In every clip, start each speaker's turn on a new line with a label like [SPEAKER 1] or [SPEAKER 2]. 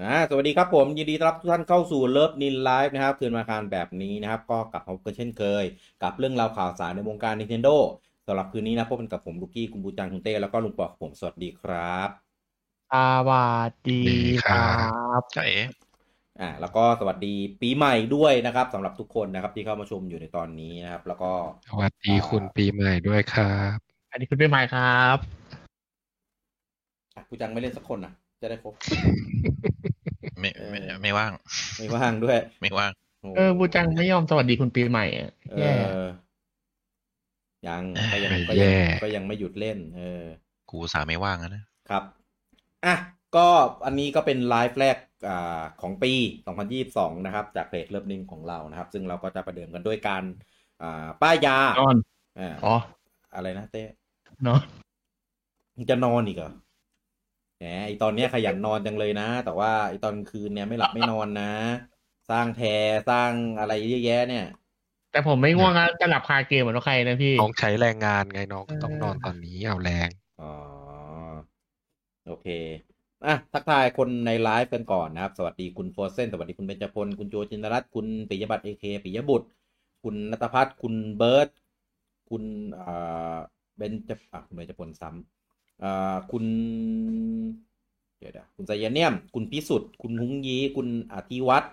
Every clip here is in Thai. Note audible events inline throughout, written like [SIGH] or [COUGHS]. [SPEAKER 1] อ่าสวัสดีครับผมยินดีต้อนรับทุกท่านเข้าสู่เลิฟนินไลฟ์นะครับ คืนมาคารแบบนี้นะครับ ก็กลับมาพบกันเช่นเคย กับเรื่องราวข่าวสารในวงการ Nintendo สำหรับคืนนี้นะพบกันกับผมลูกี้คุณบูจังคุณเต้แล้วก็ลุงปอกผมสวัสดีครับ
[SPEAKER 2] สวัสดีครับ
[SPEAKER 3] จ้าเอ๋
[SPEAKER 1] อ่าแล้วก็สวัสดีปีใหม่ด้วยนะครับสำหรับทุกคนนะครับที่เข้ามาชมอยู่ในตอนนี้นะครับ แล้วก็
[SPEAKER 3] สวัสดี
[SPEAKER 1] อ่า
[SPEAKER 3] คุณปีใหม่ด้วยครับ
[SPEAKER 2] อันนี้คุณพี่ใหม่ครับ
[SPEAKER 1] อ่ะกูจังไม่เล่นสักคนนะจะได้ครบ
[SPEAKER 3] [LAUGHS] ไม่ไม่
[SPEAKER 1] เออ
[SPEAKER 3] ไม่ว่าง
[SPEAKER 1] ไม่ว่างด้วย
[SPEAKER 3] ไม่ว่าง
[SPEAKER 1] โโห
[SPEAKER 2] เออบูจังไม่ยอมสวัสดีคุณปีใหม่อะ
[SPEAKER 1] เอ
[SPEAKER 2] แย่
[SPEAKER 1] อยัง
[SPEAKER 3] เอ้ย
[SPEAKER 1] ก็ยังก็
[SPEAKER 3] แย่
[SPEAKER 1] ยังก็ยังไม่หยุดเล่น เออ
[SPEAKER 3] กูสาไม่ว่างอะนะครับ
[SPEAKER 1] อ่ะ ก็อันนี้ก็เป็นไลฟ์แรกอ่าของปี 2022 นะครับ จากเพจเลิฟนิ่งของเรานะครับ ซึ่งเราก็จะประเดิมกันด้วยการอ่าป้ายยาน
[SPEAKER 2] อน
[SPEAKER 1] อ่า
[SPEAKER 2] อ๋อ
[SPEAKER 1] อะไรนะเต้
[SPEAKER 2] เนอะ
[SPEAKER 1] มึงจะนอนอีกเหรอแหมไอตอนเนี้ยขยันนอนจังเลยนะ แต่ว่าไอตอนคืนเนี่ยไม่หลับไม่นอนนะ สร้างแพรสร้างอะไรเยอะแยะเนี่ย
[SPEAKER 2] แต่ผมไม่ง่วงนะจะหลับคาเกมเหมือนใครนะพี่
[SPEAKER 3] น้องใช้แรงงานไงน้อง
[SPEAKER 2] เออ
[SPEAKER 3] ต้องนอนตอนนี้เอาแรง
[SPEAKER 1] อ๋อ โอเค อ่ะ ทักทายคนในไลฟ์กันก่อนนะครับ สวัสดีคุณโฟเซนสวัสดีคุณเบญจพล คุณโจจินตรัตน์คุณปิยบัตรเอเคปิยบุตร คุณนัตพัฒน์คุณเบิร์ตคุณเอ่อเบญจอ่ะคุณเบญจพลซ้ำเอ่อคุณ เดี๋ยวนะคุณไซเยเนียม คุณพิสุทธิ์ คุณหุงยี คุณอธิวัตร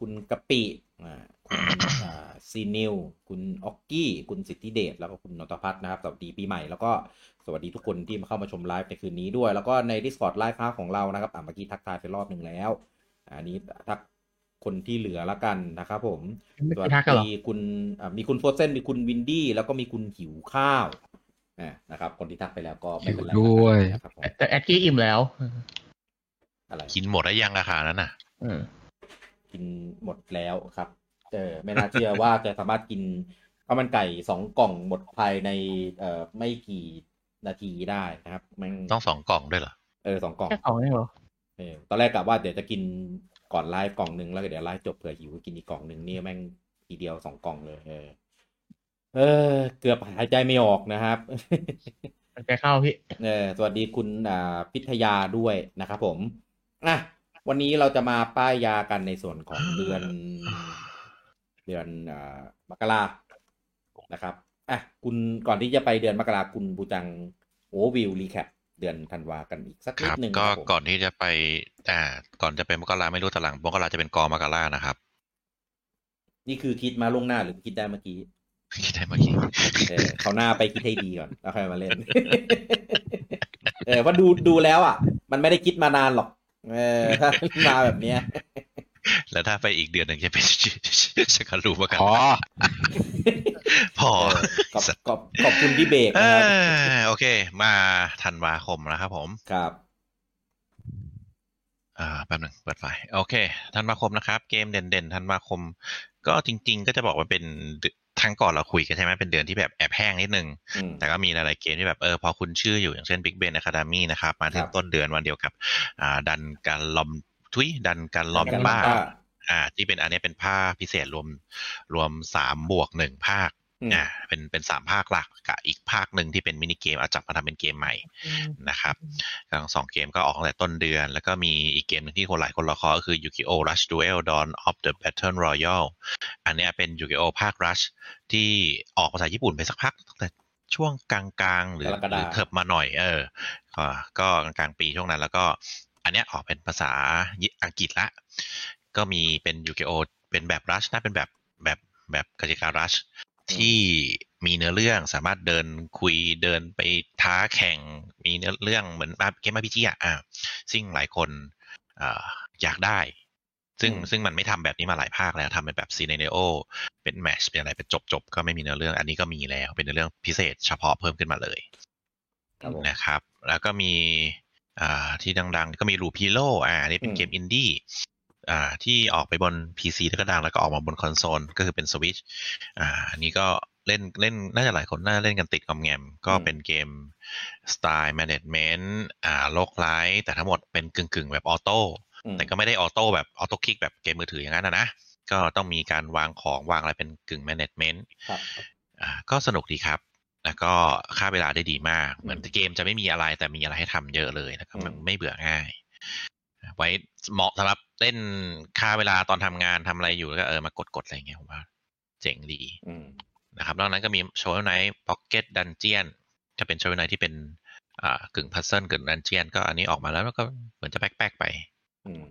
[SPEAKER 1] คุณกะปิอ่าคุณอ่าซีนิว คุณออกกี้ คุณสิทธิเดช แล้วก็คุณนนทพัฒน์นะครับ สวัสดีปีใหม่ แล้วก็สวัสดีทุกคนที่มาเข้ามาชมไลฟ์ในคืนนี้ด้วย แล้วก็ใน Discord ไลฟ์พาของเรานะครับ อ่ะเมื่อกี้ทักทายไปรอบหนึ่งแล้ว อันนี้ทักคนที่เหลือละกันนะครับผม
[SPEAKER 2] ไม่
[SPEAKER 1] ส
[SPEAKER 2] ได้
[SPEAKER 1] วัส
[SPEAKER 2] ทักกันหรอ
[SPEAKER 1] ดีคุณอ่ะมีคุณโฟเซนมีคุณวินดี้ แล้วก็มีคุณหิวข้าวอ่ะนะครับ คนที่ทักไปแล้วก็ไม่เป็นไร
[SPEAKER 3] หิวด้วย
[SPEAKER 1] นะครับผม
[SPEAKER 2] แต่แอคกี้อิ่มแล้ว
[SPEAKER 1] อะไร
[SPEAKER 3] กินหมดแล้วยังอาหารนั้นน่ะ
[SPEAKER 2] เออ
[SPEAKER 1] กินหมดแล้วครับ เออไม่น่าเชื่อว่าจะสามารถกินข้าวมันไก่สองกล่องหมดภายในเอ่อไม่กี่นาทีได้นะครับแมัน
[SPEAKER 3] ต้องสองกล่องด้วยเหรอ
[SPEAKER 1] เออสองกล่อง
[SPEAKER 2] แค่ของนี่เหรอ
[SPEAKER 1] เออตอนแรกกะว่าเดี๋ยวจะกินก่อนไลฟ์กล่องหนึ่งแล้วก็เดี๋ยวไลฟ์จบเผื่อหิวกินอีกกล่องหนึ่งนี่แม่งทีเดียวสองกล่องเลย เออ เออ เกือบหายใจไม่ออกนะครับ
[SPEAKER 2] ไปเข้าพี่
[SPEAKER 1] เออสวัสดีคุณอ่าพิทยาด้วยนะครับผมอ่ะวันนี้เราจะมาป้ายยากันในส่วนของเดือน เดือนอ่ามกรานะครับอ่ะคุณก่อนที่จะไปเดือนมกราคุณบูจังโอวิวรีแคปเดือนธันวากันอีกสัก
[SPEAKER 3] ค
[SPEAKER 1] นิด
[SPEAKER 3] รับ
[SPEAKER 1] หนึ่ง
[SPEAKER 3] ก็
[SPEAKER 1] ครับผม
[SPEAKER 3] ก่อนที่จะไปอ่าก่อนจะเป็นมกราไม่รู้แต่หลังมกราจะเป็นกอมกรานะครับ
[SPEAKER 1] นี่คือคิดมาล่วงหน้าหรือคิดได้เมื่อกี้
[SPEAKER 3] คิดได้เมื่อกี้
[SPEAKER 1] เออเขาวหน้าไปคิดให้ดีก่อนแล้วค่อยมาเล่น [LAUGHS] เออว่าะดูดูแล้วอ่ะ มันไม่ได้คิดมานานหรอกเออถ้า [LAUGHS] มาแบบเนี้ย
[SPEAKER 3] แล้วถ้าไปอีกเดือนหนึ่งจะเป็น [LAUGHS] จะกันรู้มกรา
[SPEAKER 4] อ๋อ
[SPEAKER 3] พอ
[SPEAKER 1] เออขอบขอบขอบคุณที่เบรก
[SPEAKER 3] เอ
[SPEAKER 1] นะครับ
[SPEAKER 3] อโอเค มาธันวาคมนะครับผม
[SPEAKER 1] ครับ
[SPEAKER 3] อ่าแป๊บหนึงเปิดไฟล์โอเคธันวาคมนะครับ เกมเด่นๆธันวาคม ก็จริง ๆ ก็จะบอกว่าเป็นเดือนครั้งก่อนเราคุยกันใช่ไหมเป็นเดือนที่แบบแอบแห้งนิดนึง
[SPEAKER 1] อืม
[SPEAKER 3] แต่ก็มีหลายๆเกมที่แบบเออพอคุณชื่ออยู่อย่างเช่น Big Ben Academy นะครับ มาถึ
[SPEAKER 1] ค
[SPEAKER 3] ง
[SPEAKER 1] รับ
[SPEAKER 3] ต้นเดือนวันเดียวกับอ่าดันการลอมทุยดันการลอม
[SPEAKER 1] กัน
[SPEAKER 3] บ้า
[SPEAKER 1] อ่ะ
[SPEAKER 3] อ่าที่เป็นอันนี้เป็นภาคพิเศษรวมรวมสามบวกหนึ่งภาค
[SPEAKER 1] อืม
[SPEAKER 3] อ่าเป็นเป็นสามภาคหลักกับอีกภาคหนึ่งที่เป็นมินิเกมเอาจับมาทำเป็นเกมใหม่ นะครับทั้งสองเกมก็ออกตั้งแต่ต้นเดือน แล้วก็มีอีกเกมหนึงที่คนหลายคนรอคอยก็คือ Yu-Gi-Oh! Rush Duel Dawn of the Battle Royale อันเนี้ยเป็น Yu-Gi-Oh! ภาค Rush ที่ออกภาษาญี่ปุ่นไปสักพักตั้งแต่ช่วงกลางๆ หรือก
[SPEAKER 1] รกฎา
[SPEAKER 3] หรือเถิบมาหน่อยเออก็ก็กลางๆปีช่วงนั้น แล้วก็อันเนี้ยออกเป็นภาษาอังกฤษละ ก็มีเป็น Yu-Gi-Oh! เป็นแบบ Rush นะเป็นแบบแบบแบบกติกา Rush ที่มีเนื้อเรื่องสามารถเดินคุยเดินไปท้าแข่ง มีเนื้อเรื่องเหมือนเกม RPG พีจีอ่ะอ่ะซึ่งหลายคนเอ่ออยากได้ ซึ่ง
[SPEAKER 1] อืม
[SPEAKER 3] ซึ่งมันไม่ทำแบบนี้มาหลายภาคแล้วทำเป็นแบบซีเนเ r โอเป็นแมชเป็นอะไรเป็นจบจบก็ไม่มีเนื้อเรื่อง อันนี้ก็มีแล้วเป็นเนื้อเรื่องพิเศษเฉพาะเพิ่มขึ้นมาเลย
[SPEAKER 1] ครับผม
[SPEAKER 3] นะครับ แล้วก็มีอ่าที่ดังๆ ก็มีลูพีโลอ่าอันนี่เป็น
[SPEAKER 1] อืม
[SPEAKER 3] เกมอินดี้อ่าที่ออกไปบน PC แล้วก็ดังแล้วก็ออกมาบนคอนโซลก็คือเป็นสวิชอ่าอันนี้ก็เล่นเล่นน่าจะหลายคนน่าจะเล่นกันติดกอมแงม ก็เป็นเกมสไตล์แมネจเมนต์อ่าโลกไร้ายแต่ทั้งหมดเป็นกึ่งๆ แบบออโต้
[SPEAKER 1] อืม
[SPEAKER 3] แต่ก็ไม่ได้ออโต้แบบออโต้คลิกแบบเกมมือถืออย่างนั้นนะนะ ก็ต้องมีการวางของวางอะไรเป็นกึ่งแมネจเมนต์
[SPEAKER 1] ครับ
[SPEAKER 3] อ่าก็สนุกดีครับ แล้วก็ค่าเวลาได้ดีมาก เหมือนเกมจะไม่มีอะไรแต่มีอะไรให้ทำเยอะเลยนะครับ
[SPEAKER 1] อืม
[SPEAKER 3] มันไม่เบื่อง่าย ไว้เหมาะสำหรับเล่นค่าเวลาตอนทำงานทำอะไรอยู่แล้วก็เออมากดๆอะไรอย่างเงี้ยผมว่าเจ๋งดี
[SPEAKER 1] อืม
[SPEAKER 3] นะครับนอกนั้นก็มีโชว์ไนท์พ็อกเก็ตดันเจียนจะเป็นโชว์ไนท์ที่เป็นอ่ากึ่งพัซเซิลกึ่งดันเจียนก็อันนี้ออกมาแล้วแล้วก็เหมือนจะแป๊กๆไป
[SPEAKER 1] อืม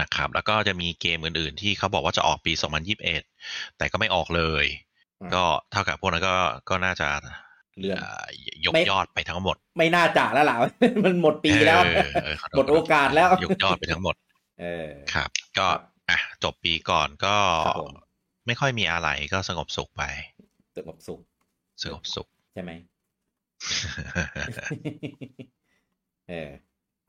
[SPEAKER 3] นะครับ แล้วก็จะมีเกมอื่นๆ ที่เขาบอกว่าจะออกปี 2021 แต่ก็ไม่ออกเลย
[SPEAKER 1] อืม
[SPEAKER 3] ก็เท่ากับพวกนั้นก็ก็น่าจะ
[SPEAKER 1] เลื่อน
[SPEAKER 3] อ่ายก
[SPEAKER 1] ไม่
[SPEAKER 3] ยอดไปทั้งหมด
[SPEAKER 1] ไม่น่าจะแล้วล่ะ [LAUGHS] มันหมดปีแล้ว
[SPEAKER 3] เออเออขอ
[SPEAKER 1] หมด
[SPEAKER 3] โทษ
[SPEAKER 1] โอกาสแล้ว
[SPEAKER 3] [LAUGHS] ยกยอดไปทั้งหมด
[SPEAKER 1] เออ
[SPEAKER 3] ครับ ก็อ่ะจบปีก่อนก็
[SPEAKER 1] ครับผม
[SPEAKER 3] ไม่ค่อยมีอะไรก็สงบสุขไป
[SPEAKER 1] สงบสุข
[SPEAKER 3] สงบสุข [LAUGHS]
[SPEAKER 1] ใช่ไหม เออ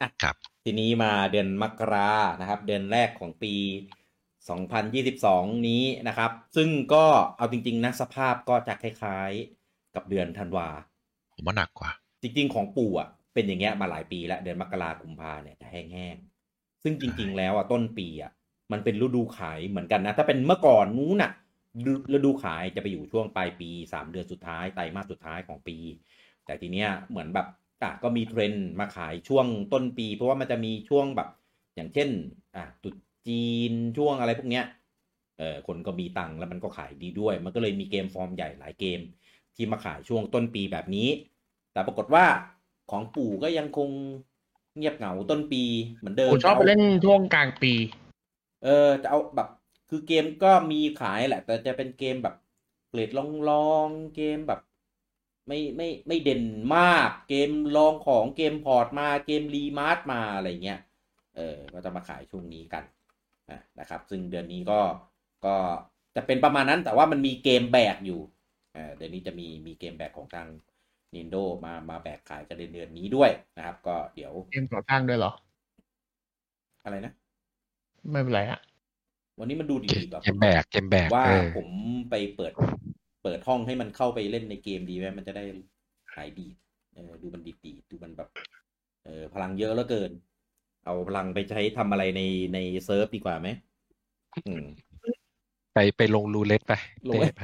[SPEAKER 1] อ่ะ
[SPEAKER 3] ครับ
[SPEAKER 1] ทีนี้มาเดือนมกรานะครับ เดือนแรกของปี 2022 นี้นะครับ ซึ่งก็เอาจริง ๆนะสภาพก็จะคล้ายๆ กับเดือนธันวา
[SPEAKER 3] ผมว่าหนักกว่า
[SPEAKER 1] จริง ๆ ของปู่อ่ะเป็นอย่างเงี้ยมาหลายปีแล้ว เดือนมกรากุมภาเนี่ยจะแห้งๆ ซึ่งจริง ๆ แล้วอ่ะต้นปีอ่ะมันเป็นฤดูขายเหมือนกันนะ ถ้าเป็นเมื่อก่อนนู้นน่ะฤฤดูขายจะไปอยู่ช่วงปลายปีสามเดือนสุดท้ายไตรมาสสุดท้ายของปี แต่ทีเนี้ยเหมือนแบบอ่ะก็มีเทรนด์มาขายช่วงต้นปี เพราะว่ามันจะมีช่วงแบบ อย่างเช่นอ่ะตรุษจีนช่วงอะไรพวกเนี้ยเออคนก็มีตังค์แล้วมันก็ขายดีด้วย มันก็เลยมีเกมฟอร์มใหญ่หลายเกม ที่มาขายช่วงต้นปีแบบนี้ แต่ปรากฏว่าของปู่ก็ยังคงเงียบเหงาต้นปีเหมือนเดิม
[SPEAKER 2] ผมชอบไปเล่นช่วงกลางปี
[SPEAKER 1] เออจะเอาแบบคือเกมก็มีขายแหละ แต่จะเป็นเกมแบบเกรดลองลองๆเกมแบบ ไม่ไม่ไม่เด่นมาก เกมลองของเกมพอร์ตมาเกมรีมาสมาอะไรเงี้ยเออก็จะมาขายช่วงนี้กันอ่ะนะครับ ซึ่งเดือนนี้ก็ก็จะเป็นประมาณนั้นแต่ว่ามันมีเกมแบกอยู่เออเดือนนี้จะมีมีเกมแบกของทาง Nintendo มามาแบกขายกันในเดือนนี้ด้วยนะครับ ก็เดี๋ยว
[SPEAKER 2] เกมก่อตั้งด้วยเหรอ
[SPEAKER 1] อะไรนะ
[SPEAKER 2] ไม่เป็นไรฮะ
[SPEAKER 1] วันนี้มันดูดีๆแบบ
[SPEAKER 4] เกมแบกเกมแบก
[SPEAKER 1] ว่า
[SPEAKER 4] เออ
[SPEAKER 1] ผมไปเปิดเปิดห้องให้มันเข้าไปเล่นในเกมดีไหมมันจะได้หายดีดเออดูมันดีดดีดดูมันแบบเออพลังเยอะเหลือเกิน เอาพลังไปใช้ทำอะไรในในเซิร์ฟดีกว่าไหมอืม
[SPEAKER 4] ไปไปลงรูเล็ตไป
[SPEAKER 1] ลง
[SPEAKER 4] เตะไป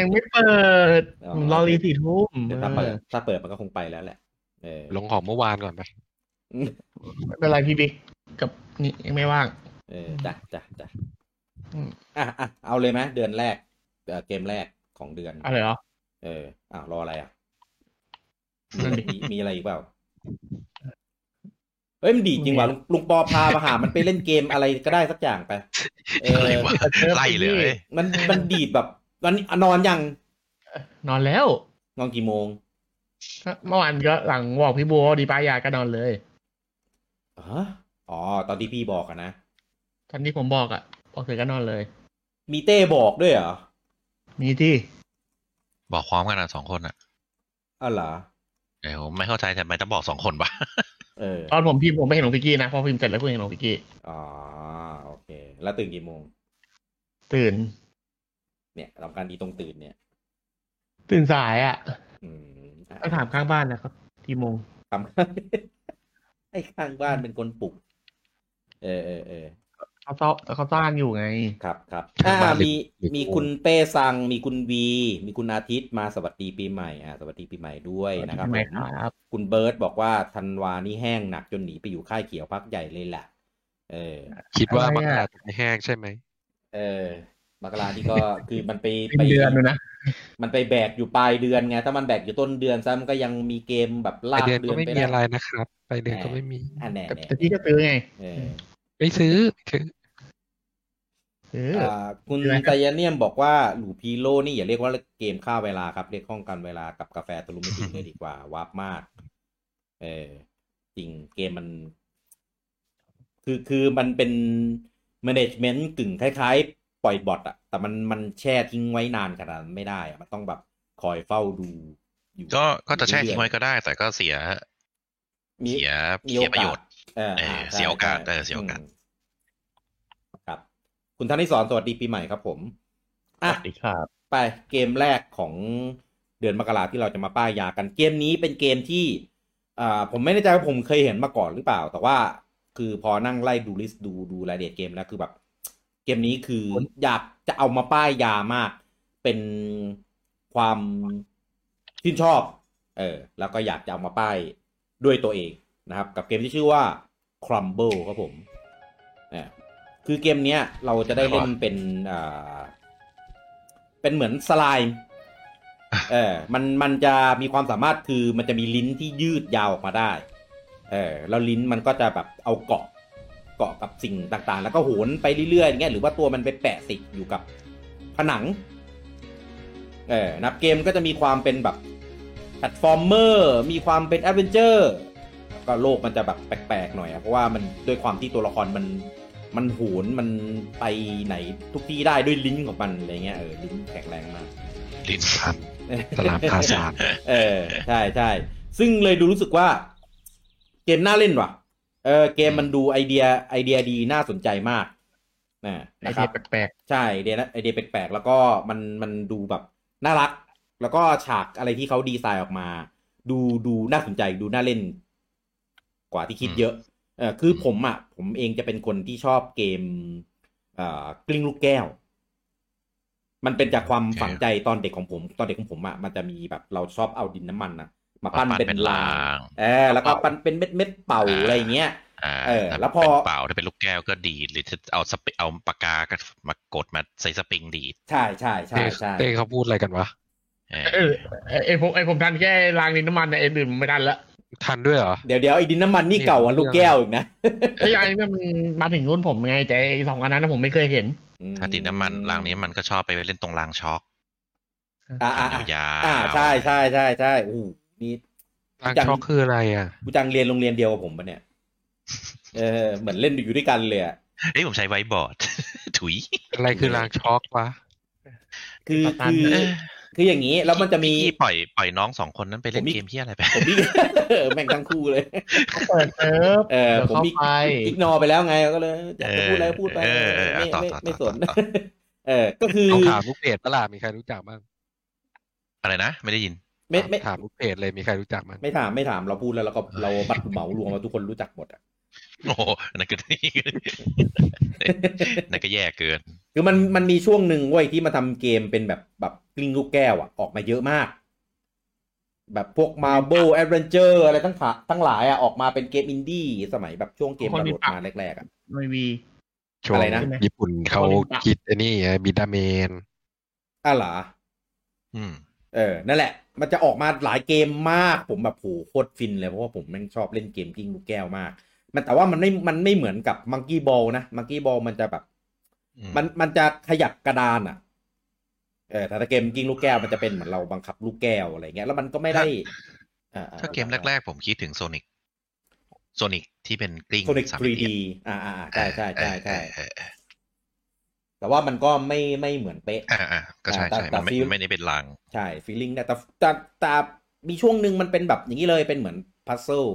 [SPEAKER 2] ยังไม่เปิด
[SPEAKER 1] อ๋อ
[SPEAKER 2] ผมรอรีสี่ทุ่ม
[SPEAKER 1] เดี๋ยว
[SPEAKER 2] เอ
[SPEAKER 1] ถ้าเปิด
[SPEAKER 2] อ
[SPEAKER 1] ถ้าเปิดมันก็คงไปแล้วแหละ เออ
[SPEAKER 4] ลงของเมื่อวานก่อนไป
[SPEAKER 2] ไม่เป็นไรพี่บิ๊กกับนี่ยังไม่ว่าง
[SPEAKER 1] เออจ้ะจ้ะจ้ะ
[SPEAKER 2] อืม
[SPEAKER 1] อ่ะอ่ะเอาเลยไหมเดือนแรกเอ่อเกมแรกของเดือน
[SPEAKER 2] อะไรเหรอ
[SPEAKER 1] เอออ้าวรออะไรอ่ะ
[SPEAKER 2] นั่นดิ
[SPEAKER 1] มีมีอะไรอีกเปล่า เฮ้ยมันดีจริงว่ะลุงลุงปอพามาหา มันไปเล่นเกมอะไรก็ได้สักอย่างไปเออ
[SPEAKER 3] อะไรวะไล่เลย
[SPEAKER 1] มันมันดีดแบบวันนี้อ่ะนอนยัง
[SPEAKER 2] นอนแล้ว
[SPEAKER 1] นอนกี่โมง
[SPEAKER 2] เมื่อวานก็หลังบอกพี่บัวว่าดีป้ายาก็นอนเลย
[SPEAKER 1] ฮะอ๋อ ตอนที่พี่บอกอะนะ
[SPEAKER 2] ตอนที่ผมบอกอ่ะบอกเสร็จก็นอนเลย
[SPEAKER 1] มีเต้บอกด้วยเหรอ
[SPEAKER 2] มีที่
[SPEAKER 3] บอกพร้อมกันอ่ะสองคนอ่ะ
[SPEAKER 1] อ๋อเหรอ
[SPEAKER 3] เดี๋ยวผมไม่เข้าใจทำไมต้องบอกสองคนวะ
[SPEAKER 1] เออ
[SPEAKER 2] ตอนผมพิมพ์ผมไม่เห็นหลวงพิกกี้นะพอพิมพ์เสร็จแล้วผมเห็นหลวงพิกกี้
[SPEAKER 1] อ๋อโอเค แล้วตื่นกี่โมง
[SPEAKER 2] ตื่น
[SPEAKER 1] เนี่ยสำคัญดีตรงตื่นเนี่ย
[SPEAKER 2] ตื่นสายอ่ะ
[SPEAKER 1] อืมอ่ะ
[SPEAKER 2] ต้องถามข้างบ้านนะครับกี่โมง
[SPEAKER 1] ทำ [LAUGHS] ไอ้ข้างบ้านเป็นคนปลุก เออเออเออ
[SPEAKER 2] เขาซ่อเขาซ่านอยู่ไง
[SPEAKER 1] ครับครับ
[SPEAKER 4] ทาง
[SPEAKER 1] อ่า
[SPEAKER 4] บ้านหรือ
[SPEAKER 1] มี
[SPEAKER 4] หรือ
[SPEAKER 1] มี
[SPEAKER 4] โกง
[SPEAKER 1] คุณเป้ซัง มีคุณวี มีคุณอาทิตย์มาสวัสดีปีใหม่อ่าสวัสดีปีใหม่ด้วยนะครับ
[SPEAKER 2] สวัสดี
[SPEAKER 1] ผม
[SPEAKER 2] ปีใหม่ครับ
[SPEAKER 1] คุณเบิร์ตบอกว่าธันวานี่แห้งหนักจนหนีไปอยู่ค่ายเขียวพักใหญ่เลยแหละเออ
[SPEAKER 4] คิดว่า
[SPEAKER 2] อะไร
[SPEAKER 4] มัน
[SPEAKER 2] อะ
[SPEAKER 4] อาจจะไม่แห้งใช่ไหม
[SPEAKER 1] เออมกราที่ก็ คือมันไป
[SPEAKER 2] เป็น
[SPEAKER 1] ไป
[SPEAKER 2] เดือนเลยนะ
[SPEAKER 1] มันไปแบกอยู่ปลายเดือนไง ถ้ามันแบกอยู่ต้นเดือนซะมันก็ยังมีเกมแบบ
[SPEAKER 4] ไป
[SPEAKER 1] ลาก
[SPEAKER 4] เดือน
[SPEAKER 1] เดือ
[SPEAKER 4] ก็
[SPEAKER 1] น
[SPEAKER 4] ไม่
[SPEAKER 1] ไป
[SPEAKER 4] มี
[SPEAKER 1] ด้
[SPEAKER 4] อะไรนะครับ ไปเดือนก็ไม่มี
[SPEAKER 1] อ่ะแน่
[SPEAKER 4] แต่
[SPEAKER 1] แน่
[SPEAKER 2] แต่พี่ก็ซื้อไง
[SPEAKER 1] เออ
[SPEAKER 4] ไม่ซื้อคือ
[SPEAKER 2] ซื้อ
[SPEAKER 1] อ่าคุณ
[SPEAKER 2] คืออะไรครับ
[SPEAKER 1] ไตเนียมบอกว่าหลูพีโลนี่อย่าเรียกว่าเกมฆ่าเวลาครับ เรียกห้องกันเวลากับกาแฟทะลุมิติเลยดีกว่า วาร์ปมาก เออจริงเกมมัน คือคือมันเป็น management กึ่งคล้ายๆ ปล่อยบอทอะแต่มันมันแช่ทิ้งไว้นานขนาดนั้นไม่ได้อะมันต้องแบบคอยเฝ้าดูอยู่
[SPEAKER 3] ก็ก็จะแช่ทิ้งไว้ก็ได้ แต่ก็เสีย
[SPEAKER 1] มี
[SPEAKER 3] เสีย
[SPEAKER 1] มี
[SPEAKER 3] เสียประโยชน์
[SPEAKER 1] เออ
[SPEAKER 3] เออ
[SPEAKER 1] ใช่
[SPEAKER 3] เสียโอกาส
[SPEAKER 1] ใช่
[SPEAKER 3] เออเสียโอกาส
[SPEAKER 1] มครับ คุณธนิสรสวัสดีปีใหม่ครับผม
[SPEAKER 2] ส
[SPEAKER 1] อ่ะ
[SPEAKER 2] วัสดีครับ
[SPEAKER 1] ไปเกมแรกของเดือนมกราที่เราจะมาป้ายยากันเกมนี้เป็นเกมที่อ่าผมไม่แน่ใจว่าผมเคยเห็นมาก่อนหรือเปล่า แต่ว่าคือพอนั่งไล่ดูลิสต์ดูดูรายละเอียดเกมแล้วคือแบบ เกมนี้คืออยากจะเอามาป้ายยามาก เป็นความชื่นชอบ เออ แล้วก็อยากจะเอามาป้ายด้วยตัวเองนะครับ กับเกมที่ชื่อว่า Crumble ครับผมเนี่ยคือเกมเนี้ยเราจะได้เล่นเป็นอ่าเป็นเหมือนสไลม์เออมันมันจะมีความสามารถคือมันจะมีลิ้นที่ยืดยาวออกมาได้ เออแล้วลิ้นมันก็จะแบบเอาเกาะเกาะกับสิ่งต่างๆ แล้วก็โหนไปเรื่อยๆอย่างเงี้ยหรือว่าตัวมันไปแปะติดอยู่กับผนัง เออนะครับเกมก็จะมีความเป็นแบบแพลตฟอร์มเมอร์ มีความเป็นแอดเวนเจอร์ก็โลกมันจะแบบแปลกๆหน่อยอะเพราะว่ามันด้วยความที่ตัวละครมันมันโหนมันไปไหนทุกที่ได้ด้วยลิ้นของมันอะไรเงี้ยเออลิ้นแข็งแรงมาก
[SPEAKER 3] ลิ้น
[SPEAKER 4] ครับ สลามคาสาด
[SPEAKER 1] เออใช่ใช่ซึ่งเลยดูรู้สึกว่า เกมน่าเล่นว่ะ เออเกมมันดูไอเดียไอเดียดีน่าสนใจมากนะ
[SPEAKER 2] ไอ
[SPEAKER 1] นะค
[SPEAKER 2] เดี
[SPEAKER 1] รั
[SPEAKER 2] ย
[SPEAKER 1] บ
[SPEAKER 2] แปลก
[SPEAKER 1] ใช่ไอเดียนะไอเดียแปลกๆแล้วก็มันมันดูแบบน่ารัก แล้วก็ฉากอะไรที่เขาดีไซน์ออกมา ดูดูน่าสนใจดูน่าเล่น กว่าที่คิดเยอะเออคือผมอ่ะผมเองจะเป็นคนที่ชอบเกมเอ่อกลิ้งลูกแก้ว มันเป็นจากความฝังใจตอนเด็กของผม ตอนเด็กของผมอ่ะมันจะมีแบบเราชอบเอาดินน้ำมันอ่ะ มาปั้นเป็นลางเออแล้วก็ปั้นเป็นเม็ดเม็ดๆเป่าอะไรอย่างเงี้ย
[SPEAKER 3] อ่า
[SPEAKER 1] เออ
[SPEAKER 3] ถ้า
[SPEAKER 1] แล้วพอ
[SPEAKER 3] เป็นเปล่าถ้าเป็นลูกแก้วก็ดีดหรือจะเอาสปเอาปากกาก็มากดมาใส่สปริงดีด
[SPEAKER 1] ใช่ใช่ใช่ใช่
[SPEAKER 4] เต้เขาพูดอะไรกันวะ
[SPEAKER 3] เออ
[SPEAKER 2] ๆเออไอ้ไอผมไอผมทันแค่รางดินน้ำมันนะไออื่นผมไม่ทันละ
[SPEAKER 4] ทันด้วยเหรอ
[SPEAKER 1] เดี๋ยวเดี๋ยวไอ้ดินน้ำมันนี่
[SPEAKER 4] เนี่ย
[SPEAKER 1] เก่ากว่าลูกแก้วอีกนะ
[SPEAKER 2] ไอ้ไอ้นั่นมันมาถึงรุ่นผมไงแต่ไอสองอันนั้นนะผมไม่เคยเห็น
[SPEAKER 3] ถ้าติดน้ำมันรางนี้มันก็ชอบไปเล่นตรงรางช็อก
[SPEAKER 1] อ่าอ่า
[SPEAKER 3] อันยาวๆ
[SPEAKER 1] อ่าใช่ใช่ใช่ใช่อู้นี่
[SPEAKER 4] รางช็อกคืออะไรอ่ะ
[SPEAKER 1] กูจังเรียนโรงเรียนเดียวกับผมปะเนี่ยเออเหมือนเล่นอยู่ด้วยกันเลยอะ
[SPEAKER 3] เอ้ยผมใช้ไวบอร์ด [LAUGHS] ถุย
[SPEAKER 4] อะไรคือรางช็อกวะ
[SPEAKER 1] คือ
[SPEAKER 2] ประมาณ
[SPEAKER 1] คือ
[SPEAKER 2] นั้น
[SPEAKER 1] คืออย่างนี้แล้วมันจะมี
[SPEAKER 3] พี่ปล่อยปล่อยน้องสองคนนั้นไปเล่น
[SPEAKER 1] ผมมี
[SPEAKER 3] เกมเฮียอะไรไป
[SPEAKER 1] ผมมี แม่ง [LAUGHS] ทั้งคู่เลย
[SPEAKER 2] เปิดเออ
[SPEAKER 1] เออผมมี
[SPEAKER 2] เดี๋ยวเข้าไป
[SPEAKER 1] อิกนอไปแล้วไงก็เลยอยากจะพูดอะไรก็พูดไป
[SPEAKER 3] เออเออเออ
[SPEAKER 1] ไม่
[SPEAKER 3] ต่อ
[SPEAKER 1] ไม่
[SPEAKER 3] ต่อต่อ
[SPEAKER 1] ไม่สน
[SPEAKER 3] ต่อ
[SPEAKER 1] เออก็คือ
[SPEAKER 4] เอาถามลูกเพจตลาดมีใครรู้จักบ้าง
[SPEAKER 3] อะไรนะ ไม่ได้ยิน
[SPEAKER 1] ไม่ไม่
[SPEAKER 4] ถามลูกเพจเลยมีใครรู้จักบ้าง
[SPEAKER 1] ไม่ถามไม่ถามเราพูดแล้วเราก็เราบัดเหมารวมว่าทุกคนรู้จักหมดอะ
[SPEAKER 3] โอ้โหอันนั่นก็ [LAUGHS] นั่นก็แย่เกิน
[SPEAKER 1] คือมันมันมีช่วงหนึ่งเว้ยที่มาทำเกมเป็นแบบแบบกลิ้งลูกแก้วอะออกมาเยอะมาก แบบพวก Marble Adventure อะไรทั้งขาทั้งหลายอะออกมาเป็นเกมอินดี้สมัยแบบช่วงเกม
[SPEAKER 2] คน
[SPEAKER 1] ดาว
[SPEAKER 2] มี
[SPEAKER 1] น์โหลด
[SPEAKER 2] ปาก
[SPEAKER 1] มาแรกๆอะ
[SPEAKER 2] ไม่มี
[SPEAKER 4] ช่วง
[SPEAKER 1] อะไรนะ
[SPEAKER 4] ญี่ปุ่นเขาคิดไอ้นี่ไงบิดาเมน
[SPEAKER 1] อ่ะเหรอ
[SPEAKER 3] อืม
[SPEAKER 1] เออ นั่นแหละ มันจะออกมาหลายเกมมาก ผมแบบโหโคตรฟินเลยเพราะว่าผมแม่งชอบเล่นเกมกลิ้งลูกแก้วมาก มันแต่ว่ามันไม่มันไม่เหมือนกับ Monkey Ball นะ Monkey Ball มันจะแบบ
[SPEAKER 3] อืม
[SPEAKER 1] มันมันจะขยับกระดานอ่ะ เออแต่ถ้าเกมกิ้งลูกแก้วมันจะเป็นเหมือนเราบังคับลูกแก้วอะไรเงี้ย แล้วมันก็ไม่ได้อ่อ่
[SPEAKER 3] ถ้าเกมแรกๆ ผมคิดถึงโซนิกโซนิกที่เป็นกลิ้ง
[SPEAKER 1] โซนิก
[SPEAKER 3] สามมิ
[SPEAKER 1] 3D
[SPEAKER 3] ติ
[SPEAKER 1] อ่าอ่าอ่าใช่ใช่ใช่ใช่
[SPEAKER 3] เออเออ
[SPEAKER 1] แต่ว่ามันก็ไม่ไม่เหมือนเป๊ะ
[SPEAKER 3] เอออ่าๆก็ใช่ใช่มันไม่
[SPEAKER 1] แต่แต่
[SPEAKER 3] ไม่ได้เป็นราง
[SPEAKER 1] ใช่ฟีลลิ่งแต่แต่แต่มีช่วงหนึ่งมันเป็นแบบอย่างนี้เลยเป็นเหมือนพัซเซิล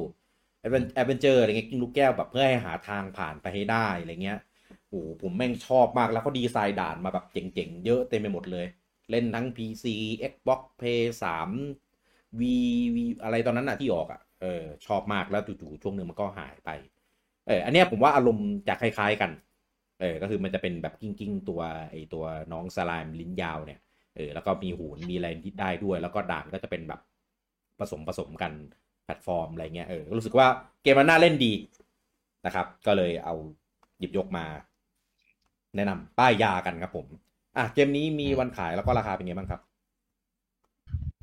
[SPEAKER 1] แอดเวนเจอร์อะไรเงี้ยกิ้งลูกแก้วแบบเพื่อให้หาทางผ่านไปให้ได้อะไรเงี้ยโอ้โหผมแม่งชอบมากแล้วเขาดีไซน์ด่านมาแบบเจ๋งๆ เยอะเต็มไปหมดเลย เล่นทั้ง PC Xbox Play 3 V V อะไรตอนนั้นอะที่ออกอะเออชอบมากแล้วจู่ๆช่วงหนึ่งมันก็หายไป เอออันเนี้ยผมว่าอารมณ์จะคล้ายๆกัน เออก็คือมันจะเป็นแบบกิ้งๆตัวไอตัวน้องสไลม์ลิ้นยาวเนี่ย เออแล้วก็มีหูนมีอะไรที่ได้ด้วย แล้วก็ด่านก็จะเป็นแบบผสมผสมกันแพลตฟอร์มอะไรเงี้ยเออก็รู้สึกว่าเกมมันน่าเล่นดีนะครับ ก็เลยเอาหยิบยกมา แนะนำป้ายยากันครับผม อ่ะเกมนี้มีวันขายแล้วก็ราคาเป็นไงบ้างครับ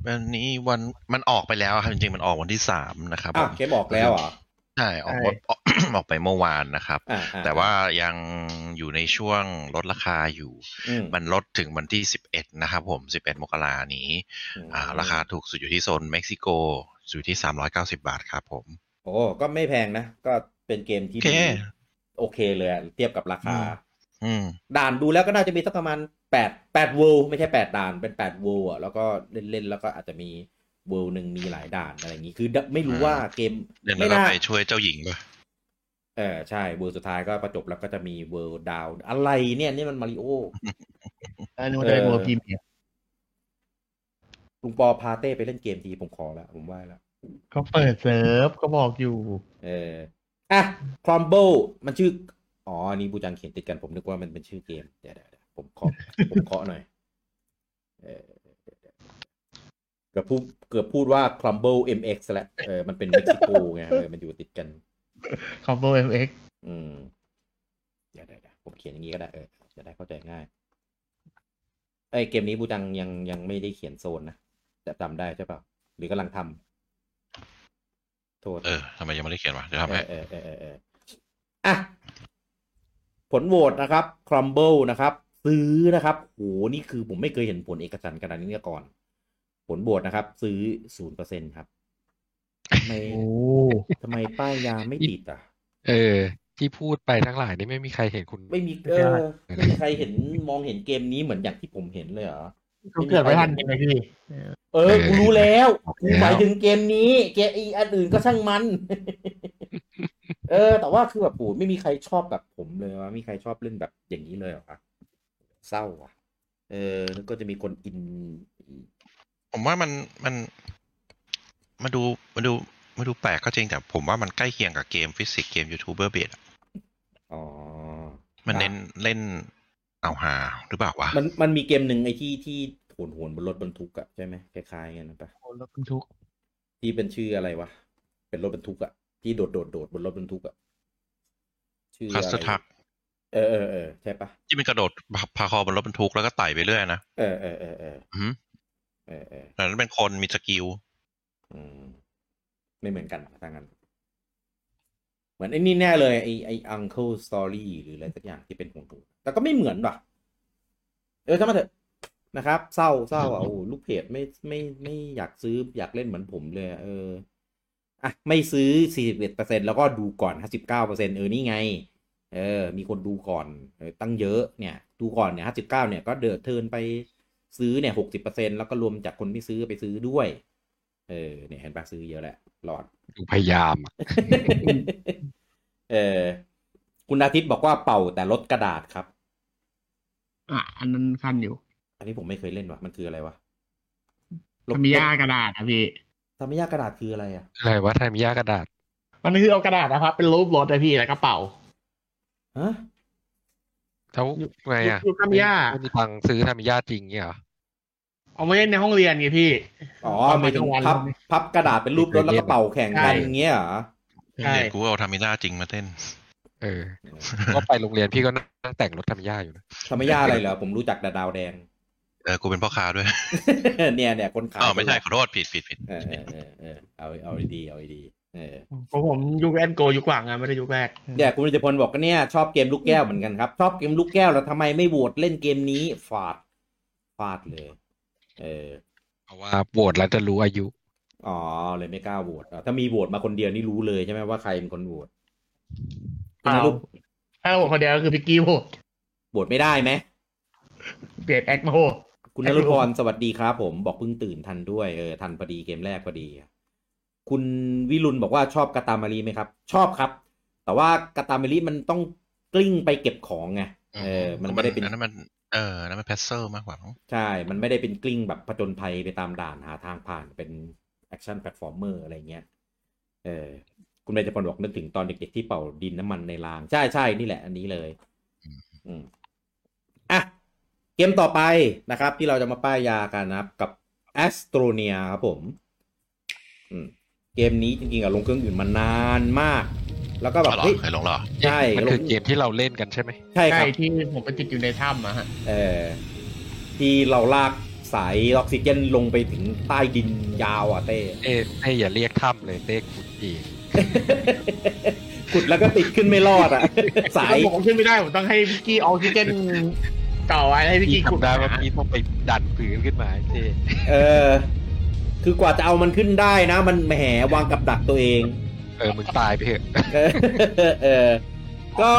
[SPEAKER 3] วันนี้วันมันออกไปแล้วครับจริงๆมันออกวันที่สามนะครับ
[SPEAKER 1] อ้าว
[SPEAKER 3] ผม
[SPEAKER 1] เกมออกแล้วเหรอ
[SPEAKER 3] ใช่ออกวัน [COUGHS] ออกไปเมื่อวานนะครับ
[SPEAKER 1] อ่ะอ่ะ
[SPEAKER 3] แต่ว่ายังอยู่ในช่วงลดราคาอยู่
[SPEAKER 1] อื
[SPEAKER 3] มันลดถึงวันที่ 11 นะครับผม 11 มกรานี้อ่าราคาถูกสุดอยู่ที่โซนเม็กซิโกอยู่ที่ 390 บาทครับผม
[SPEAKER 1] โอ้ก็ไม่แพงนะ ก็เป็นเกมที่
[SPEAKER 3] โอเค
[SPEAKER 1] ดีโอเคเลยอะเทียบกับราคา
[SPEAKER 3] อืม
[SPEAKER 1] ด่านดูแล้วก็น่าจะมีสักประมาณแปดแปดเวลไม่ใช่แปดด่านเป็นแปดเวลอ่ะแล้วก็เล่นเล่นๆแล้วก็อาจจะมีเวลหนึ่งมีหลายด่านอะไรอย่างนี้คือไม่รู้ว่าเกม
[SPEAKER 3] เดี๋ยว
[SPEAKER 1] ไม่
[SPEAKER 3] เรา
[SPEAKER 1] น่า
[SPEAKER 3] ไปช่วยเจ้าหญิงด้วย
[SPEAKER 1] เออใช่เวลสุดท้ายก็ประจบแล้วก็จะมีเวลดาวอะไรเนี่ยนี่มันมาริโอ
[SPEAKER 2] อันนี้มันจะเป็น
[SPEAKER 1] เออ
[SPEAKER 2] เวอร์พีเมียร์
[SPEAKER 1] ลุงปอพาเต้ไปเล่นเกมทีผมขอแล้ว ผมว่าแล้ว
[SPEAKER 2] เขาเปิดเซิร์ฟก็บอกอยู่
[SPEAKER 1] เอออ่ะครอมโบมันชื่อ อ๋ออันนี่บูจังเขียนติดกันผมนึกว่ามันเป็นชื่อเกม เดี๋ยวเดี๋ยวเดี๋ยวผมเคาะ ผมเคาะหน่อย เออเกือบพูดเกือบพูดว่า Crumble MX แล้วเออมันเป็นเม็กซิโกไงเออมันอยู่ติดกัน
[SPEAKER 2] คอมโบเอ็มเอ็ก
[SPEAKER 1] อืมเดี๋ยวเดี๋ยวเดี๋ยวผมเขียนอย่างนี้ก็ได้เออจะได้เข้าใจง่าย ไอยเกมนี้บูจังยังยังไม่ได้เขียนโซนนะแต่จำได้ใช่ป่ะหรือกำลังทำโทษ
[SPEAKER 3] เออทำไมยังไม่ได้เขียนวะเดี๋ยวทำให้
[SPEAKER 1] เออเออเออเอออ่ะ ผลโหวตนะครับ Crumble นะครับ ซื้อนะครับโหนี่คือผมไม่เคยเห็นผลเอกฉันท์ขนาดนี้มาก่อน ผลโหวตนะครับ ซื้อศูนย์เปอร์เซ็นครับทำไมทำไมป้ายยาไม่ติดอ่ะ
[SPEAKER 4] เออ ที่พูดไปทั้งหลายนี่ไม่มีใครเห็นคุณ
[SPEAKER 1] ไม่มีเออไม่มีใครเห็นมองเห็นเกมนี้เหมือนอย่างที่ผมเห็นเลยเหรอ
[SPEAKER 2] เขาเกิดไม่ทันยังไงพี่
[SPEAKER 1] เออ
[SPEAKER 4] เออ
[SPEAKER 1] กูรู้แล้ว
[SPEAKER 4] บอก
[SPEAKER 1] กู
[SPEAKER 4] แล้ว
[SPEAKER 1] หมายถึงเกมนี้ เกมอีอันอื่นก็ช่างมัน [LAUGHS] เออ แต่ว่าคือแบบปู่ไม่มีใครชอบแบบผมเลยวะไม่มีใครชอบเล่นแบบอย่างนี้เลยเหรอคะเศร้าอ่ะ เออแล้วก็จะมีคนอิน
[SPEAKER 3] ผมว่ามันมันมาดูมาดูมาดูแปลกก็จริงแต่ผมว่ามันใกล้เคียงกับเกมฟิสิกส์เกมยูทูบเบอร์เบด
[SPEAKER 1] อ๋อ
[SPEAKER 3] มันเน้นเล่นเอาหาหรือเปล่าวะ
[SPEAKER 1] มันมันมีเกมหนึ่งไอ้ที่ที่โหนโหนบนรถบรรทุกอะใช่ไหมคล้ายๆกันนะปะ
[SPEAKER 2] รถบรรทุก
[SPEAKER 1] ที่เป็นชื่ออะไรวะ เป็นรถบรรทุกอะที่โดดโดดโดดบนรถบรรทุกอะชื่อ
[SPEAKER 3] คัส
[SPEAKER 1] อะ
[SPEAKER 3] เตอ
[SPEAKER 1] ไร
[SPEAKER 3] ร์ทัก
[SPEAKER 1] เออเออเออใช่ปะ
[SPEAKER 3] ที่มันกระโดดพาคอบนรถบรรทุกแล้วก็ไต่ไปเรื่อยนะ
[SPEAKER 1] เออเออเออเออ
[SPEAKER 3] อือหือ
[SPEAKER 1] เออเออ
[SPEAKER 3] แต่นั้นเป็นคนมีสกิล
[SPEAKER 1] อืมไม่เหมือนกันทางนั้น เหมือนไอ้นี่แน่เลย ไอ้ไอ้ Uncle Story หรืออะไรสักอย่างที่เป็นของถูกแต่ก็ไม่เหมือนว่ะ เออช่างมาเถอะนะครับ เศร้าเศ
[SPEAKER 3] [LAUGHS]
[SPEAKER 1] ร้าอ่ะโอ้โหลูกเพจไม่ไม่ไม่อยากซื้ออยากเล่นเหมือนผมเลยอะเอออ่ะไม่ซื้อ 41%แล้วก็ดูก่อน 59%เออ นี่ไง เออ มีคนดูก่อนเออตั้งเยอะเนี่ย ดูก่อนเนี่ย 59 เนี่ยก็เดือดเทินไปซื้อเนี่ย 60%แล้วก็รวมจากคนไม่ซื้อไปซื้อด้วย เออเนี่ยเห็นปะซื้อเยอะแหละหลอด
[SPEAKER 4] ดูพยายามอะ
[SPEAKER 1] [LAUGHS] เออ คุณอาทิตย์บอกว่าเป่าแต่ลดกระดาษครับ
[SPEAKER 2] อ่ะอันนั้นคันอยู่
[SPEAKER 1] อันนี้ผมไม่เคยเล่นว่ะ มันคืออะไรวะ
[SPEAKER 2] ทำมิยากระดาษอะพี่
[SPEAKER 1] ทามิยากระดาษคืออะไรอ่ะ
[SPEAKER 4] อะไรวะไทมิยากระดาษ
[SPEAKER 2] มันคือเอากระดาษนะครับ เป็นรูปรถอะพี่แล้วกระเป๋า
[SPEAKER 1] ฮะ
[SPEAKER 4] แล้วไงอ่ะ
[SPEAKER 2] อยู่ทามิยะ
[SPEAKER 4] ไม่มีตังค์ซื้อทามิยาจริงเงี้ยเหรอ
[SPEAKER 2] เอามาเล่นในห้องเรียนไงพี่
[SPEAKER 1] อ๋อ
[SPEAKER 2] ตน
[SPEAKER 1] หมายถึง
[SPEAKER 2] กลวัน
[SPEAKER 1] พับพับกระดาษเป็นรูปรถแล้วก็เป่าแข่งกัน
[SPEAKER 2] ใช่
[SPEAKER 1] อย่างเงี้ยเหรอ
[SPEAKER 2] ใช่
[SPEAKER 3] เด็กกูเอาทามิล่าจริงมาเต้น
[SPEAKER 4] เออ ก็ไปโรงเรียนพี่ก็นั่งแต่งรถทามิยาอยู่นะ
[SPEAKER 1] ทามิยาอะไรเหรอผมรู้จักแต่ดาวแดง [LAUGHS]
[SPEAKER 3] เออกูเป็นพ่อค้าด้วย
[SPEAKER 1] เนี่ยเนี่ยคนขาย
[SPEAKER 3] อ๋อไม่ใช่ขอโทษผิดผิดผิด
[SPEAKER 1] เออเออเออเออเอาเอาดีๆเอาดีๆเออ
[SPEAKER 2] ของผมยุคแอนโกยุคหลังอะไม่ได้ยุคแรก
[SPEAKER 1] เนี่ยคุณวิจพลบอกว่าเนี่ยชอบเกมลูกแก้วเหมือนกันครับ ชอบเกมลูกแก้วแล้วทำไมไม่โหวตเล่นเกมนี้ฟาดฟาดเลย เออ
[SPEAKER 4] เพราะว่าโหวตแล้วจะรู้อายุ
[SPEAKER 1] อ๋อเลยไม่กล้าโหวตอ่ะถ้ามีโหวตมาคนเดียวนี่รู้เลยใช่ไหมว่าใครเป็นคนโหวต
[SPEAKER 2] เปล่า
[SPEAKER 1] ไม่รู้
[SPEAKER 2] ถ้าผมคนเดียวก็คือพิกกี้โหด
[SPEAKER 1] โหวตไม่ได้ไหม
[SPEAKER 2] เปลี่ยนแอคมาโหด
[SPEAKER 1] คุณนรุพรสวัสดีครับผมบอกเพิ่งตื่นทันด้วยเออทันพอดีเกมแรกพอดี คุณวิรุณบอกว่าชอบกาตามารีไหมครับ ชอบครับ แต่ว่ากาตามารีมันต้องกลิ้งไปเก็บของไงเออ มันไม่ได้เป็น
[SPEAKER 3] อันนั้นมันเอออันนั้นมันแพสเซอร์มากกว่ามั้ง
[SPEAKER 1] ใช่ มันไม่ได้เป็นกลิ้งแบบผจญภัยไปตามด่านหาทางผ่านเป็นแอคชั่นแพลตฟอร์มเมอร์อะไรเงี้ย เออ คุณเบญจพลบอกนึกถึงตอนเด็กๆที่เป่าดินน้ำมันในราง ใช่ใช่นี่แหละอันนี้เลย อืมอ่ะ เกมต่อไปนะครับ ที่เราจะมาป้ายยากันนะครับ กับ a s t r o n i a ครับผม อืม เกมนี้จริงๆอะลงเครื่องอื่นมานานมาก แล้วก็แบบ
[SPEAKER 3] อ๋อเหรอ
[SPEAKER 1] เฮ้ย
[SPEAKER 3] เคยลงเหรอ
[SPEAKER 1] ใช่
[SPEAKER 4] มัน
[SPEAKER 1] ล
[SPEAKER 4] คื
[SPEAKER 1] ง
[SPEAKER 4] อเกมที่เราเล่นกันใช่ไหม
[SPEAKER 1] ใช่ค
[SPEAKER 2] ใช่
[SPEAKER 1] รับ
[SPEAKER 2] ที่ผมไปติดอยู่ในถ้ำอะฮะ
[SPEAKER 1] เออที่เราลากสายออกซิเจนลงไปถึงใต้ดินยาวอ่ะเต้ [LAUGHS]
[SPEAKER 4] เอ้เอ้อย่าเรียกถ้ำเลยเต้ขุดอีก
[SPEAKER 1] ขุดแล้วก็ติดขึ้นไม่รอดอ่ะ [LAUGHS] สาย
[SPEAKER 2] ผมขึ้นไม่ได้ ผมต้องให้พิกกี้ออกซิเจนต่อไว้ให้พิก
[SPEAKER 4] พี่
[SPEAKER 2] กี้ขุด
[SPEAKER 4] ทำได้ว่า
[SPEAKER 2] หา
[SPEAKER 4] พี่ต้องไปดันพื้นขึ้นมาไอ้เต้
[SPEAKER 1] เออ คือกว่าจะเอามันขึ้นได้นะ มันแหมวางกับดักตัวเอง
[SPEAKER 4] เออมึงตายไปเถอะ
[SPEAKER 1] เออเออ ก็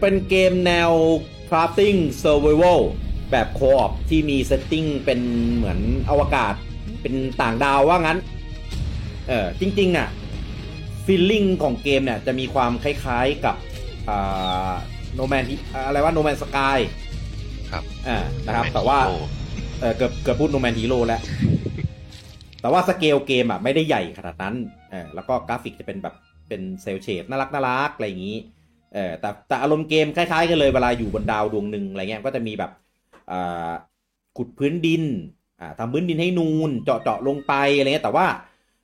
[SPEAKER 1] เป็นเกมแนว crafting survival แบบโคออที่มีเซตติ้งเป็นเหมือนอวกาศ เป็นต่างดาวว่างั้น เออจริง ๆ อ่ะฟีลลิ่งของเกมเนี่ย จะมีความคล้ายๆกับอ่าโนแมนอะไรว่าโนแมนสกาย
[SPEAKER 3] ครับ
[SPEAKER 1] อ่านะครับ แต่ว่า
[SPEAKER 3] โอ้
[SPEAKER 1] เออเกือบเกือบพูดโนแมนฮีโร่แล้ว แต่ว่าสเกลเกมอ่ะไม่ได้ใหญ่ขนาดนั้นเออแล้วก็กราฟิกจะเป็นแบบเป็นเซลเชดน่ารักน่ารักอะไรอย่างนี้เออแต่แต่อารมณ์เกมคล้ายๆกันเลยเวลาอยู่บนดาวดวงหนึ่งอะไรเงี้ยก็จะมีแบบอ่าขุดพื้นดินอ่าทำพื้นดินให้นูนเจาะเจาะลงไปอะไรเงี้ยแต่ว่า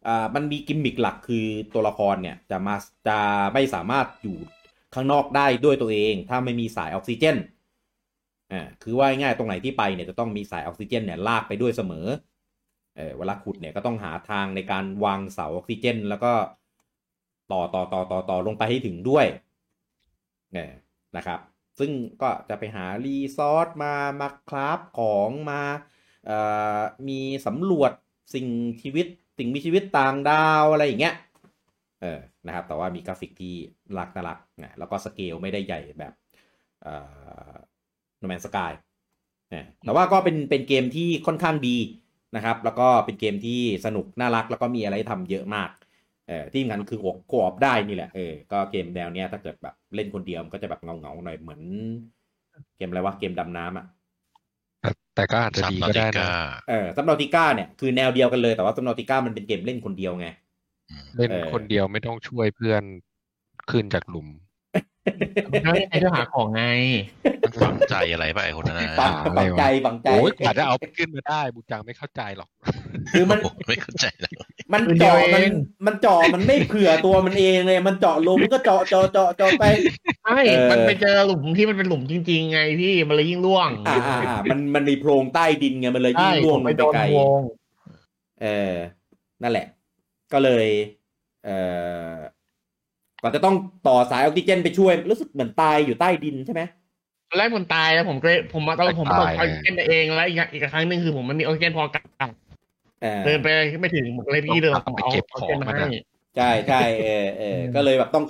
[SPEAKER 1] อ่ามันมีกิมมิคหลักคือตัวละครเนี่ยจะมาจะไม่สามารถอยู่ข้างนอกได้ด้วยตัวเอง ถ้าไม่มีสายออกซิเจนอ่าคือว่าง่ายๆตรงไหนที่ไปเนี่ยจะต้องมีสายออกซิเจนเนี่ยลากไปด้วยเสมอเออเวลาขุดเนี่ยก็ต้องหาทางในการวางเสาออกซิเจน แล้วก็ต่อต่อต่อต่อต่อลงไปให้ถึงด้วยเนี่ยนะครับ ซึ่งก็จะไปหารีซอสมามาคราฟของมา เอ่อมีสำรวจสิ่งชีวิตสิ่งมีชีวิตต่างดาวอะไรอย่างเงี้ย เออ นะครับ แต่ว่ามีกราฟิกที่รักน่ารักนะแล้วก็สเกลไม่ได้ใหญ่แบบเอ่อโนแมนสกายแต่ว่าก็เป็นเป็นเกมที่ค่อนข้างดีนะครับ แล้วก็เป็นเกมที่สนุกน่ารัก แล้วก็มีอะไรให้ทำเยอะมาก เออที่สำคัญคือโอกรอบได้นี่แหละ เออ ก็เกมแนวเนี้ยถ้าเกิดแบบเล่นคนเดียวมันก็จะแบบเงาเงาๆหน่อยเหมือน เกมอะไรวะ เกมดำน้ำอ่ะ
[SPEAKER 4] แต่แต่ก็อาจจะ
[SPEAKER 3] ซับ
[SPEAKER 4] ดี
[SPEAKER 3] นอ
[SPEAKER 4] ก็
[SPEAKER 3] ติ
[SPEAKER 4] ได้นะ
[SPEAKER 3] ก้า
[SPEAKER 1] เออซับนอติก้าเนี่ยคือแนวเดียวกันเลยแต่ว่าซับนอติก้ามันเป็นเกมเล่นคนเดียวไง
[SPEAKER 4] เล่น
[SPEAKER 1] เออ
[SPEAKER 4] คนเดียวไม่ต้องช่วยเพื่อนขึ้นจากหลุม
[SPEAKER 2] แล้วยังไงก็หาของไง
[SPEAKER 3] ฝังใจอะไรป่ะไอ้คนนั้นนะ
[SPEAKER 1] ปัง
[SPEAKER 4] หาอะไร
[SPEAKER 1] ปัง
[SPEAKER 4] วะ
[SPEAKER 1] ใจปังใจ
[SPEAKER 4] โอ้ยกว่าจะเอาขึ้นมาได้บูจังไม่เข้าใจหรอก
[SPEAKER 1] คือมัน
[SPEAKER 3] โอ้โหไม่เข้าใจเลย
[SPEAKER 1] มัน
[SPEAKER 2] คนเดี
[SPEAKER 1] เจาะ
[SPEAKER 2] ยว
[SPEAKER 1] มัน
[SPEAKER 2] เอง
[SPEAKER 1] มันเจาะมันไม่เผื่อตัวมันเองเลย มันเจาะลมก็เจาะเจาะเจาะเจาะไป
[SPEAKER 2] [LAUGHS] ใช่
[SPEAKER 1] เออ
[SPEAKER 2] มันไปเจอหลุมที่มันเป็นหลุมจริง ๆ ไงพี่ มันเลยยิ่งร่วง
[SPEAKER 1] อ่าอ่าอ่ามันมันมีโพรงใต้ดินไงมันเลยยิ่งล่วงล
[SPEAKER 2] ไป
[SPEAKER 1] ง
[SPEAKER 2] โด
[SPEAKER 1] ไป
[SPEAKER 2] น
[SPEAKER 1] ไกล
[SPEAKER 2] วง
[SPEAKER 1] เออ นั่นแหละ ก็เลย เออก่อนจะต้องต่อสายออกซิเจนไปช่วย รู้สึกเหมือนตายอยู่ใต้ดินใช่ไหม
[SPEAKER 2] แรกผมตายแล้วผมก็เลยผมมาตอนผมตก
[SPEAKER 4] ตาย
[SPEAKER 2] ออกซิเจนเองแล้วอีกอย่างอีกครั้งหนึ่งคือผมมันมีออกซิเจนพอกลับ
[SPEAKER 1] เออ
[SPEAKER 2] เดินไปไม่ถึงผมเลยพี่เดิน
[SPEAKER 4] ต้องกลับไป
[SPEAKER 2] เอา
[SPEAKER 4] เก็บ
[SPEAKER 2] ออกซิเจน
[SPEAKER 4] ของมั
[SPEAKER 2] มาน ให้
[SPEAKER 4] อะ
[SPEAKER 1] ใช่ใช่เออเออ
[SPEAKER 2] อืม
[SPEAKER 1] ก็เลยแบบต้อง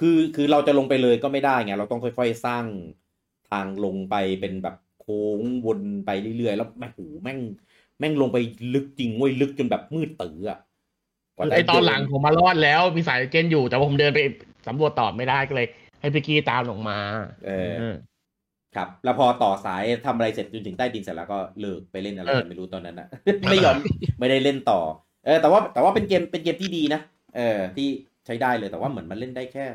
[SPEAKER 1] คือคือเราจะลงไปเลยก็ไม่ได้ไงเราต้องค่อยๆสร้างทางลงไปเป็นแบบโค้งวนไปเรื่อยๆ แล้วแม่งโหแม่ง แม่งลงไปลึกจริงเว้ยลึกจนแบบมืดตื้ออ่ะกว่าจะ
[SPEAKER 2] ไอตอนหลังผมมารอดแล้วมีสายออกซิเจนอยู่ แต่ว่าผมเดินไปสำรวจต่อไม่ได้ก็เลย ให้พี่กี้ตามลงมา
[SPEAKER 1] เออครับ แล้วพอต่อสายทำอะไรเสร็จจนถึงใต้ดินเสร็จแล้วก็เลิกไปเล่นอะไรกันไม่รู้ตอนนั้นอ่ะ ไม่ยอมไม่ได้เล่นต่อ เออ แต่ว่าแต่ว่าเป็นเกมเป็นเกมที่ดีนะเออ ที่ใช้ได้เลยแต่ว่าเหมือนมันเล่นได้แค่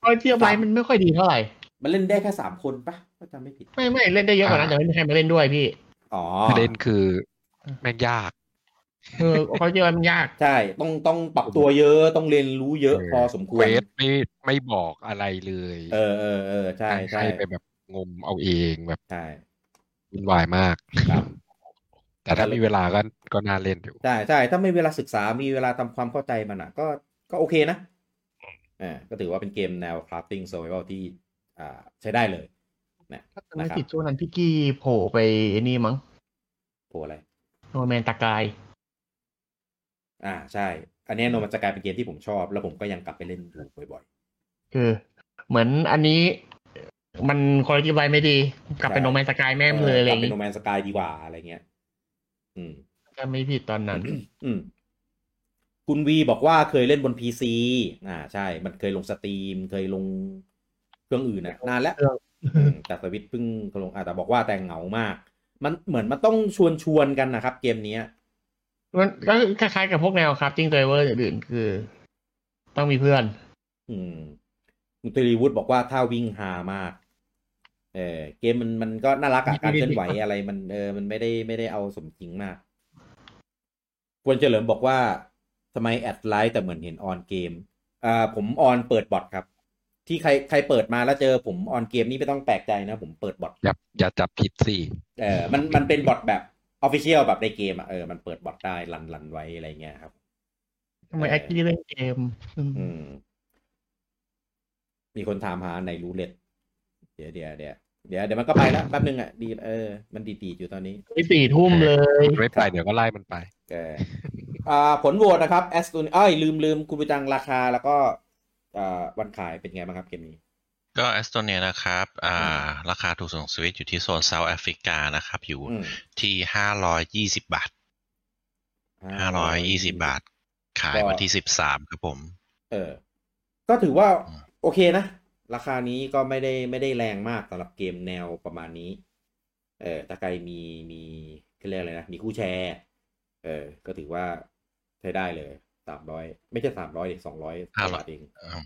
[SPEAKER 2] เพราะเทียบไลฟ์มันไม่ค่อยดีเท่าไหร่
[SPEAKER 1] มันเล่นได้แค่สามคนปะถ้าจำไม่ผิด
[SPEAKER 2] ไม่ไม่เล่นได้เยอะกว่านั้นแต่ไม่มีใครมาเล่นด้วยพี่
[SPEAKER 1] อ๋อ
[SPEAKER 4] ประเด็นคือแม่งยาก
[SPEAKER 2] เออเขาเจอมันยาก
[SPEAKER 1] ใช่ ต้องต้องปรับตัวเยอะ ต้องเรียนรู้เยอะ
[SPEAKER 4] เออ
[SPEAKER 1] พอสมค
[SPEAKER 4] เคว
[SPEAKER 1] ร
[SPEAKER 4] สไม่ไม่บอกอะไรเลย
[SPEAKER 1] เออเออเออใช่ใช่
[SPEAKER 4] ห้ไปแบบงมเอาเองแบบ
[SPEAKER 1] ใช่
[SPEAKER 4] วุ่นวายมาก
[SPEAKER 1] ครับ
[SPEAKER 4] แต่ถ้ามีเวลาก็ก็น่าเล่นอยู่
[SPEAKER 1] ใช่ใช่ ถ้าไม่เวลาศึกษา มีเวลาทำความเข้าใจมันอ่ะ ก็ก็โอเคนะอ่าก็ถือว่าเป็นเกมแนว crafting survival ที่อ่าใช้ได้เลยนะ
[SPEAKER 2] ถ้าจำไม่ผิดช่วงนั้นพี่กี้โผล่ไปไอ้นี่มั้ง
[SPEAKER 1] โผล่อะไร
[SPEAKER 2] โนแมนตากาย
[SPEAKER 1] อ่าใช่ อันเนี้ยโนมันจะกลายเป็นเกมที่ผมชอบ แล้วผมก็ยังกลับไปเล่นอยู่บ่อย
[SPEAKER 2] คือเหมือนอันนี้มันคุณภาพไลฟ์ไม่ดี กลับไป
[SPEAKER 1] ใช่
[SPEAKER 2] โนแมนตากาย
[SPEAKER 1] ๆ
[SPEAKER 2] แม่มเลยอะไร
[SPEAKER 1] ก
[SPEAKER 2] อ
[SPEAKER 1] ลับ
[SPEAKER 2] ย่าง
[SPEAKER 1] เป็น
[SPEAKER 2] งี้
[SPEAKER 1] โนแมนสกายดีกว่าอะไรเงี้ย อืม
[SPEAKER 2] จำไม่ผิดตอนนั้น
[SPEAKER 1] อืม คุณวีบอกว่าเคยเล่นบนพีซีอ่า ใช่ มันเคยลงสตรีม เคยลงเครื่องอื่นนะนานแล้ว
[SPEAKER 2] เครื่อง
[SPEAKER 1] อืมแต่สวิตช์เพิ่งลงอ่าแต่บอกว่าแต่เหงามาก มันเหมือนมันต้องชวนชวนๆกันนะครับ เกมเนี้ย
[SPEAKER 2] มันก็คล้ายๆกับพวกแนวครับจิ้งไดเวอร์อื่นๆคือ ต้องมีเพื่อน
[SPEAKER 1] อืมคุณตรีวุฒิบอกว่าถ้าวิ่งหามาก เออเกมมันมันก็น่ารักอะการเคลื่อนไหวอะไรมันเออมันไม่ได้ไม่ได้เอาสมจริงมาก ควรเฉลิมบอกว่าทำไมแอดไลท์แต่เหมือนเห็นออนเกม อ่าผมออนเปิดบอทครับ ที่ใครใครเปิดมาแล้วเจอผมออนเกมนี่ไม่ต้องแปลกใจนะ ผมเปิดบอท
[SPEAKER 4] อย่าอย่าจับผิดสิ
[SPEAKER 1] เออมันมันเป็นบอทแบบออฟฟิเชียลแบบในเกมอะเออมันเปิดบอทได้รันรันไว้อะไรเงี้ยครับ
[SPEAKER 2] ทำไม
[SPEAKER 1] เออ
[SPEAKER 2] แอคที้เล่นเกมอืม
[SPEAKER 1] อืม มีคนถามหาในรูเล็ตเดี๋ยวเดี๋ยวเดี๋ยวเดี๋ยวเดี๋ยวมันก็ไปแล้วแป๊บนึงอ่ะดีเออ มันดีดีดอยู่ตอนนี้
[SPEAKER 2] ไปสี่ทุ่มเลย
[SPEAKER 4] มันไม่ไปเดี๋ยวก็ไล่มันไป
[SPEAKER 1] เอออ่าผลโหวตนะครับแอสตูนเอ้ยลืมลืมคุณประจังราคาแล้วก็อ่าวันขายเป็นไงบ้างครับเกมนี้
[SPEAKER 3] ก็แอสโตเนียนะครับอ่าราคาถูกส่งสวิตอยู่ที่โซนเซาท์แอฟริกานะครับอยู่
[SPEAKER 1] อืม
[SPEAKER 3] ที่ห้าร้อยยี่สิบาทห้าร้อยยี่สิบาท ขายวันที่สิบสามครับผม
[SPEAKER 1] เออ ก็ถือว่า
[SPEAKER 3] อืม
[SPEAKER 1] โอเคนะ ราคานี้ก็ไม่ได้ไม่ได้แรงมากสำหรับเกมแนวประมาณนี้ เออถ้าใครมีมีเขาเรียกอะไรนะ มีคู่แชร์ เออ ก็ถือว่าใช้ได้เลยสามร้อยไม่ใช่สามร้อยสองร้อยบาทเอง
[SPEAKER 3] อืม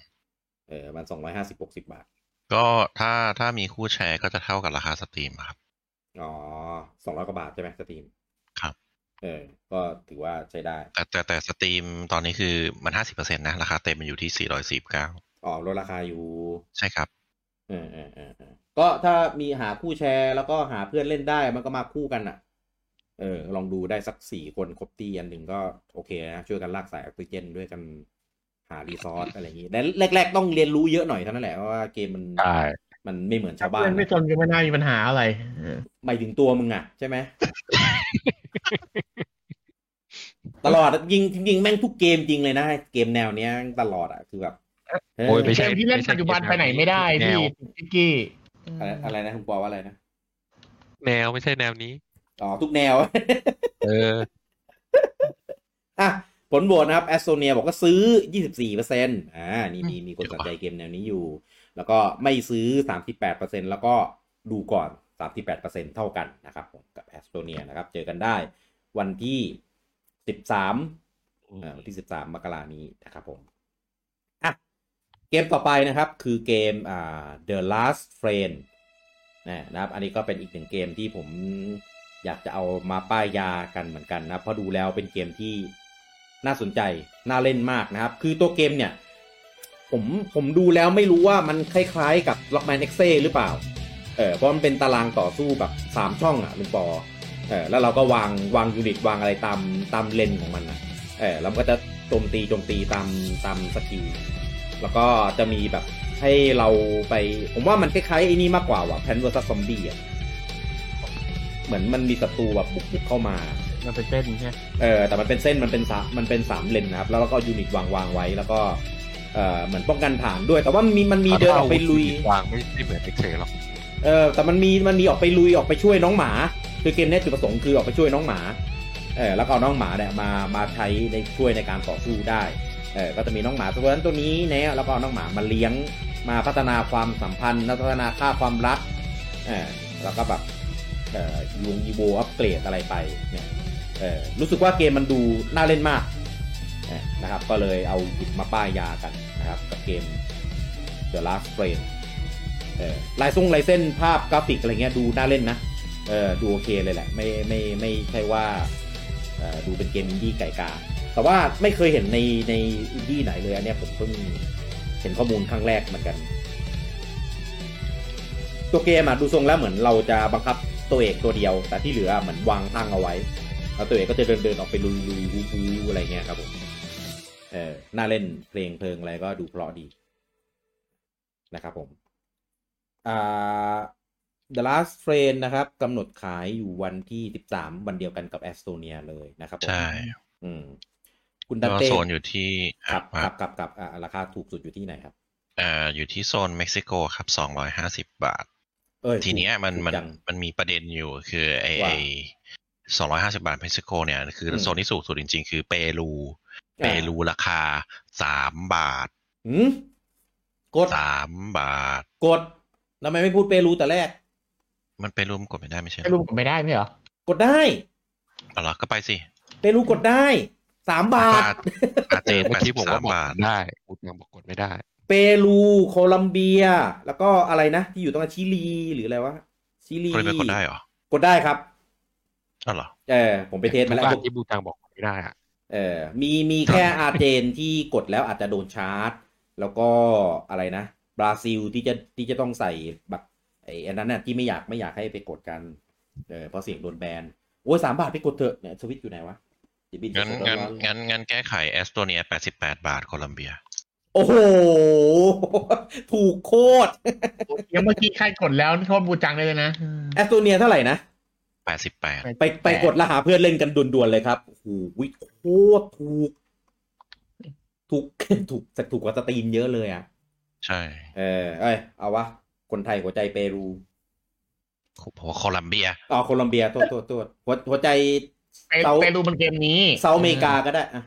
[SPEAKER 1] เออมันสองร้อยห้าสิบหกสิบาท
[SPEAKER 3] ก็ถ้าถ้ามีคู่แชร์ก็จะเท่ากับราคาสตรีมครับ
[SPEAKER 1] อ๋อสองร้อยกว่าบาทใช่ไหมสตรีม
[SPEAKER 3] ครับ
[SPEAKER 1] เออ ก็ถือว่าใช้ได้
[SPEAKER 3] แต่แต่แต่สตรีมตอนนี้คือมันห้าสิบเปอร์เซ็นต์นะ ราคาเต็มมันอยู่ที่สี่ร้อยสิบเก้า
[SPEAKER 1] ออกลดราคาอยู่
[SPEAKER 3] ใช่ครับ
[SPEAKER 1] เออเออเออเออก็ถ้ามีหาคู่แชร์แล้วก็หาเพื่อนเล่นได้มันก็มาคู่กันอ่ะ เออ ลองดูได้สักสี่คนครบตีอันหนึ่งก็โอเคนะช่วยกันลากสายออกซิเจนด้วยกันหารีซอสอะไรอย่างนี้แต่แรก ๆ ต้องเรียนรู้เยอะหน่อยเท่านั้นแหละเพราะว่าเกมมัน
[SPEAKER 4] ใช่
[SPEAKER 1] มันไม่เหมือนชาวบ้า
[SPEAKER 2] เพื่
[SPEAKER 1] น
[SPEAKER 2] อนไม่จนก็ไม่น่ามีปัญหาอะไรเออ
[SPEAKER 1] หมายถึงตัวมึงอ่ะใช่ไหม [LAUGHS] ตลอดอะยิงจริงๆแม่งทุกเกมจริงเลยนะเกมแนวเนี้ยตลอดอ่ะคือแบบเ
[SPEAKER 4] โอ้ยไม่
[SPEAKER 2] เก
[SPEAKER 4] ใช่
[SPEAKER 2] มที่เล่นปัจจุบันไปไหนไม่ได้
[SPEAKER 4] แน
[SPEAKER 2] พี่
[SPEAKER 4] ว
[SPEAKER 2] พิกกี้
[SPEAKER 1] อะไรอะไรนะคุณปอว่าอะไรนะ
[SPEAKER 4] แนวไม่ใช่แนวนี้
[SPEAKER 1] อ๋อทุกแนว
[SPEAKER 4] เออ
[SPEAKER 1] อ่ะผลโหวตนะครับแอสโ o เนียบอกก็ซื้อ 24%อ่า นี่มีมีคนสนใจเกมแนวนี้อยู่ แล้วก็ไม่ซื้อ 38%แล้วก็ดูก่อน 38%เท่ากันนะครับผมกับแอสโ o เนียนะครับ เจอกันได้วันที่ 13อ่าวันที่ 13 มกรานี้นะครับผมอ่ะเกมต่อไปนะครับ คือเกมอ่า The Last Friend นะนะครับ อันนี้ก็เป็นอีกหนึ่งเกมที่ผม อยากจะเอามาป้ายยากันเหมือนกันนะเพราะดูแล้วเป็นเกมที่น่าสนใจ น่าเล่นมากนะครับ คือตัวเกมเนี่ย ผมผมดูแล้วไม่รู้ว่ามันคล้ายๆกับ Lockman x หรือเปล่า เออเพราะมันเป็นตารางต่อสู้แบบ 3 ช่องอะ่ะลุงปอเออแล้วเราก็วางวางยูนิตวางอะไรตามตามเลนของมันนะเออแล้วมันก็จะโจมตีโจมตีตามตามสกิลแล้วก็จะมีแบบให้เราไป ผมว่ามันคล้ายๆไอ้นี่มากกว่าว่ะแพนเวอร์ซัสซอมบี้อ่ะ เหมือนมันมีศัตรูแบบบุกบุกเข้ามา
[SPEAKER 2] มันเป็นเต้นใช่ไหม
[SPEAKER 1] เออแต่มันเป็นเส้นมันเป็นสามมันเป็นสามเลนนะครับ แล้วเราก็เอายูนิตวางวางไว้แล้วก็เออเหมือนป้องกันฐานด้วย แต่ว่ามันมีมันมีเดินออกไปลุย
[SPEAKER 4] วางไม่ไม่เหมือนเอ็กเซหรอก
[SPEAKER 1] เออแต่มันมีมันมีออกไปลุยออกไปช่วยน้องหมา คือเกมเนี้ยจุดประสงค์คือออกไปช่วยน้องหมาเออแล้วก็เอาน้องหมาเนี่ยมามาใช้ในช่วยในการต่อสู้ได้เออก็จะมีน้องหมาตัวนั้นตัวนี้นะแล้วก็เอาน้องหมามาเลี้ยงมาพัฒนาความสัมพันธ์พัฒนาค่าความรักเออแล้วก็แบบเออยูงยีโบอัปเกรดอะไรไปเนี่ยเออรู้สึกว่าเกมมันดูน่าเล่นมากเออนะครับก็เลยเอาหยิบมาป้ายยากันนะครับกับเกม The Last Frame เออลายทรงลายเส้นภาพกราฟิกอะไรเงี้ยดูน่าเล่นนะ เออดูโอเคเลยแหละ ไม่ไม่ไม่ใช่ว่าเออดูเป็นเกมอินดี้ไก่กา แต่ว่าไม่เคยเห็นในในอินดี้ไหนเลย อันเนี้ยผมเพิ่งเห็นข้อมูลครั้งแรกเหมือนกัน ตัวเกมอะดูทรงแล้วเหมือนเราจะบังคับตัวเอกตัวเดียว แต่ที่เหลือเหมือนวางตั้งเอาไว้ แล้วตัวเอกก็จะเดินเดินออกไปลุยลุยวูวูวูอะไรเงี้ยครับผมเออน่าเล่นเพลงเพลิงอะไรก็ดูเพราะดีนะครับผม อ่า The Last Train นะครับกำหนดขายอยู่วันที่ 13 วันเดียวกันกับแอสโตเนียเลยนะครับผม
[SPEAKER 3] ใช่
[SPEAKER 1] อืม คุณดัน
[SPEAKER 3] ก็
[SPEAKER 1] เต้
[SPEAKER 3] โซนอยู่ที่
[SPEAKER 1] ครับ
[SPEAKER 3] อ่ะ
[SPEAKER 1] ครับครับครับอ่าราคาถูกสุดอยู่ที่ไหนครับ
[SPEAKER 3] เอ่ออยู่ที่โซนเม็กซิโกครับสองร้อยห้าสิบาท
[SPEAKER 1] เอ้ย
[SPEAKER 3] ทีเนี้ยมัน
[SPEAKER 1] ถูก
[SPEAKER 3] มัน
[SPEAKER 1] จัง
[SPEAKER 3] มันมีประเด็นอยู่คือไอ
[SPEAKER 1] ว่า
[SPEAKER 3] ไอสองร้อยห้าสิบาทเม็กซิโกเนี่ย คืออ
[SPEAKER 1] ม
[SPEAKER 3] โซนที่สูงสุดจริง ๆ คือเปรู เปรู
[SPEAKER 1] อ่า
[SPEAKER 3] ราคาสามบาท
[SPEAKER 1] หืมกด
[SPEAKER 3] สามบาท
[SPEAKER 1] กดทำไมไม่พูดเปรูแต่แรก
[SPEAKER 3] มันเปรูมนกดไม่ได้ไม่ใช่เหร
[SPEAKER 2] ให้
[SPEAKER 3] อ
[SPEAKER 2] รูปผมไม่ได้ไหมเหรอ
[SPEAKER 1] กดได้
[SPEAKER 3] เอาล่ะก็ไปสิ
[SPEAKER 1] เปรูกดได้สามบาท
[SPEAKER 3] อาเจ
[SPEAKER 4] เออ
[SPEAKER 3] แป
[SPEAKER 4] เมื่อ
[SPEAKER 3] ด
[SPEAKER 4] กี้
[SPEAKER 3] สิบ
[SPEAKER 4] ผม
[SPEAKER 3] สา
[SPEAKER 4] ว่าม บอก
[SPEAKER 3] บาท
[SPEAKER 4] ได้อุดยังบอกกดไม่ได้
[SPEAKER 1] เปรูโคลัมเบีย แล้วก็อะไรนะ ที่อยู่ตรงนั้นชิลีหรืออะไรวะชิลี
[SPEAKER 3] คนเลยไปกดได้เหรอก
[SPEAKER 1] ดได้ครับ
[SPEAKER 3] อ้าวเหรอ
[SPEAKER 1] เออผมไปเทสมาแล้ว
[SPEAKER 4] บ้านที่บูตังบอกกดไม่ได้อะ
[SPEAKER 1] เออมีมีแค่อาร์เจนที่กดแล้วอาจจะโดนชาร์จ แล้วก็อะไรนะ บราซิลที่จะที่จะต้องใส่แบบไอ้อันนั้นน่ะที่ไม่อยากไม่อยากให้ไปกดกัน เออเพราะเสียงโดนแบน โอ้ยสามบาทไปกดเถอะเนี่ยสวิตช์อยู่ไหนวะเดี๋ยวบิน
[SPEAKER 3] งั้น
[SPEAKER 1] สดๆ
[SPEAKER 3] งั้น
[SPEAKER 1] ร้อนๆ
[SPEAKER 3] งั้นงั้นแก้ไขแอสโตเนียแปดสิบแปดบาทโคลัมเบีย
[SPEAKER 1] โอ้โห ถูกโคตร
[SPEAKER 2] [LAUGHS] ยังเมื่อกี้ใครกดแล้วโทษบูจังได้เลยนะ
[SPEAKER 1] แอสโตเนียเท่าไหร่นะ
[SPEAKER 3] แปดสิบแปด
[SPEAKER 1] ไปไปกดแล้วหาเพื่อนเล่นกันด่วนๆเลยครับโอ้โหวิโคตรถูก ถูก ถูกถูกกว่าสตรีมเยอะเลยอ่ะ
[SPEAKER 3] ใช่
[SPEAKER 1] เออเอ้ย เอาวะ คนไทยหัวใจเปรู
[SPEAKER 3] ผมว่าโคลัมเบีย
[SPEAKER 1] อ๋อโคลอมเบีย โทษโทษโทษหัวหัวใจ
[SPEAKER 2] ไป
[SPEAKER 1] เซา
[SPEAKER 2] ไปดูมันเกมนี้
[SPEAKER 1] เซาท์อเมริกาก็ได้อะ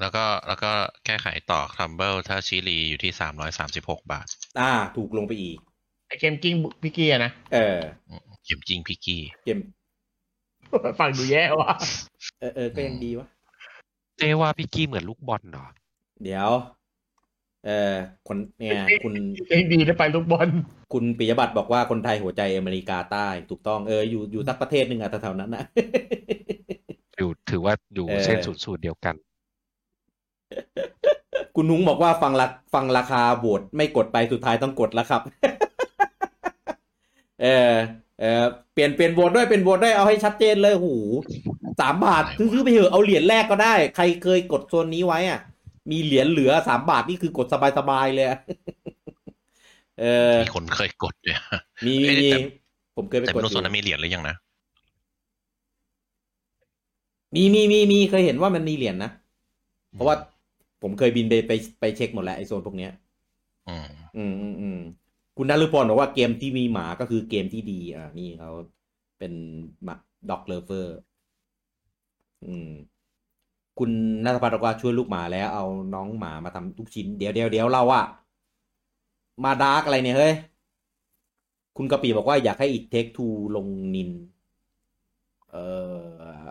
[SPEAKER 3] แล้วก็แล้วก็แก้ไขต่อคลัมเบิลถ้าชิลีอยู่ที่สามร้อยสามสิบหกบาท
[SPEAKER 1] อ่า ถูกลงไปอีก
[SPEAKER 2] ไอเกมกิ้งพี่เกียร์นะ [LAUGHS]
[SPEAKER 1] เออ
[SPEAKER 3] เข็มจริงพิกกี้
[SPEAKER 1] เกม
[SPEAKER 2] ฟังดูแย่ว่ะ
[SPEAKER 1] เออเออก็ยังดีวะ
[SPEAKER 4] เจ๊ว่าพี่กี้เหมือนลูกบอลเหรอ
[SPEAKER 1] เดี๋ยว เออคนเนี่ย คุณ
[SPEAKER 2] เองดีได้ไปลูกบ
[SPEAKER 1] [LAUGHS]
[SPEAKER 2] อล
[SPEAKER 1] คุณปิยบัตรบอกว่าคนไทยหัวใจอเมริกาใต้ ถูกต้อง เออ อยู่ อยู่สักประเทศหนึ่งอะแถวๆนั้นนะ
[SPEAKER 4] อยู่ ถือว่าอยู่
[SPEAKER 1] เออ
[SPEAKER 4] เส้นศูนย์ศูนย์เดียวกัน
[SPEAKER 1] คุณนุ้งบอกว่าฟังราฟังราคาโหวตไม่กดไปสุดท้ายต้องกดแล้วครับ [LAUGHS] เออเออเปลี่ยนเปลี่ยนโหวตด้วยเป็นโหวตด้วยเอาให้ชัดเจนเลยหูสามบาท
[SPEAKER 3] อะไรวะ
[SPEAKER 1] ซื้อซื้อไปเถอะเอาเหรียญแรกก็ได้ ใครเคยกดโซนนี้ไว้อ่ะ มีเหรียญเหลือสามบาทนี่คือกดสบายๆเลยอะ [LAUGHS] เออ
[SPEAKER 3] มีคนเคยกดด้วย
[SPEAKER 1] มี
[SPEAKER 3] เอ้ย
[SPEAKER 1] มี
[SPEAKER 3] แต่
[SPEAKER 1] ผมเคยไป
[SPEAKER 3] แต่
[SPEAKER 1] ก
[SPEAKER 3] ไม่
[SPEAKER 1] ด
[SPEAKER 3] รู้
[SPEAKER 1] อ
[SPEAKER 3] โซ
[SPEAKER 1] ยู่
[SPEAKER 3] นนั้นมีเหรียญหรือยังนะ
[SPEAKER 1] มีมีมีมีเคยเห็นว่ามันมีเหรียญนะเพราะว่าผมเคยบินไปไปไปเช็คหมดแล้วไอโซนพวกเนี้ย
[SPEAKER 3] อืม
[SPEAKER 1] อืมอืมอืมคุณนฤพลบอกว่าเกมที่มีหมาก็คือเกมที่ดี อ่านี่เขาเป็นหมาด็อกเลเวอร์ อืม คุณนัทพัฒน์บอกว่าช่วยลูกหมาแล้วเอาน้องหมามาทำทุกชิ้นเดี๋ยวเดี๋ยวเดี๋ยวเราอะมาดาร์กอะไรเนี่ยเฮ้ย คุณกะปีบอกว่าอยากให้อีเทคทูลงนิน เออ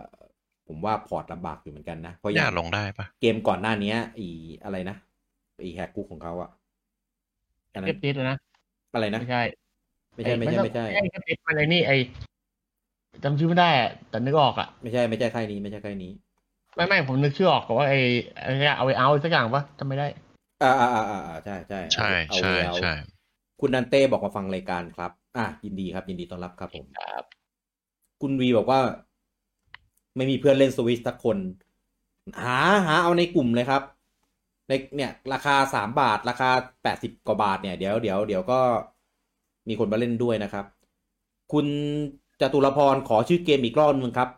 [SPEAKER 1] ผมว่าพอร์ตลำบากอยู่เหมือนกันนะเพราะอย่า
[SPEAKER 3] ย่าง ลงได้ปะ
[SPEAKER 1] เกมก่อนหน้านี้ไอีอะไรนะไอีแฮกกุกของเขาอะอันนั้
[SPEAKER 2] เก็บ
[SPEAKER 1] น
[SPEAKER 2] นิดนะ
[SPEAKER 1] อะไรนะ
[SPEAKER 2] ไม่ใช่
[SPEAKER 1] ไม่ใช่ไม่ใช่ไม่ใช่
[SPEAKER 2] ไอ้เก็บนิดมันไอ้นี่ไอ้จำชื่อไม่ได้อะแต่นึกออกอ่ะ
[SPEAKER 1] ไม่ใช่ไม่ใช่ค่ายนี้ไม่ใช่ค่ายนี้
[SPEAKER 2] ไม่ไม่ผมนึกชื่อออกก่อนว่าไอ้ไอ้เนี่ยเอาไว้เอาสักอย่างปะจำไม่ได้
[SPEAKER 1] อ่าอ่าอ่าอ่าอ่าใช่ใช่
[SPEAKER 3] ใช่
[SPEAKER 1] เอา
[SPEAKER 3] ใช่
[SPEAKER 1] เอา
[SPEAKER 3] ใช่
[SPEAKER 1] คุณนันเต้บอกมาฟังรายการครับ อ่ะยินดีครับ ยินดีต้อนรับครับผม
[SPEAKER 2] ครับ
[SPEAKER 1] คุณวีบอกว่า ไม่มีเพื่อนเล่นสวิสสักคน หาหาเอาในกลุ่มเลยครับ ในเนี่ย ราคาสามบาท ราคาแปดสิบกว่าบาทเนี่ยเดี๋ยวเดี๋ยวเดี๋ยวก็มีคนมาเล่นด้วยนะครับ คุณจตุรพรขอชื่อเกมอีกรอบนึงครับ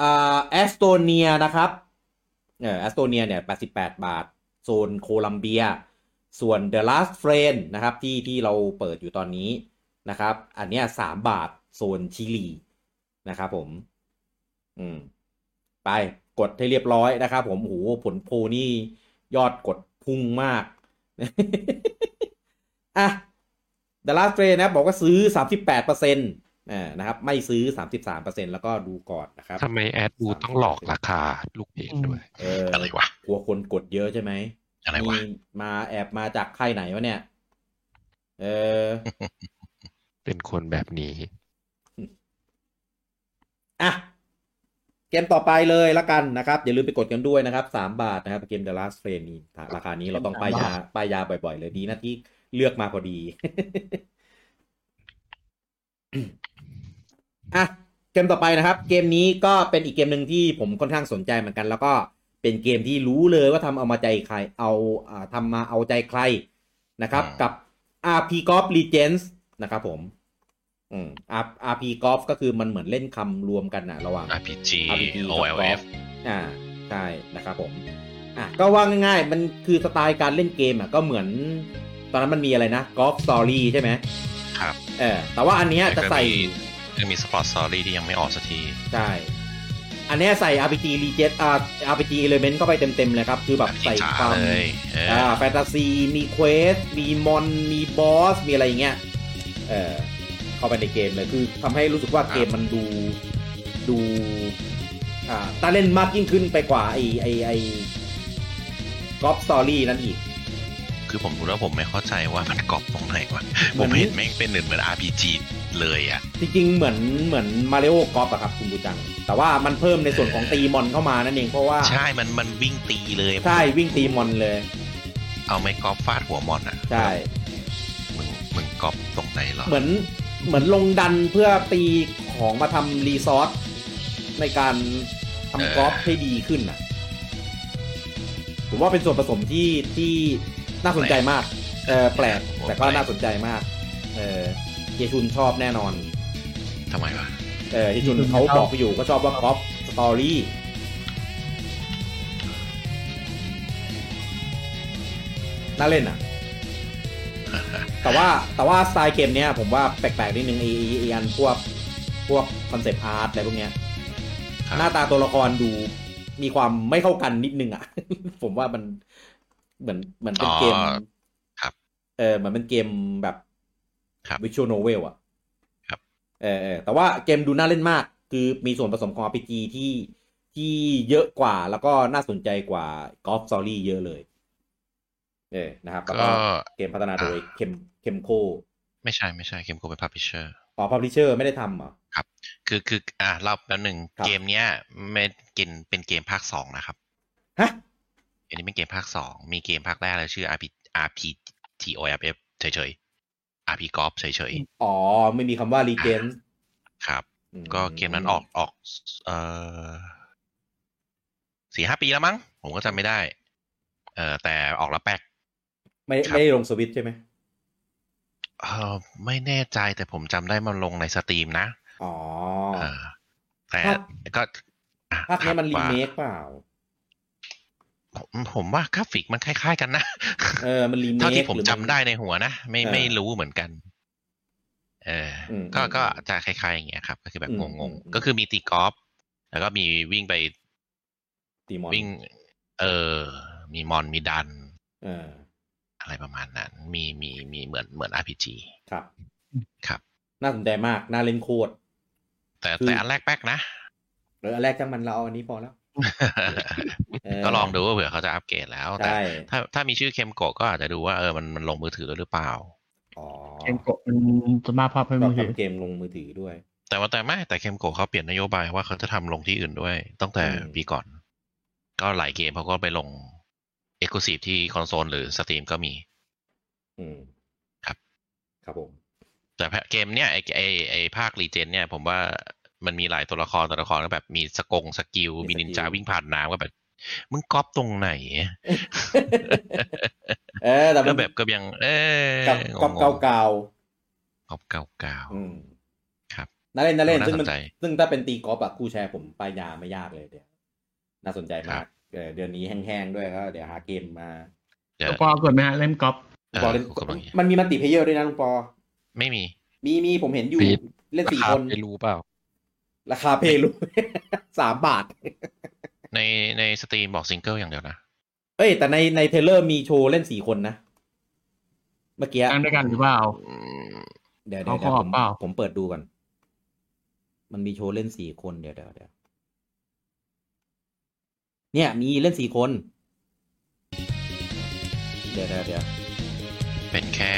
[SPEAKER 1] อ่าแอสโตเนียนะครับเออแอสโตเนียเนี่ย88 บาท โซนโคลัมเบีย ส่วน The Last Friend นะครับ ที่ที่เราเปิดอยู่ตอนนี้นะครับ อันเนี้ย3บาทโซนชิลีนะครับผม อืม ไปกดให้เรียบร้อยนะครับผมโอ้โหผลโพลนี่ยอดกดพุ่งมาก [LAUGHS] อ่ะ The Last Train นะครับบอกว่าซื้อ 38เปอร์เซ็นต์นะครับ ไม่ซื้อ 33เปอร์เซ็นต์แล้วก็ดูก่อนนะครับ
[SPEAKER 4] ทำไมแอดดูต้องหลอกราคาลูกเพจด้วย
[SPEAKER 1] เออ
[SPEAKER 3] อะไรวะ
[SPEAKER 1] กลัวคนกดเยอะใช่ไหม
[SPEAKER 3] อะไรวะ
[SPEAKER 1] มีมาแอบมาจากค่ายไหนวะเนี่ย เออ
[SPEAKER 4] เป็นคนแบบนี้
[SPEAKER 1] อ่ะ เกมต่อไปเลยละกันนะครับ อย่าลืมไปกดกันด้วยนะครับสามบาทนะครับ เกม The Last Train นี่ราคานี้เราต้องป้ายยาป้ายยาบ่อยๆ เลยดีนะที่เลือกมาพอดี [COUGHS] อ่ะ เกมต่อไปนะครับ เกมนี้ก็เป็นอีกเกมหนึ่งที่ผมค่อนข้างสนใจเหมือนกัน แล้วก็เป็นเกมที่รู้เลยว่าทำเอามาใจใคร เอาอ่าทำมาเอาใจใครนะครับ
[SPEAKER 3] อ่า
[SPEAKER 1] กั
[SPEAKER 3] กั
[SPEAKER 1] บ RP Golf Legends นะครับผม อืม R- RP Golf ก็คือมันเหมือนเล่นคำรวมกันนะระหว่าง
[SPEAKER 3] RPG
[SPEAKER 1] RPG กับ
[SPEAKER 3] OLF
[SPEAKER 1] Golf อ่าใช่นะครับผม อ่ะก็ว่าง่ายๆ มันคือสไตล์การเล่นเกมอ่ะก็เหมือน ตอนนั้นมันมีอะไรนะ Golf Story ใช่ไหม
[SPEAKER 3] ครับ
[SPEAKER 1] เออแต่ว่าอันเนี้ยจะใส่
[SPEAKER 3] จะมีสปอร์ตสตอรี่ที่ยังไม่ออกสักที
[SPEAKER 1] ใช่ อันเนี้ยใส่ RPG Legend อ่า RPG Element เข้าไปเต็มๆเลยครับ คือแบบ
[SPEAKER 3] RPG
[SPEAKER 1] ใส่
[SPEAKER 3] จ๋า
[SPEAKER 1] ความ
[SPEAKER 3] เลยเอออ
[SPEAKER 1] อ่าแฟนตาซี มีเควส มีมอน มีบอส มีอะไรอย่างเงี้ย เออเข้าไปในเกมเลย คือทำให้รู้สึกว่าเกมมันดู ดู อ่าตาเล่นมากยิ่งขึ้นไปกว่า ไอไอไอกอล์ฟสตอรี่นั่นอีก
[SPEAKER 3] คือผมดูแล้วผมไม่เข้าใจว่ามันกรอบตรงไหนวะ
[SPEAKER 1] เหมื
[SPEAKER 3] ผ
[SPEAKER 1] อน
[SPEAKER 3] มเห็นแม่งเป็นเหมือนเหมือน RPG เลยอ่ะ
[SPEAKER 1] จริงๆ เหมือน เหมือนมาริโอกอล์ฟอะครับ คุณบูจัง แต่ว่ามันเพิ่มในส่วนของตีมอนเข้ามานั่นเอง เพราะว่า
[SPEAKER 3] ใช่มันมันวิ่งตีเลย
[SPEAKER 1] ใช่วิ่งตีมอนเลย
[SPEAKER 3] เอาไม้กรอบฟาดหัวมอนอ่ะ
[SPEAKER 1] ใช่
[SPEAKER 3] มึงมึงกรอบตรงไหนเหรอ
[SPEAKER 1] เหมือนเหมือนลงดันเพื่อตีของมาทำรีซอสในการทำกอล์ฟให้ดีขึ้นอ่ะ ผมว่าเป็นส่วนผสมที่ที่น่าสนใจมาก เออแปลก แต่ก็น่าสนใจมาก เออเฮียชุนชอบแน่นอน
[SPEAKER 3] ทำไมวะ
[SPEAKER 1] เออเฮียชุนเขาบอกไปอยู่ก็ชอบว่ากอล์ฟสตอรี่ น่าเล่น
[SPEAKER 3] [LAUGHS]
[SPEAKER 1] อ่ะ แต่ว่าแต่ว่าสไตล์เกมเนี้ยผมว่าแปลกๆนิดนึงไอ้ไอ้ไอ้อันพวกพวกคอนเซปต์อาร์ตอะไรพวกเนี้ย หน้าตาตัวละครดูมีความไม่เข้ากันนิดนึงอ่ะ [LAUGHS] ผมว่ามันเหมือนเหมือนเป็นเกม
[SPEAKER 3] อ๋อครับ
[SPEAKER 1] เออเหมือนเป็นเกมแบบ
[SPEAKER 3] ครับ
[SPEAKER 1] วิชวลโนเวลอ่ะ
[SPEAKER 3] ครับ
[SPEAKER 1] เออเออแต่ว่าเกมดูน่าเล่นมาก คือมีส่วนผสมของ RPG ที่ที่เยอะกว่าแล้วก็น่าสนใจกว่ากอล์ฟซอรี่เยอะเลย เออนะครับแล้วก็
[SPEAKER 3] ก็
[SPEAKER 1] เกมพัฒนาโดยเคมเคมโค
[SPEAKER 3] ไม่ใช่ไม่ใช่เกมโกเป็นพาร์พิเชอร์
[SPEAKER 1] อ๋อพับลิเชอร์ไม่ได้ทำเหรอ
[SPEAKER 3] คือคืออ่ะเล่าแป๊บหนึ่ง
[SPEAKER 1] ครับ
[SPEAKER 3] เกมเนี้ยไม่กินเป็นเกมภาคสองนะครับ
[SPEAKER 1] ฮะ
[SPEAKER 3] อันนี้เป็นเกมภาคสองมีเกมภาคแรกเลยชื่อ RP RP TOFF เฉยๆ RP Golf เฉย
[SPEAKER 1] อ๋อ ไม่มีคำว่า รีเจน
[SPEAKER 3] ๆ ครับ ก็เกมนั้นออกออกเออสี่ห้าปีแล้วมั้ง ผมก็จำไม่ได้ เออแต่ออกแล้วแปลก
[SPEAKER 1] ไม่
[SPEAKER 3] ครับ
[SPEAKER 1] ไม่ได้ลงสวิตช์ใช่ไหม
[SPEAKER 3] เออไม่แน่ใจแต่ผมจำได้มันลงในสตรีมนะ
[SPEAKER 1] อ๋อ
[SPEAKER 3] เออแต่
[SPEAKER 1] ภาค
[SPEAKER 3] ก็อ่ะ
[SPEAKER 1] ภาคเนี้ยมันรี
[SPEAKER 3] ว่า
[SPEAKER 1] เมคเปล่า
[SPEAKER 3] ผมผมว่ากราฟิกมันคล้ายๆกันนะ
[SPEAKER 1] เออ มันรีเมค
[SPEAKER 3] เท่าที่ผม
[SPEAKER 1] หรือน
[SPEAKER 3] จำได้ในหัวนะไม่
[SPEAKER 1] เออ
[SPEAKER 3] ไม่รู้เหมือนกัน เอออ
[SPEAKER 1] ม
[SPEAKER 3] ก็
[SPEAKER 1] อืม
[SPEAKER 3] ก็จะคล้ายๆอย่างเงี้ยครับ ก็คือแบบ
[SPEAKER 1] อืม
[SPEAKER 3] ง
[SPEAKER 1] อื
[SPEAKER 3] ง
[SPEAKER 1] ม
[SPEAKER 3] ๆก็คือมีตีกอล์ฟแล้วก็มีวิ่งไป
[SPEAKER 1] ตีมอน
[SPEAKER 3] วิ่ง เออ มีมอนมีดัน
[SPEAKER 1] เออ
[SPEAKER 3] อะไรประมาณนั้น มีมีมีเหมือนเหมือน RPG
[SPEAKER 1] ครับ
[SPEAKER 3] ครับ
[SPEAKER 1] น่าสนใจมาก น่าเล่นโคตร
[SPEAKER 3] แต่
[SPEAKER 1] คือ
[SPEAKER 3] แต่อันแรกแป๊กนะ
[SPEAKER 1] [LAUGHS] เอออันแรกจังมันเราเอาอันนี้พอแล้วเ
[SPEAKER 3] ก็ลองดูว่าเผื่อเขาจะอัปเกรดแล้วแต่
[SPEAKER 1] ใช่
[SPEAKER 3] ถ้าถ้ามีชื่อเคมโกะก็อาจจะดูว่าเออมันมันลงมือถือด้วยหรือเปล่า
[SPEAKER 1] อ๋อ
[SPEAKER 2] เกมกดมันจะมากภาพให้
[SPEAKER 1] ก็
[SPEAKER 2] มือถือ
[SPEAKER 1] ทำเกมลงมือถือด้วย
[SPEAKER 3] แต่ว่าแต่ไม่แต่เคมโกะเขาเปลี่ยนนโยบายว่าเขาจะทำลงที่อื่นด้วย ตั้งแต่
[SPEAKER 1] อืม
[SPEAKER 3] ปีก่อน ก็หลายเกมเขาก็ไปลงเอ็กซ์คลูซีฟที่คอนโซลหรือสตรีมก็มี
[SPEAKER 1] อืม
[SPEAKER 3] ครับ
[SPEAKER 1] ครับผม
[SPEAKER 3] แต่เกมเนี้ยไอไอไอภาครีเจนเนี่ย ผมว่ามันมีหลายตัวละครตัวละครก็แบบมีสกงสกิล
[SPEAKER 1] มีสกิล
[SPEAKER 3] มีนินจาวิ่งผ่านน้ำก็แบบ มึงก๊อปตรงไหน
[SPEAKER 1] เออแต่มั
[SPEAKER 3] ก็
[SPEAKER 1] น
[SPEAKER 3] แบบก็ยัง เอ๊
[SPEAKER 1] กับกับเก่าเก่า
[SPEAKER 3] ก๊อปเก่าเก่า
[SPEAKER 1] ๆอืม
[SPEAKER 3] ครับ
[SPEAKER 1] น่าเล่นน่าเล่น
[SPEAKER 3] น่า
[SPEAKER 1] ซึ่งมัน
[SPEAKER 3] สนใจ
[SPEAKER 1] ซึ่งถ้าเป็นตีกอล์ฟอะคู่แชร์ผมไปยาไม่ยากเลยเดี๋ยวน่าสนใจ
[SPEAKER 3] ครั
[SPEAKER 1] มาก
[SPEAKER 3] บ
[SPEAKER 1] เออเดือนนี้แห้งๆด้วยก็เดี๋ยวหาเกมมา
[SPEAKER 3] เดี๋ยว
[SPEAKER 2] ปอกดไหมฮะเล่มกอล์ฟ
[SPEAKER 3] เออ
[SPEAKER 1] ปอเล่น
[SPEAKER 3] กูกำลัง
[SPEAKER 1] มันมีมันติเพเยอร์ด้วยนะลุงปอ
[SPEAKER 3] ไม่มี
[SPEAKER 1] มีมีผมเห็นอยู่
[SPEAKER 4] ปีด
[SPEAKER 1] เล่นสี่
[SPEAKER 4] ราา
[SPEAKER 1] คน
[SPEAKER 4] ไม่รู้เปล่า
[SPEAKER 1] ราคาเพลู [LAUGHS] สามบาท
[SPEAKER 3] ในในสตรีมบอกซิงเกิลอย่างเดียวนะ
[SPEAKER 1] เอ้ยแต่ในในเทรลเลอร์มีโชว์เล่นสี่คนนะ เมื่อกี้
[SPEAKER 2] นั่งด้วยกันหรือเปล่า
[SPEAKER 1] เดี๋ยวเดี๋ยวเดี๋
[SPEAKER 2] เขา
[SPEAKER 1] ยว
[SPEAKER 2] ข
[SPEAKER 1] ผ
[SPEAKER 2] อ
[SPEAKER 1] ม
[SPEAKER 2] เปล่า
[SPEAKER 1] ผมเปิดดูก่อน มันมีโชว์เล่นสี่คนเดี๋ยวเดี๋ยวเดี๋ยวเนี่ย มีเล่นสี่คน เดี๋ยวเดี๋ยวเดี๋ยว
[SPEAKER 3] เป็นแค่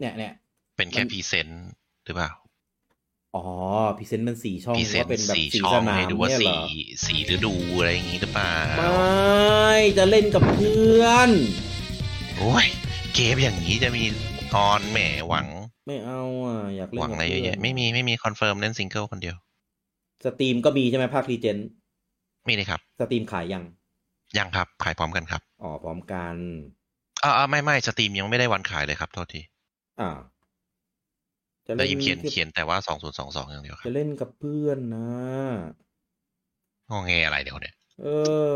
[SPEAKER 1] เนี่ยเนี่ย
[SPEAKER 3] เป็นแค่
[SPEAKER 1] มัน
[SPEAKER 3] พรีเซนต์หรือเปล่า
[SPEAKER 1] อ๋อพรีเซนต์มันสี่ช่อง
[SPEAKER 3] พรี
[SPEAKER 1] ห
[SPEAKER 3] เซ
[SPEAKER 1] รือน ว่า
[SPEAKER 3] ต์
[SPEAKER 1] เป็นแบบ
[SPEAKER 3] สี่
[SPEAKER 1] สี
[SPEAKER 3] ช่อ
[SPEAKER 1] ส
[SPEAKER 3] ง
[SPEAKER 1] นาม
[SPEAKER 3] ให้ดูว่า
[SPEAKER 1] เนี่ยเหร
[SPEAKER 3] สี
[SPEAKER 1] อ
[SPEAKER 3] สีฤดูอะไรอย่างนี้หรือเปล่า
[SPEAKER 1] ไม่จะเล่นกับเพื่อน
[SPEAKER 3] โอ้ยเกมอย่างนี้จะมีออนแหมหวัง
[SPEAKER 1] ไม่เอาอ่ะ อยากเล่น
[SPEAKER 3] หวัง
[SPEAKER 1] กับ
[SPEAKER 3] อะไรเยอะ
[SPEAKER 1] พื่น
[SPEAKER 3] แยะไม่มีไม่มีคอนเฟิร์มเล่นซิงเกิลคนเดียว
[SPEAKER 1] สตรีมก็มีใช่ไหมภาครีเจน
[SPEAKER 3] มีเลยครับ
[SPEAKER 1] สตรีมขายยัง
[SPEAKER 3] ยังครับ ขายพร้อมกันครับ
[SPEAKER 1] อ๋อพร้อมกัน
[SPEAKER 3] อ่าอ่าไม่ไม่สตรีมยังไม่ได้วันขายเลยครับโทษที
[SPEAKER 1] อ่าจะ
[SPEAKER 3] แต่
[SPEAKER 1] เล่น
[SPEAKER 3] ยิมเขียน
[SPEAKER 1] กับ
[SPEAKER 3] เขียนแต่ว่าสองศูนย์สองสองอย่างเดียวครับ
[SPEAKER 1] จะเล่นกับเพื่อนนะ
[SPEAKER 3] งอแงอะไรเดี๋ยวเนี่ย
[SPEAKER 1] เอ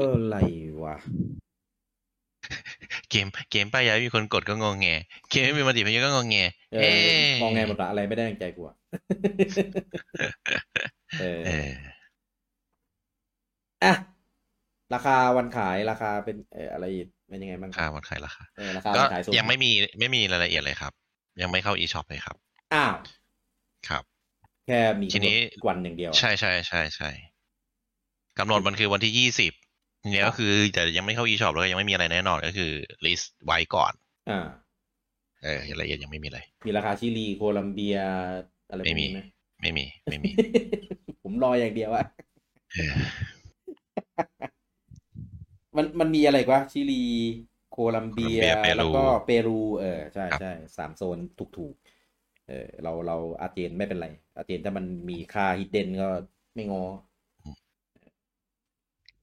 [SPEAKER 1] ออะไรวะ
[SPEAKER 3] เกมเกมป้ายยามีคนกดก็งอแงเกมไม่มีมาติพยัก็งอแง
[SPEAKER 1] เอ
[SPEAKER 3] เฮ้
[SPEAKER 1] อมองไงหมดละอะไรไม่ได้ดังใจกู
[SPEAKER 3] [LAUGHS]
[SPEAKER 1] อะ เออ
[SPEAKER 3] เออ
[SPEAKER 1] อ่ะราคาวันขายราคาเป็นเอออะไรเป็นยังไงบ้าง
[SPEAKER 3] ค่าวันขายราคา
[SPEAKER 1] เออราคา
[SPEAKER 3] ก็
[SPEAKER 1] วันขายสูง
[SPEAKER 3] ยังไม่มีไม่มีรายละเอียดเลยครับ ยังไม่เข้า e-shop เลยครับ
[SPEAKER 1] อ้าว
[SPEAKER 3] ครับ
[SPEAKER 1] แค่มี
[SPEAKER 3] ทีนี้
[SPEAKER 1] กำหดวันอย่างเดียวอะ
[SPEAKER 3] ใช่ใช่ใช่ใช่กำหนดมันคือวันที่ยี่สิบเนี่ยก็คือแต่ยังไม่เข้า e-shop แล้วก็ยังไม่มีอะไรแน่นอนก็คือ list ไว้ก่อน
[SPEAKER 1] อ่า
[SPEAKER 3] เออรายละเอียดยังไม่มีเลย
[SPEAKER 1] มีราคาชิลีโคลัมเบียอะไรพวกนี้
[SPEAKER 3] ไม่มี
[SPEAKER 1] ไหม
[SPEAKER 3] ไม่มีไม่มี
[SPEAKER 1] [LAUGHS] ผมรออย่างเดียวอะ
[SPEAKER 3] เออ
[SPEAKER 1] มันมันมีอะไรอีกวะชิลี โคลัมเบีย
[SPEAKER 3] โคลัมเบียเปรู
[SPEAKER 1] แล้วก็เปรู เออ ใช่
[SPEAKER 3] ครับ
[SPEAKER 1] ใช่สามโซนถูกถูกๆเออ เราเราอาร์เจนไม่เป็นไร อาร์เจนถ้ามันมีค่าฮิดเดนก็ไม่งอ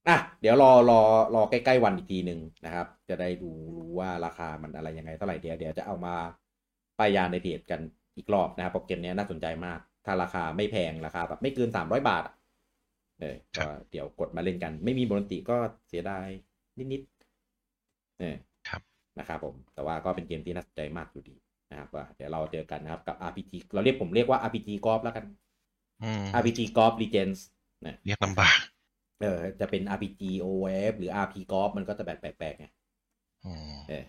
[SPEAKER 1] อ่ะ เดี๋ยวรอรอรอใกล้ ๆ วันอีกทีหนึ่งนะครับ จะได้ดูรู้ว่าราคามันอะไรยังไงเท่าไหร่เดี๋ยวเดี๋ยวจะเอามาป้ายยาในเพจกันอีกรอบนะครับเพราะเกมเนี้ยน่าสนใจมาก ถ้าราคาไม่แพงราคาแบบไม่เกินสามร้อยบาทอะเออ
[SPEAKER 3] ครั
[SPEAKER 1] ก็
[SPEAKER 3] บ
[SPEAKER 1] เดี๋ยวกดมาเล่นกัน ไม่มีบนติก็เสียดายนิดๆเออ
[SPEAKER 3] ครับ
[SPEAKER 1] นะครับผม แต่ว่าก็เป็นเกมที่น่าสนใจมากอยู่ดีนะครับว่าเดี๋ยวเราเจอกันนะครับกับ RPG เราเรียกผมเรียกว่า RPG Golf แล้วกัน
[SPEAKER 3] อืม
[SPEAKER 1] RPG Golf Legends นะ
[SPEAKER 3] เรียกลำบาก
[SPEAKER 1] เออจะเป็น RPG OF หรือ RP Golf มันก็จะแบบแปลกๆไง
[SPEAKER 3] อืม
[SPEAKER 1] เออ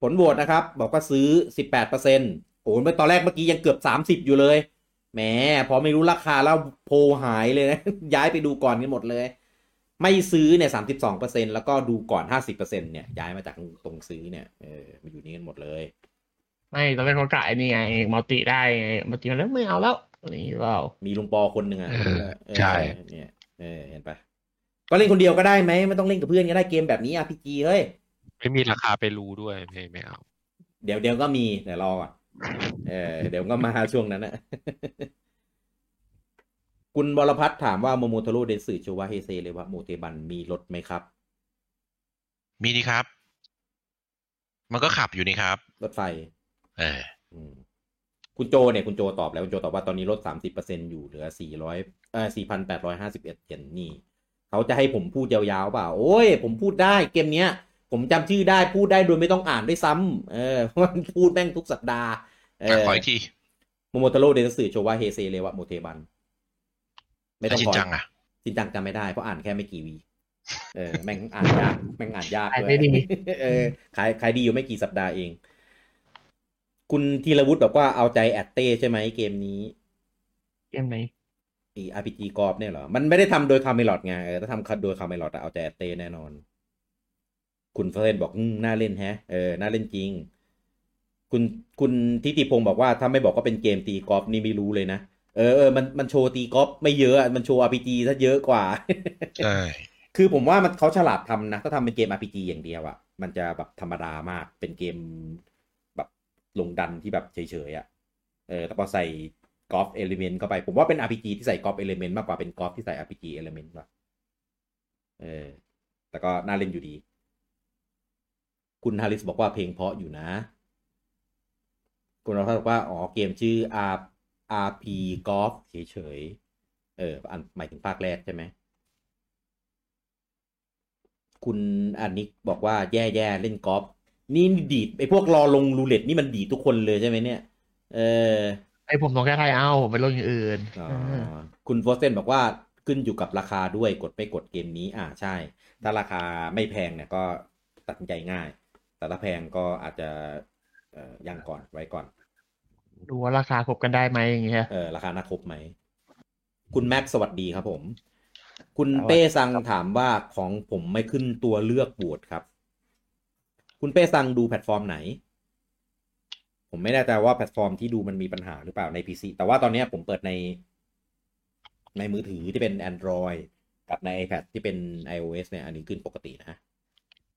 [SPEAKER 1] ผลโหวตนะครับ บอกว่าซื้อ 18%โอ้โหเมื่อตอนแรกเมื่อกี้ยังเกือบ 30 อยู่เลย แหม พอไม่รู้ราคาแล้วโพลหายเลยนะ [LAUGHS] ย้ายไปดูก่อนกันหมดเลย ไม่ซื้อเนี่ย 32%แล้วก็ดูก่อน 50%เนี่ย ย้ายมาจากตรงซื้อเนี่ย เออมาอยู่นี่กันหมดเลย
[SPEAKER 2] ไม่ตอนแรกเขากะไอ้นี่ไงมัลติได้ไงมัลติมาแล้วไม่เอาแล้วอะไรอย่างงี้เปล่า
[SPEAKER 1] มีลุงปอคนหนึ่งอ่ะ
[SPEAKER 4] เออ
[SPEAKER 1] เออ
[SPEAKER 4] ใช่
[SPEAKER 1] เนี่ยเออเห็นปะก็เล่นคนเดียวก็ได้ไหมไม่ต้องเล่นกับเพื่อนก็ได้เกมแบบนี้ RPG เฮ้ย
[SPEAKER 4] ไม่มีราคาไปรู้ด้วยไม่ไม่เอา
[SPEAKER 1] เดี๋ยวเดี๋ยวก็มีเดี๋ยวรอก่อนเออเดี๋ยวก็มาช่วงนั้นนะ [LAUGHS] คุณบรพัฒน์ถามว่าโมโมทารุเดสึโชวาเฮเซเลวะโมเทบันมีรถไหมครับ
[SPEAKER 3] มีดีครับ มันก็ขับอยู่นี่ครับ
[SPEAKER 1] รถไฟ
[SPEAKER 3] เออ
[SPEAKER 1] อืมคุณโจเนี่ยคุณโจตอบแล้ว คุณโจตอบว่าตอนนี้ลดสามสิบเปอร์เซ็นอยู่เหลือสี่ร้อยเอ่อสี่พันแปดร้อยห้าสิบเอ็ดเยนนี่ เขาจะให้ผมพูดยาวๆเปล่า โอ้ย ผมพูดได้เกมเนี้ย ผมจำชื่อได้พูดได้โดยไม่ต้องอ่านด้วยซ้ำเออ [LAUGHS] เพราะมันพูดแม่งทุกสัปดาห์เอ
[SPEAKER 3] อ่ะ
[SPEAKER 1] อ
[SPEAKER 3] ขออีกที
[SPEAKER 1] โมโมทาโร่เดนสือโชวาเฮเซเลวะโมเทบัน ไม่ต้อง
[SPEAKER 3] ชิ
[SPEAKER 1] ข
[SPEAKER 3] น
[SPEAKER 1] อ
[SPEAKER 3] จังอ่ะ
[SPEAKER 1] จริงจังจำไม่ได้เพราะอ่านแค่ไม่กี่วี เออแม่งอ่านยากแม่งอ่านยาก
[SPEAKER 2] ขาย
[SPEAKER 1] วย
[SPEAKER 2] ไม่ดี
[SPEAKER 1] [LAUGHS] เออขายขายดีอยู่ไม่กี่สัปดาห์เอง คุณธีรวุฒิบอกว่าเอาใจแอดเต้ใช่ไหมเกมนี้
[SPEAKER 2] เกมไหน
[SPEAKER 1] อี RPG กรอบเนี่ยเหรอ มันไม่ได้ทำโดยคาเมลอดไงเออถ้าทำโดยคาเมลอดเอาใจแอดเต้แน่นอน คุณเฟรนบอกอืมน่าเล่นแฮะ เออ น่าเล่นจริง คุณคุณทิติพงศ์บอกว่าถ้าไม่บอกว่าเป็นเกมตีกอล์ฟนี่ไม่รู้เลยนะ เออเออมันมันโชว์ตีกอล์ฟไม่เยอะอะมันโชว์ RPG ซะเยอะกว่า
[SPEAKER 3] ใช่
[SPEAKER 1] คือผมว่ามันเขาฉลาดทำนะ ถ้าทำเป็นเกม RPG อย่างเดียวอะ่ะ มันจะแบบธรรมดามาก เป็นเกมแบบลงดันที่แบบเฉยๆอะ่ะ เออ แต่พอใส่กอล์ฟเอลิเมนต์เข้าไป ผมว่าเป็น RPG ที่ใส่กอล์ฟเอลิเมนต์มากกว่าเป็นกอล์ฟที่ใส่ RPG เอลิเมนต์ว่ะ เออ แต่ก็น่าเล่นอยู่ดี คุณฮาริสบอกว่าเพลงเพราะอยู่นะ คุณเราบอกว่า อ๋อ เกมชื่อ R RP Golf เฉยๆ เออ อันหมายถึงภาคแรกใช่ไหม คุณอันนิกบอกว่าแย่ๆ เล่นกอล์ฟนี่ดีดไอ้พวกรอลงรูเล็ตนี่มันดีดทุกคนเลยใช่ไหมเนี่ย เออ
[SPEAKER 2] ไอผมลงแค่ไทยเอาผมไปลงอย่างอื่น
[SPEAKER 1] อ๋อ
[SPEAKER 2] เออ
[SPEAKER 1] คุณโฟสเซนบอกว่าขึ้นอยู่กับราคาด้วยกดไม่กดเกมนี้ อ่าใช่ ถ้าราคาไม่แพงเนี่ยก็ตัดสินใจง่าย แต่ถ้าแพงก็อาจจะเอ่อยังก่อนไว้ก่อน
[SPEAKER 2] ดูว่าราคาคบกันได้ไหมอย่างเงี้ย
[SPEAKER 1] เออราคาน่าครบไหม คุณแม็กซ์สวัสดีครับผม คุณ
[SPEAKER 2] สวัสดี
[SPEAKER 1] เป้ซังถามว่าของผมไม่ขึ้นตัวเลือกบูดครับ คุณเป้ซังดูแพลตฟอร์มไหน ผมไม่แน่ใจว่าแพลตฟอร์มที่ดูมันมีปัญหาหรือเปล่าใน PC แต่ว่าตอนเนี้ยผมเปิดใน ในมือถือที่เป็น Android กับใน iPad ที่เป็น iOS เนี่ยอันนี้ขึ้นปกตินะ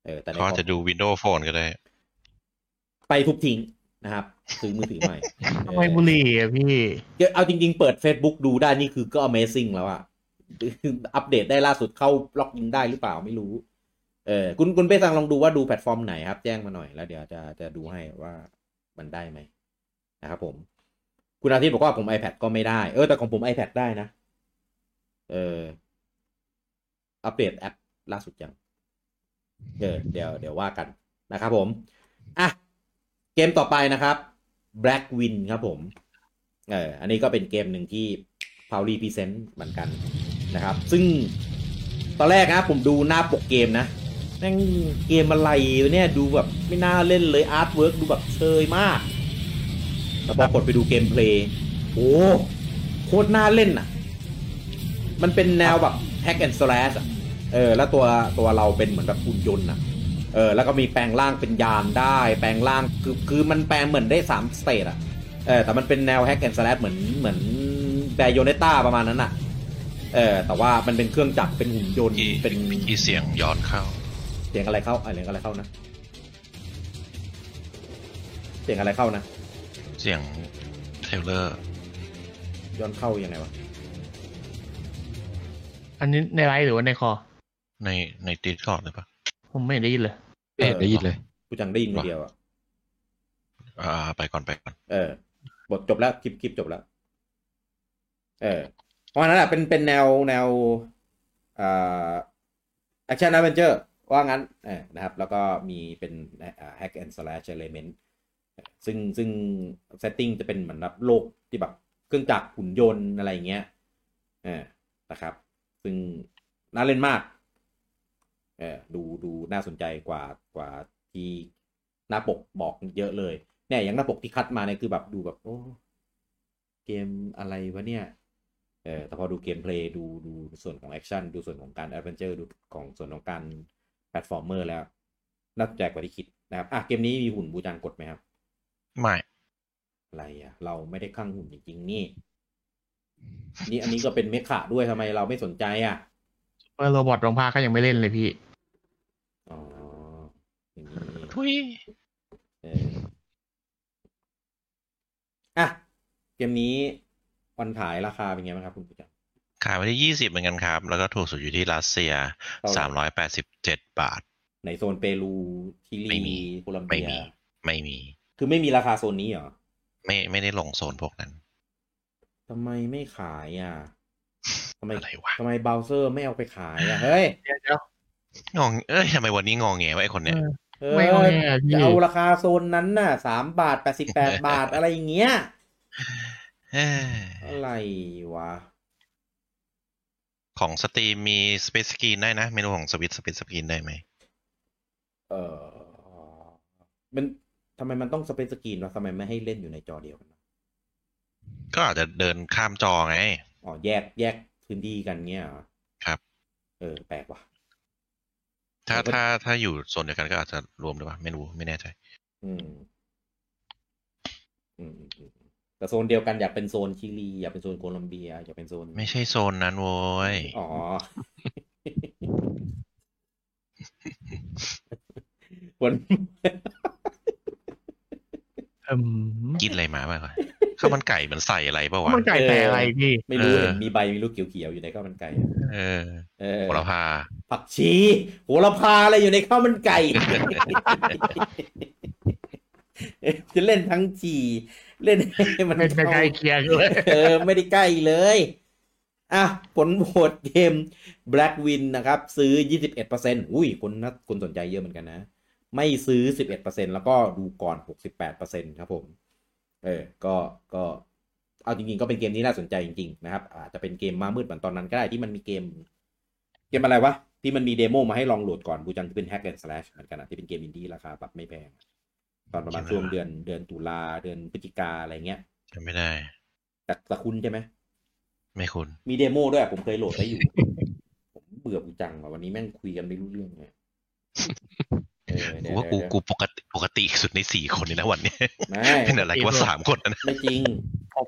[SPEAKER 1] เออแต่ใน
[SPEAKER 3] ก็จะดู Windows Phone ก็ได้
[SPEAKER 1] ไปทุบทิ้งนะครับซื้อมือถือใหม่
[SPEAKER 2] ทำไมบุหรี่อะพี่
[SPEAKER 1] เดี๋ยวเอาจริงๆ เปิด Facebook ดูได้นี่คือก็ Amazing แล้วอะ [LAUGHS] คืออัปเดตได้ล่าสุดเข้าล็อกอินได้หรือเปล่าไม่รู้ เออคุณคุณเป้สังลองดูว่าดูแพลตฟอร์มไหนครับ แจ้งมาหน่อยแล้วเดี๋ยวจะจะดูให้ว่ามันได้ไหมนะครับผม คุณอาทิตย์บอกว่าผม iPad ก็ไม่ได้ เออแต่ของผม iPad ได้นะ เออ อัปเดตแอปล่าสุดยัง เออเดี๋ยวเดี๋ยวว่ากันนะครับผม อ่ะ เกมต่อไปนะครับ Black Win ครับผม เออ อันนี้ก็เป็นเกมหนึ่งที่ p o w l y p r e s e n t เหมือนกันนะครับ ซึ่งตอนแรกนะผมดูหน้าปกเกมนะแม่งเกมอะไรวะเนี่ยดูแบบไม่น่าเล่นเลยอาร์ตเวิร์กดูแบบเชยมาก แต่พอกดไปดูเกมเพลย์โอ้โคตรน่าเล่นอ่ะ มันเป็นแนวแบบแฮกแอนด์สแลชอ่ะ เออ แล้วตัวตัวเราเป็นเหมือนแบบหุ่นยนต์อ่ะ เออ แล้วก็มีแปลงร่างเป็นยานได้ แปลงร่างคือคือมันแปลงเหมือนได้สามสเตจอ่ะ เออแต่มันเป็นแนวแฮกแอนด์สแลเหมือนเหมือนไดโยเนต้าประมาณนั้นอ่ะ เออแต่ว่ามันเป็นเครื่องจักรเป็นหุ่นยนต์
[SPEAKER 3] ที่
[SPEAKER 1] เป็น
[SPEAKER 3] ที่เสียงย้อนเข้า
[SPEAKER 1] เสียงอะไรเข้าเอ้ยเสียงอะไรเข้านะ เสียงอะไรเข้านะ
[SPEAKER 3] เสียงเทรลเลอร์
[SPEAKER 1] ย้อนเข้ายังไงวะ
[SPEAKER 2] อันนี้ในไลฟ์หรือว่าในคอ
[SPEAKER 3] ในในดิสคอร์ดหรือเปล่า
[SPEAKER 2] ผมไม่ได้ยินเลย
[SPEAKER 4] ไม่เห็นได้ยินเลย
[SPEAKER 1] กูจังได้ยินคนเดียวอ่ะ
[SPEAKER 3] อ่า ไปก่อนไปก่อน
[SPEAKER 1] เออ บทจบแล้วคลิปคลิปจบแล้ว เออเพราะฉะนั้นอ่ะเป็นเป็นแนวแนวอ่าแอคชั่นแอดเวนเจอร์ว่างั้นเออนะครับ แล้วก็มีเป็นแฮกแอนด์สแลชเอลเมนต์ซึ่งซึ่งเซตติ้งจะเป็นเหมือนแบบโลกที่แบบเครื่องจักรหุ่นยนต์อะไรอย่างเงี้ยเออนะครับ ซึ่งน่าเล่นมาก เออดูดูน่าสนใจกว่ากว่าที่หน้าปกบอกเยอะเลย เนี่ยอย่างหน้าปกที่คัดมาเนี่ยคือแบบดูแบบ โอ้ เกมอะไรวะเนี่ย เออแต่พอดูเกมเพลย์ดูดูส่วนของแอคชั่น ดูส่วนของการแอดเวนเจอร์ดูของส่วนของการแพลตฟอร์มเมอร์แล้ว น่าสนใจกว่าที่คิดนะครับ อ่ะ เกมนี้มีหุ่นบูจังกดไหมครับ
[SPEAKER 3] ไม่
[SPEAKER 1] อะไรอ่ะ เราไม่ได้ข้างหุ่นจริงๆนี่ นี่อันนี้ก็เป็นเมคาด้วยทำไมเราไม่สนใจอ่ะ
[SPEAKER 2] เมื่อโรบอทลงภาคก็ยังไม่เล่นเลยพี่
[SPEAKER 1] อ๋ออย่างนี้
[SPEAKER 3] ทุย
[SPEAKER 1] เอออ่ะ เกมนี้วันขายราคาเป็นไงบ้างครับคุณผู้ชม
[SPEAKER 3] ขายวันที่ยี่สิบเหมือนกันครับ แล้วก็ถูกสุดอยู่ที่รัสเซีย
[SPEAKER 1] เอา
[SPEAKER 3] สามร้อยแปดสิบเจ็ดบาท
[SPEAKER 1] ในโซนเปรูชิ
[SPEAKER 3] ไม่มี
[SPEAKER 1] ลีโคลัม
[SPEAKER 3] ไม่
[SPEAKER 1] เบีย
[SPEAKER 3] มี ไม่มี
[SPEAKER 1] คือไม่มีราคาโซนนี้เหรอ
[SPEAKER 3] ไม่ไม่ได้ลงโซนพวกนั้น
[SPEAKER 1] ทำไมไม่ขายอ่ะทำไม
[SPEAKER 3] อะไรวะ
[SPEAKER 1] ทำไมเบราว์เซอร์ไม่เอาไปขายอ่ะ เฮ้ย
[SPEAKER 3] งองเอ้ยทำไมวันนี้งองแงวะไอ้คนเนี้ย
[SPEAKER 1] เฮ้ย
[SPEAKER 2] ไม่เอาแน่พี่
[SPEAKER 1] จะเอาราคาโซนนั้นน่ะสามบาทแปดสิบแปดบาทอะไรอย่างเงี้ย
[SPEAKER 3] เอ้ย
[SPEAKER 1] อะไรวะ
[SPEAKER 3] ของสตรีมมีสเปซสกรีนได้นะ เมนูของสวิตสเปซสกรีนได้ไหม
[SPEAKER 1] เออมันทำไมมันต้องสเปซสกรีนวะทำไมไม่ให้เล่นอยู่ในจอเดียวกันวะ
[SPEAKER 3] ก็อาจจะเดินข้ามจอไง
[SPEAKER 1] อ๋อแยกแยกพื้นที่กันเงี้ยเหอ
[SPEAKER 3] ครับ
[SPEAKER 1] เออ แปลกว่ะ
[SPEAKER 3] ถ้า
[SPEAKER 1] ผมก็
[SPEAKER 3] ถ้าถ้าอยู่โซนเดียวกันก็อาจจะรวมหรือเปล่าไม่รู้ไม่แน่ใจ
[SPEAKER 1] อืม อืมอืมอืมแต่โซนเดียวกันอยากเป็นโซนชิลี อยากเป็นโซนโคลอมเบีย อยากเป็นโซน
[SPEAKER 3] ไม่ใช่โซนนั้นโว้ย
[SPEAKER 1] อ๋ [LAUGHS] อ วัน [LAUGHS]
[SPEAKER 2] อืม
[SPEAKER 3] กินอะไรมาบ้างวะข้าวมันไก่มันใส่อะไรเปล่าวะ
[SPEAKER 2] มันไก่แต่อะไรพี่
[SPEAKER 1] ไม่รู้
[SPEAKER 3] เออ
[SPEAKER 1] เห็นมีใบมีลูกเขียวๆอยู่ในข้าวมันไก่อะ
[SPEAKER 3] เออ
[SPEAKER 1] เออ
[SPEAKER 3] โหระพา
[SPEAKER 1] ผักชีโหระพาอะไรอยู่ในข้าวมันไก่ [LAUGHS] จะเล่นทั้งจีเล่นให้มัน
[SPEAKER 2] ไม่ไม่ใกล้
[SPEAKER 1] ข้า
[SPEAKER 2] เคียงเลย
[SPEAKER 1] เออ ไม่ได้ใกล้เลย อ่ะ ผลโหวตเกม Black Win นะครับ ซื้อ 21%อุ้ย คนนะคนสนใจเยอะเหมือนกันนะ ไม่ซื้อ 11%แล้วก็ดูก่อน 68%ครับผม เออ ก็ก็เอาจริงๆ ก็เป็นเกมที่น่าสนใจจริงๆ นะครับ อาจจะเป็นเกมมามืดเหมือนตอนนั้นก็ได้ที่มันมีเกม เกมอะไรวะ ที่มันมีเดโมมาให้ลองโหลดก่อนบูจังที่เป็นแฮกแอนด์สแลชเหมือนกันนะที่เป็นเกมอินดี้ราคาแบบไม่แพง ตอนประมาณช่วงเดือนเดือนตุลาเดือนพฤศจิกาอะไรเงี้ย
[SPEAKER 3] จำไม่ได้
[SPEAKER 1] แต่แต่คุณใช่ไหม
[SPEAKER 3] ไม่คุ้น
[SPEAKER 1] มีเดโมด้วยผมเคยโหลดได้อยู่ ผมเบื่อกูจังว่ะวันนี้แม่งคุยกันไม่รู้เรื่องเลยเออ
[SPEAKER 3] กู
[SPEAKER 1] เดี๋ยว
[SPEAKER 3] ว่ากู
[SPEAKER 1] เดี๋ยว
[SPEAKER 3] กูปกติปกติสุดในสี่คนนี่นะวันเนี้ย
[SPEAKER 1] ไม่
[SPEAKER 3] เป็นอะไรกูว่าสามคนนะ
[SPEAKER 1] ไม่จริง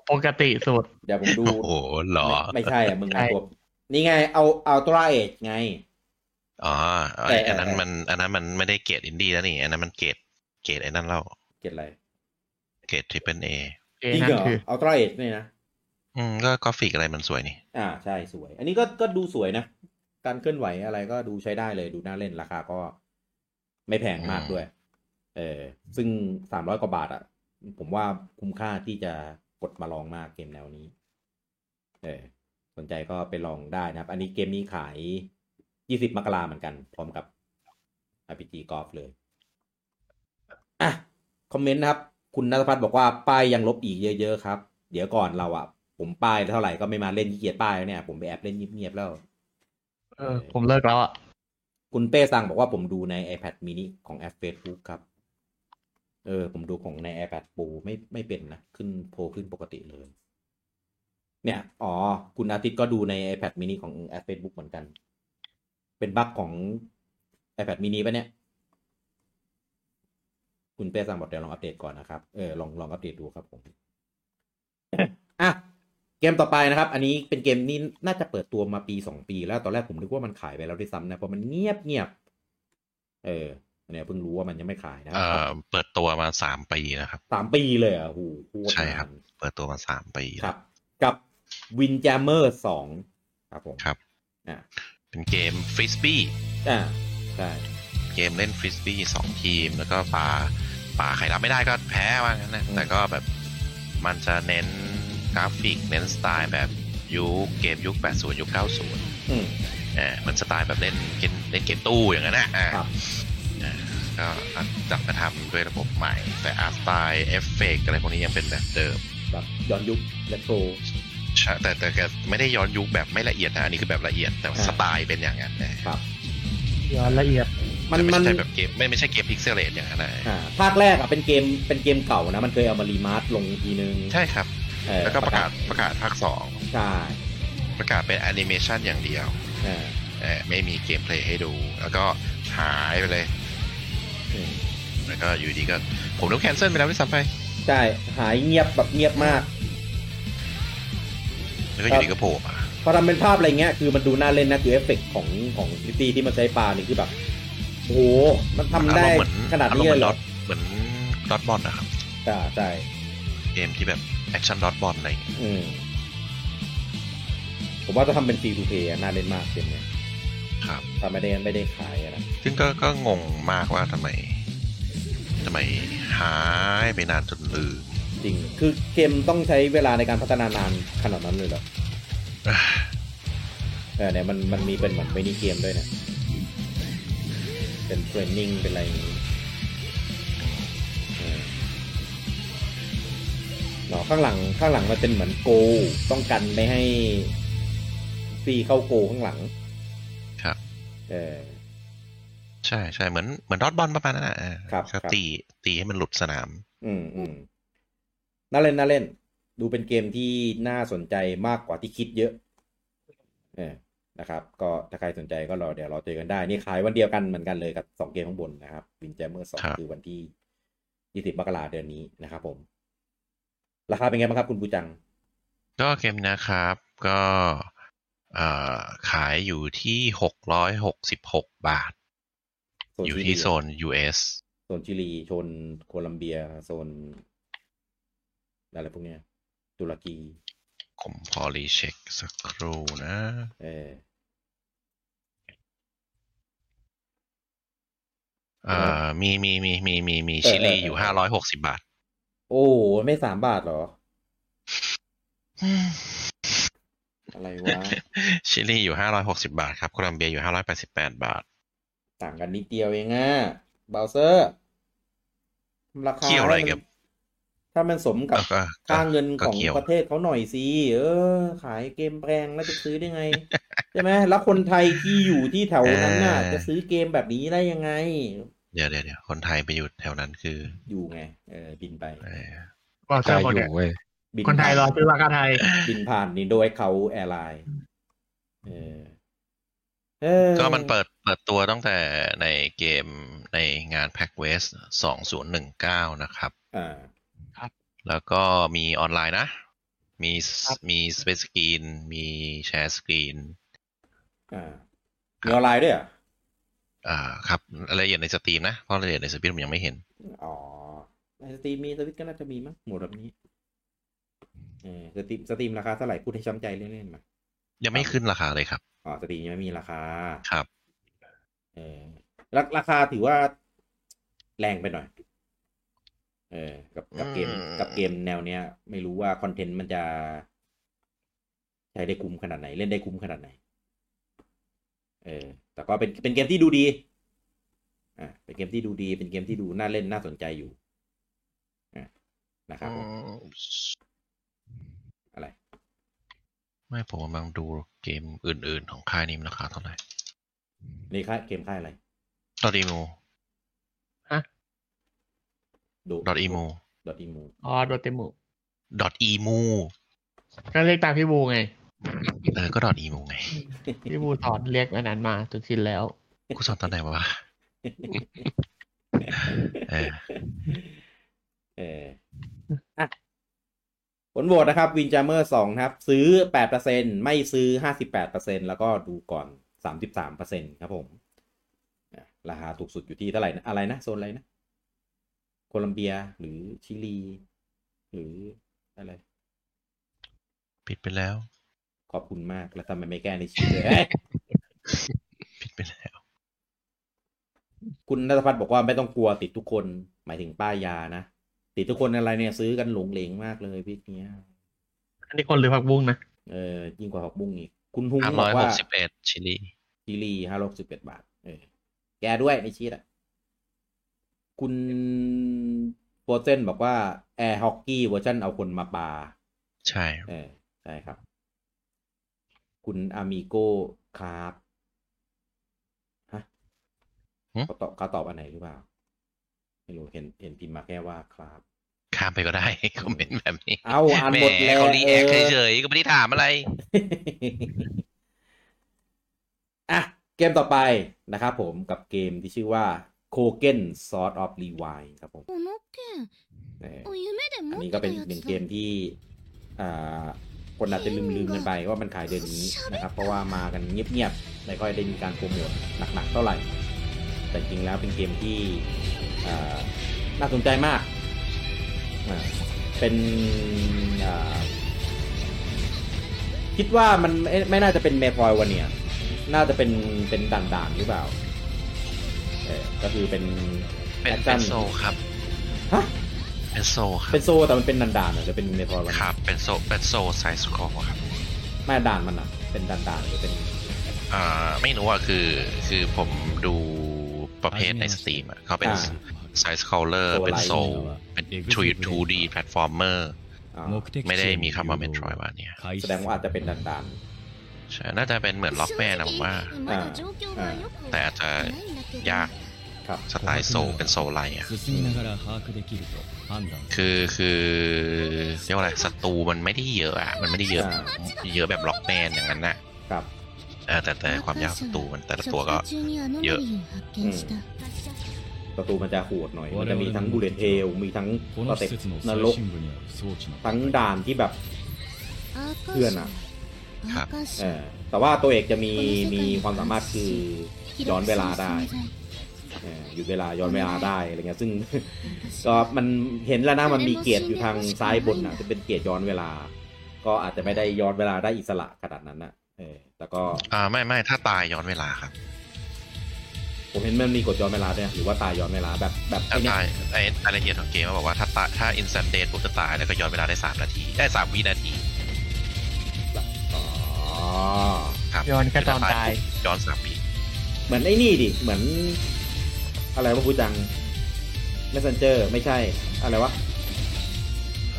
[SPEAKER 2] ปกติสุด
[SPEAKER 1] เดี๋ยวผมดู
[SPEAKER 3] โอ้โหเหรอ
[SPEAKER 1] ไม่ไม่ใช่อ่ะมึง
[SPEAKER 2] ใช่
[SPEAKER 1] เอาตัวนี่ไงเอาเอาตราเอจไง
[SPEAKER 3] อ๋อไอ้
[SPEAKER 1] แต่เออ
[SPEAKER 3] อันนั้น
[SPEAKER 1] เออ
[SPEAKER 3] มันอันนั้นมันไม่ได้เกรดอินดี้แล้วนี่อันนั้นมันเกรดเกรดไอ้นั่นเล่า
[SPEAKER 1] เก็ดอะไร
[SPEAKER 3] เกรดทริปเปิลเอ
[SPEAKER 2] เอ้
[SPEAKER 1] จริง
[SPEAKER 2] นั่
[SPEAKER 1] เหร
[SPEAKER 2] น
[SPEAKER 1] อ
[SPEAKER 2] คือ
[SPEAKER 1] เอาตราเอจเนี่ยนะ
[SPEAKER 3] อืมก็กราฟิกอะไรมันสวยนี่
[SPEAKER 1] อ่าใช่สวย อันนี้ก็ก็ดูสวยนะ การเคลื่อนไหวอะไรก็ดูใช้ได้เลยดูน่าเล่นราคาก็ไม่แพงมากด้วย เออซึ่งสามร้อยกว่าบาทอ่ะ ผมว่าคุ้มค่าที่จะกดมาลองมากเกมแนวนี้ เออสนใจก็ไปลองได้นะครับ อันนี้เกมนี้ขายยี่สิบมกราเหมือนกัน พร้อมกับ RPG Golf เลย อ่ะ คอมเมนต์นะครับ คุณนัทพัฒน์บอกว่า ป้ายยังลบอีกเยอะ ๆ ครับ เดี๋ยวก่อนเราอ่ะ ผมป้ายเท่าไหร่ก็ไม่มาเล่นขี้เกียจป้ายแล้วเนี่ย ผมไปแอบเล่นเงียบๆแล้ว
[SPEAKER 2] เออ ผมเลิกแล้วอ่ะ
[SPEAKER 1] คุณเป้สั่งบอกว่าผมดูใน iPad mini ของแอป Facebook ครับ เออ ผมดูของใน iPad Pro ไม่ไม่เป็นนะ ขึ้นโพขึ้นปกติเลย เนี่ย อ๋อ คุณอาทิตย์ก็ดูใน iPad mini ของแอป Facebook เหมือนกัน เป็นบั๊กของ iPad mini ปะเนี่ย คุณเป้สั่งบอกเดี๋ยวลองอัปเดตก่อนนะครับ เออ ลองลองอัปเดตดูครับผม [COUGHS] อ่ะ เกมต่อไปนะครับ อันนี้เป็นเกมนี้น่าจะเปิดตัวมาปีสองปีแล้ว ตอนแรกผมนึกว่ามันขายไปแล้วด้วยซ้ำนะ เพราะมันเงียบเงียบๆเออเนี่ยเพิ่งรู้ว่ามันยังไม่ขายนะค
[SPEAKER 3] เอ่
[SPEAKER 1] รับ
[SPEAKER 3] อเปิดตัวมาสามปีนะครับ
[SPEAKER 1] สามปีเลยเหรอ่ะหูโคตนาน
[SPEAKER 3] ใช่ครับ เปิดตัวมาสามปีแล้ว
[SPEAKER 1] ครับ กับ w i n j a m m e r สองครับผม
[SPEAKER 3] ครับ
[SPEAKER 1] อ่า
[SPEAKER 3] เป็นเกมฟริสบี้
[SPEAKER 1] อ่าใช่
[SPEAKER 3] เกมเล่นฟริสบี้สองทีม แล้วก็ป่าป่าใครรับไม่ได้ก็แพ้ว่างั้นนะแต่ก็แบบมันจะเน้นกราฟิกเน้นสไตล์แบบยุคเกมยุค 80 ยุค 90
[SPEAKER 1] อืม
[SPEAKER 3] อ่ามันสไตล์แบบเล่นเกมเล่นเกมตู้อย่างนั้นนะอ่า
[SPEAKER 1] ครับ
[SPEAKER 3] อ่าก็จับมาทำด้วยระบบใหม่ แต่อาร์ตสไตล์เอฟเฟกอะไรพวกนี้ยังเป็นแบบเดิม
[SPEAKER 1] แบบย้อนยุคและโทร
[SPEAKER 3] ใช่แต่แต่แกไม่ได้ย้อนยุคแบบไม่ละเอียดนะอันนี้คือแบบละเอียดแต่ว่า
[SPEAKER 1] อ่า
[SPEAKER 3] สไตล์เป็นอย่างนั้นนะ
[SPEAKER 1] ครับ
[SPEAKER 2] ย้อนละเอียด
[SPEAKER 1] มัน
[SPEAKER 3] แต่
[SPEAKER 1] มัน
[SPEAKER 3] ไใช่แบบเกมไม่ไม่ใช่เกมพิกเซลเลตอย่างนั้นนะ
[SPEAKER 1] อ่าภาคแรกอ่ะเป็นเกมเป็นเกมเก่านะ มันเคยเอามารีมาสลงทีนึง
[SPEAKER 3] ใช่ครับ
[SPEAKER 1] เออ
[SPEAKER 3] แล้วก็ประกาศประกาศภาคสอง
[SPEAKER 1] ใช่
[SPEAKER 3] ประกาศเป็นแอนิเมชันอย่างเดียว
[SPEAKER 1] เออ
[SPEAKER 3] เออไม่มีเกมเพลย์ให้ดู แล้วก็หายไปเลย
[SPEAKER 1] อืม
[SPEAKER 3] แล้วก็อยู่ดีก็ ผมต้องแคนเซิลไปแล้วด้วยซ้ำไป
[SPEAKER 1] ใช่หายเงียบแบบเงียบมาก
[SPEAKER 3] แล้วก็อยู่ดีก็โผล่มา
[SPEAKER 1] พอทำเป็นภาพอะไรเงี้ยคือมันดูน่าเล่นนะคือเอฟเฟกต์ของของพิตี้ที่มันใช้ปลานี่คือแบบโอ้โหมันทำ
[SPEAKER 3] อา
[SPEAKER 1] ได้
[SPEAKER 3] รมณ์เหมือน
[SPEAKER 1] ขนาด
[SPEAKER 3] อารม
[SPEAKER 1] นี้
[SPEAKER 3] ณ์เห
[SPEAKER 1] เล
[SPEAKER 3] มือย น
[SPEAKER 1] เหรอ
[SPEAKER 3] ดอทเหมือนดอทบอลนะครับ
[SPEAKER 1] ใช่ใช่
[SPEAKER 3] เกมที่แบบแอคชั่นดอทบอลอะไรอย่างเงี้ย
[SPEAKER 1] อืมผมว่าจะทำเป็นฟรีทูเพย์น่าเล่นมากเกมเนี้ย
[SPEAKER 3] ครับ
[SPEAKER 1] ถ้าไม่ได้ไม่ได้ขายอะนะ
[SPEAKER 3] ซึ่งก็ก็งงมากว่าทำไมทำไมหายไปนานจนลืม
[SPEAKER 1] จริง คือเกมต้องใช้เวลาในการพัฒนานานขนาดนั้น
[SPEAKER 3] [SIGHS]
[SPEAKER 1] เลยเหรอเออเนี่ยมันมันมีเป็นเหมือนมินิเกมด้วยนะเป็นเทรนนิ่งเป็นอะไรอย่างงี้เออเนาะข้างหลังข้างหลังมันเป็นเหมือนโกลต้องกันไม่ให้ตีเข้าโกลข้างหลัง
[SPEAKER 3] ครับ
[SPEAKER 1] เออ
[SPEAKER 3] ใช่ใช่เหมือนเหมือนดอทบอลประมาณนั้นนะเออ
[SPEAKER 1] ครับ
[SPEAKER 3] ก็
[SPEAKER 1] ครับ
[SPEAKER 3] ตีตีให้มันหลุดสนาม
[SPEAKER 1] อืมอืมน่าเล่นน่าเล่น ดูเป็นเกมที่น่าสนใจมากกว่าที่คิดเยอะเออนะครับ ก็ถ้าใครสนใจก็รอเดี๋ยวรอเจอกันได้ นี่ขายวันเดียวกันเหมือนกันเลยกับสองเกมข้างบนนะครับวินแจมเมอร์สอง
[SPEAKER 3] ครับ
[SPEAKER 1] คือวันที่ยี่สิบมกราเดือนนี้นะครับผม ราคาเป็นไงบ้างครับคุณบูจัง
[SPEAKER 3] ก็เกมนะครับก็เอ่อขายอยู่ที่หกร้อยหกสิบหกบาท
[SPEAKER 1] โซน
[SPEAKER 3] อยู่
[SPEAKER 1] ชิลี
[SPEAKER 3] ที่โซน US
[SPEAKER 1] โซนชิลีโซนโคลัมเบียโซนอะไรพวกเนี้ยตุรกี
[SPEAKER 3] ผมขอรีเช็คสักครู่นะ
[SPEAKER 1] เออ
[SPEAKER 3] เอ่อมีมีมีมีมีมี
[SPEAKER 1] เออ
[SPEAKER 3] ชิ
[SPEAKER 1] เอ
[SPEAKER 3] ลี
[SPEAKER 1] อ
[SPEAKER 3] อ
[SPEAKER 1] อ
[SPEAKER 3] ยู่ห้าร้อยหกสิบาท [LAUGHS]
[SPEAKER 1] โอ้โหไม่สามบาทเหรอ อะไรวะ
[SPEAKER 3] ชิลีอยู่ห้าร้อยหกสิบาทครับโคลัมเบียอยู่ห้าร้อยแปดสิบแปดบาท
[SPEAKER 1] ต่างกันนิดเดียวเองอะเบราว์เซอร์ราคา
[SPEAKER 3] เกี่ยวอะไรกับ
[SPEAKER 1] ถ้ามันสมกับ
[SPEAKER 3] ก็ก็
[SPEAKER 1] ค่าเงิน
[SPEAKER 3] ก็
[SPEAKER 1] ของ
[SPEAKER 3] เกี่ยว
[SPEAKER 1] ประเทศเขาหน่อยสิเออ ขายเกมแพงแล้วจะซื้อได้ไง ใช่ไหมแล้วคนไทยที่อยู่ที่แถวนั้นน่ะ
[SPEAKER 3] เออ
[SPEAKER 1] จะซื้อเกมแบบนี้ได้ยังไง
[SPEAKER 3] เดี๋ยวเดี๋ยวเดี๋ยวคนไทยไปอยู่แถวนั้นคือ
[SPEAKER 1] อยู่ไง เออ บินไป
[SPEAKER 3] เอ่อ
[SPEAKER 2] ว่าเซอ
[SPEAKER 4] ตาย
[SPEAKER 2] ร์หมด
[SPEAKER 4] อ
[SPEAKER 2] เนี่ย
[SPEAKER 4] ยู่เว้ย
[SPEAKER 1] บิ
[SPEAKER 2] คนไทยรอซื้อราคาไทย
[SPEAKER 1] บินผ่านนี่โดยเขาแอร์ไลน์เออเออ
[SPEAKER 3] ก็มันเปิดเปิดตัวตั้งแต่ในเกมในงาน PAX West 2019 นะครับ
[SPEAKER 1] อ่า
[SPEAKER 3] แล้วก็มีออนไลน์นะ มี
[SPEAKER 2] ครับ
[SPEAKER 3] มีสเปซสกรีน มีแชร์สกรีน
[SPEAKER 1] อ่ามีออนไลน์ด้วยเหรอ
[SPEAKER 3] อ่าครับรายละเอียดในสตรีมนะ เพราะรายละเอียดในสตรีมผมยังไม่เห็น
[SPEAKER 1] อ๋อในสตรีมมีสวิตช์ก็น่าจะมีมั้งหมวดแบบนี้ เออสตรีมสตรีมราคาเท่าไหร่พูดให้ช้ำใจเล่นๆมา
[SPEAKER 3] ยังไม่ขึ้นราคาเลยครับ
[SPEAKER 1] อ๋อสตรีมยังไม่มีราคา
[SPEAKER 3] ครับ
[SPEAKER 1] เออราราคาถือว่าแรงไปหน่อย เออ กับกับเกมกับเกมแนวเนี้ย ไม่รู้ว่าคอนเทนต์มันจะ ใช้ได้คุ้มขนาดไหน เล่นได้คุ้มขนาดไหน เออ แต่ก็เป็นเป็นเกมที่ดูดี อ่าเป็นเกมที่ดูดี เป็นเกมที่ดูน่าเล่นน่าสนใจอยู่อ่ะนะครับผมอะไร
[SPEAKER 3] ไม่ผมกำลังดูเกมอื่น ๆ ของค่ายนี้มันราคาเท่าไหร่
[SPEAKER 1] นี่ค่ายเกมค่ายอะไร
[SPEAKER 3] ดอทอีมู
[SPEAKER 1] ดู
[SPEAKER 3] ดอทอีมู
[SPEAKER 1] ดอทอี [LAUGHS] มู
[SPEAKER 2] อ๋อโดเตมุ
[SPEAKER 3] ดอทอีมู
[SPEAKER 2] ก็เรียกตามพี่บูไง
[SPEAKER 3] เออก็ดอทอีมูไง
[SPEAKER 2] พี่บูสอนเรียกอันนั้นมาจนชินแล้ว
[SPEAKER 3] กูสอนตอนไหนวะ เออ
[SPEAKER 1] เอออ่ะผลโหวตนะครับวินจามเมอร์สองนะครับ ซื้อแปดเปอร์เซ็นไม่ซื้อห้าสิบแปดเปอร์เซ็นแล้วก็ดูก่อนสามสิบสามเปอร์เซ็นครับผมอ่ะราคาถูกสุดอยู่ที่เท่าไหร่นะอะไรนะ โซนอะไรนะ โคลัมเบียหรือชิลี หรืออะไร
[SPEAKER 3] ปิดไปแล้ว
[SPEAKER 1] ขอบคุณมากแล้วทำไมไม่แก้ในชื่อเลยเอ้ย
[SPEAKER 3] ปิดไปแล้ว
[SPEAKER 1] [LAUGHS] คุณนัทพัฒน์บอกว่าไม่ต้องกลัวติดทุกคน หมายถึงป้ายานะ ติดทุกคนอะไรเนี่ยซื้อกันหลงเหลงมากเลยพี่เนี้ย
[SPEAKER 2] อันนี้คนหรือผักบุ้งนะ
[SPEAKER 1] เออยิ่งกว่าผักบุ้งอีก คุณฮุง
[SPEAKER 3] ห้า
[SPEAKER 1] บ
[SPEAKER 3] ร้
[SPEAKER 1] อ
[SPEAKER 3] อย
[SPEAKER 1] ก
[SPEAKER 3] ห
[SPEAKER 1] ว่าก
[SPEAKER 3] สิบเอ็ดชิลี
[SPEAKER 1] ซีรีห้าร้อยสิบเอ็ดบาท เออ แกด้วยในชีตอ่ะ คุณโปรเจนบอกว่า แอร์ฮอกกี้เวอร์ชันเอาคนมาปา
[SPEAKER 3] ใช่
[SPEAKER 1] เออ ใช่ครับ คุณอามิโกครับฮะ
[SPEAKER 3] หึ
[SPEAKER 1] เขาตอบเขาตอบอันไหนหรือเปล่า ไม่รู้เห็นเห็นพิมพ์มาแค่ว่าครับ
[SPEAKER 3] ข้ามไปก็ได้ [LAUGHS] คอมเมนต์แบบนี้
[SPEAKER 1] เอาอ่าน
[SPEAKER 3] แหม
[SPEAKER 1] หมดแล้ว
[SPEAKER 3] เขารีแอค
[SPEAKER 1] เออ
[SPEAKER 3] เฉยๆก็ไม่ได้ถามอะไร
[SPEAKER 1] อ่ะ เกมต่อไปนะครับผมกับเกมที่ชื่อว่า k o g e n Sword of Rewind ครับผม
[SPEAKER 5] この件
[SPEAKER 1] เออ
[SPEAKER 5] お夢で
[SPEAKER 1] อัน
[SPEAKER 5] 持
[SPEAKER 1] นี้
[SPEAKER 5] っ
[SPEAKER 1] ก็
[SPEAKER 5] てた
[SPEAKER 1] เป็น
[SPEAKER 5] や
[SPEAKER 1] อีกหนึ่ง
[SPEAKER 5] つ
[SPEAKER 1] เกมที่ อ่า คนอาจจะลืมลืมๆกันไปว่ามันขายเดือนนี้นะครับ เพราะว่ามากันเงียบๆไม่ค่อยได้มีการโปรโมทหนักๆเท่าไหร่ แต่จริงแล้วเป็นเกมที่อ่าน่าสนใจมากอ่าเป็นอ่าคิดว่ามันไม่ไม่น่าจะเป็นเมทรอยวันเนี่ย น่าจะเป็นเป็นด่านๆหรือเปล่าเออก็คือเป็น
[SPEAKER 3] เป็น
[SPEAKER 1] แอค
[SPEAKER 3] เป็
[SPEAKER 1] ชั่
[SPEAKER 3] นโซครับ
[SPEAKER 1] ฮะ
[SPEAKER 3] เป็นโซครับ
[SPEAKER 1] เป็นโซแต่มันเป็นดันดานๆอ่ะจะเป็นในพอร์ตวัน
[SPEAKER 3] ครับเป็นโซเป็นโซไซสคอร์ครับ
[SPEAKER 1] ไม่ด่านมันอ่ะ เป็นดันดานๆหรือเป็น
[SPEAKER 3] อ่าไม่รู้ว่าคือคือผมดูประเภทในสตรีมเขาเป็นไซส์คอลเลอร์เป็นโซเป็นทูทูดีแพลตฟอร์มเมอร์
[SPEAKER 1] อ่า
[SPEAKER 3] ไม่ได้มีคำว่าเมนทรอยว่าเนี่ย
[SPEAKER 1] แสดงว่าอาจจะเป็นดันดาน
[SPEAKER 3] ใช่น่าจะเป็นเหมือนล็อกแม่นะผมว่า
[SPEAKER 5] まだ状況はよくわ
[SPEAKER 3] แต่
[SPEAKER 5] か
[SPEAKER 3] อาจจะ
[SPEAKER 5] ってないんだけど
[SPEAKER 3] ยาก
[SPEAKER 1] ๆ ครับ
[SPEAKER 3] สไตล์โซลเป็นโซลไลท์อะ
[SPEAKER 6] 進みながら把握できると判断
[SPEAKER 3] คือคือเรียกว่าอะไรศัตรูมันไม่ได้เยอะอะมันไม่ได้เยอะ
[SPEAKER 1] อ่า
[SPEAKER 3] เยอะแบบล็อกแมนอย่างนั้นนะครับ เออแต่แต่ความยากศัตรูมันแต่ละตัวก็
[SPEAKER 5] 作中にアノマリーを発見した
[SPEAKER 1] うん ประตูมันจะโหดหน่อย มันจะมีทั้งบูเลตเทลมีทั้ง
[SPEAKER 6] こ
[SPEAKER 1] ส
[SPEAKER 6] の
[SPEAKER 1] เต็
[SPEAKER 6] 施
[SPEAKER 1] ป
[SPEAKER 6] 設の
[SPEAKER 1] น
[SPEAKER 6] 最
[SPEAKER 1] รก
[SPEAKER 6] 深部にある装置の
[SPEAKER 1] ทั้งด่านที่แบบ
[SPEAKER 5] アーカ
[SPEAKER 1] เพื่
[SPEAKER 5] シ
[SPEAKER 1] อนอะ
[SPEAKER 5] アーカシ
[SPEAKER 1] เอ
[SPEAKER 5] ア
[SPEAKER 1] อแต่ว่าตัวเอกจะมีมีความสามารถคือย้อนเวลาได้เออหยุดเวลาย้อนเวลาได้อะไรเงี้ย [LAUGHS] ซึ่ง ก็มันเห็นแล้วนะมันมีเกียรติอยู่ทางซ้ายบนนะจะเป็นเกียรติย้อนเวลา ก็อาจจะไม่ได้ย้อนเวลาได้อิสระขนาดนั้นนะเออแต่ก็
[SPEAKER 3] อ่าไม่ไม่ถ้าตายย้อนเวลาครับ
[SPEAKER 1] ผมเห็นมันมีกดย้อนเวลาด้วยนะหรือว่าตายย้อนเวลาแบบแบบ
[SPEAKER 3] ถ้า
[SPEAKER 1] ไอ้เนี่
[SPEAKER 3] ตาย ยไอ้รายละเอียดของเกมมันบอกว่าถ้าตายถ้าอินสแตนเดตปุ๊บจะตายแล้วก็ย้อนเวลาได้สามนาทีได้สามวินาที
[SPEAKER 1] อ๋อ
[SPEAKER 3] ครับ
[SPEAKER 2] ย้อนแค่ตอนตาย
[SPEAKER 3] ปุ๊บย้อนสามวิ
[SPEAKER 1] เหมือนไอ้นี่ดิ เหมือน อะไรวะพูจัง messenger ไม่ใช่ อะไรวะ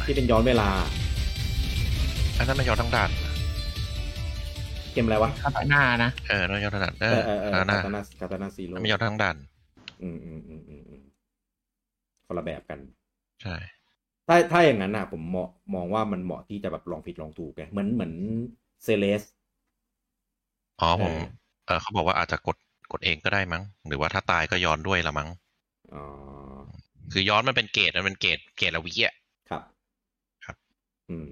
[SPEAKER 1] ที่เป็นย้อนเวลา
[SPEAKER 3] อันนั้นไม่ย้อนทั้งด่าน
[SPEAKER 1] เกมอะไรวะ
[SPEAKER 2] คาตาหน้านะ
[SPEAKER 3] เออไม่ย้อนทั้งด่านเอ
[SPEAKER 1] เออ
[SPEAKER 3] อ
[SPEAKER 1] เออเออ
[SPEAKER 3] เออ
[SPEAKER 1] คา
[SPEAKER 3] นะ
[SPEAKER 1] ตานาคาตานาซีโร่
[SPEAKER 3] ไม่ย้อนทั้งด่าน
[SPEAKER 1] อืมอืมอืมอืมอืมคนละแบบกัน
[SPEAKER 3] ใช่
[SPEAKER 1] ถ้าถ้าอย่างนั้นนะผมเหมาะมองว่ามันเหมาะที่จะแบบลองผิดลองถูกไงเหมือนเหมือนเซเลส
[SPEAKER 3] อ๋อผม
[SPEAKER 1] เออ
[SPEAKER 3] เออเขาบอกว่าอาจจะกดกดเองก็ได้มั้ง หรือว่าถ้าตายก็ย้อนด้วยละมั้ง
[SPEAKER 1] อ๋อ
[SPEAKER 3] คือย้อนมันเป็นเกรดมันเป็นเกรดเกรดละวิอ่ะ
[SPEAKER 1] ครับ
[SPEAKER 3] ครับ
[SPEAKER 1] อืม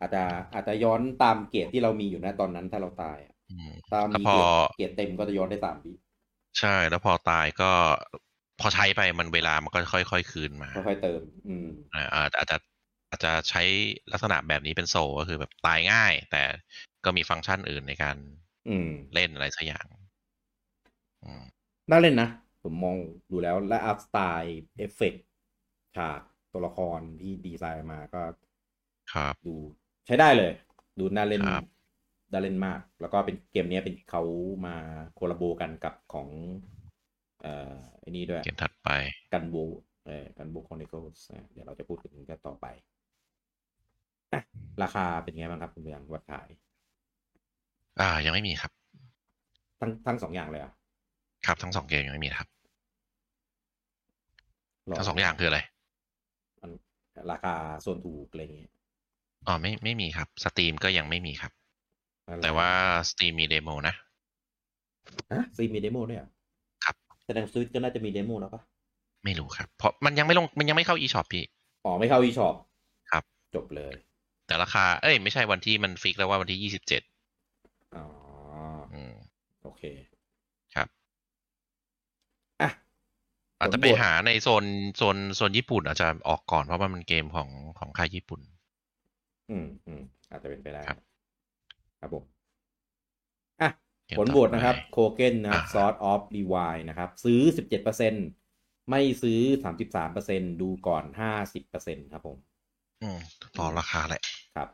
[SPEAKER 1] อาจจะอาจจะย้อนตามเกรดที่เรามีอยู่นะตอนนั้นถ้าเราตายอะ
[SPEAKER 3] อืม
[SPEAKER 1] ตาม
[SPEAKER 3] แล้ว
[SPEAKER 1] มี
[SPEAKER 3] พอ
[SPEAKER 1] เกรดเกรดเต็มก็จะย้อนได้สามวิ
[SPEAKER 3] ใช่แล้วพอตายก็พอใช้ไปมันเวลามันก็ค่อยค่อยๆคืนมา
[SPEAKER 1] ค่อยๆเติม อืม
[SPEAKER 3] อ่าอาจอาจจะอาจจะใช้ลักษณะแบบนี้เป็นโซลก็คือแบบตายง่าย แต่ก็มีฟังก์ชันอื่นในการ
[SPEAKER 1] อืม
[SPEAKER 3] เล่นอะไรสักอย่างอืม
[SPEAKER 1] น่าเล่นนะ ผมมองดูแล้วและอัพสไตล์เอฟเฟกฉากตัวละครที่ดีไซน์มาก็
[SPEAKER 3] ครับ
[SPEAKER 1] ดูใช้ได้เลย ดูน่าเล่น
[SPEAKER 3] ครับ
[SPEAKER 1] น่าเล่นมาก แล้วก็เป็นเกมเนี้ยเป็นเขามาโคลาโบกันกับของ เอ่อไอ้นี่ด้วย
[SPEAKER 3] เกมถัดไป
[SPEAKER 1] กันโบเออกันโบคอนเนคเดี๋ยวเราจะพูดถึงกันต่อไปอ่ะราคาเป็นไงบ้างครับ คุณเมืองวัดขาย
[SPEAKER 3] อ่า ยังไม่มีครับ
[SPEAKER 1] ทั้งทั้งสองอย่างเลยเหรอ่ะ
[SPEAKER 3] ครับทั้งสองเกมยังไม่มีนะครับ ทั้งสองอย่างคืออะไร
[SPEAKER 1] ราคาส่วนถูกอะไรอย่างเงี้ย
[SPEAKER 3] อ๋อไม่ไม่มีครับสตรีมก็ยังไม่มีครับ
[SPEAKER 1] อะไร
[SPEAKER 3] แต่ว่าสตรีมมีเดโมนะ
[SPEAKER 1] ฮะซีมีเดโมด้วยเหรอ่ะ
[SPEAKER 3] ครับ
[SPEAKER 1] แสดงสวิตก็น่าจะมีเดโมแล้วปะ
[SPEAKER 3] ไม่รู้ครับ เพราะมันยังไม่ลงมันยังไม่เข้า eShop พี่
[SPEAKER 1] อ๋อไม่เข้า eShop
[SPEAKER 3] ครับ
[SPEAKER 1] จบเลย
[SPEAKER 3] แต่ราคา เอ้ย ไม่ใช่วันที่มันฟิกแล้วว่าวันที่ยี่สิบเจ็ด
[SPEAKER 1] อ๋อ
[SPEAKER 3] อืม
[SPEAKER 1] โอเค
[SPEAKER 3] ครับ
[SPEAKER 1] อ่ะ
[SPEAKER 3] อาจจะไป
[SPEAKER 1] ผลบวก
[SPEAKER 3] หาในโซนโซนโซนญี่ปุ่นอาจจะออกก่อนเพราะมันเป็นเกมของของค่ายญี่ปุ่น
[SPEAKER 1] อืมอืมอาจจะเป็นไปได้
[SPEAKER 3] ครับ
[SPEAKER 1] ครับผมอ่ะ
[SPEAKER 3] เกม
[SPEAKER 1] ผล
[SPEAKER 3] ต่อ
[SPEAKER 1] โหวตนะครับ
[SPEAKER 3] ไป
[SPEAKER 1] โคเก้นนะครับ
[SPEAKER 3] อ่า
[SPEAKER 1] ซอสออฟดีวายนะครับ ซื้อ 17%ไม่ซื้อ 33%ดูก่อน 50%ครับผม
[SPEAKER 3] อืมต่อราคาแหละ
[SPEAKER 1] ครับ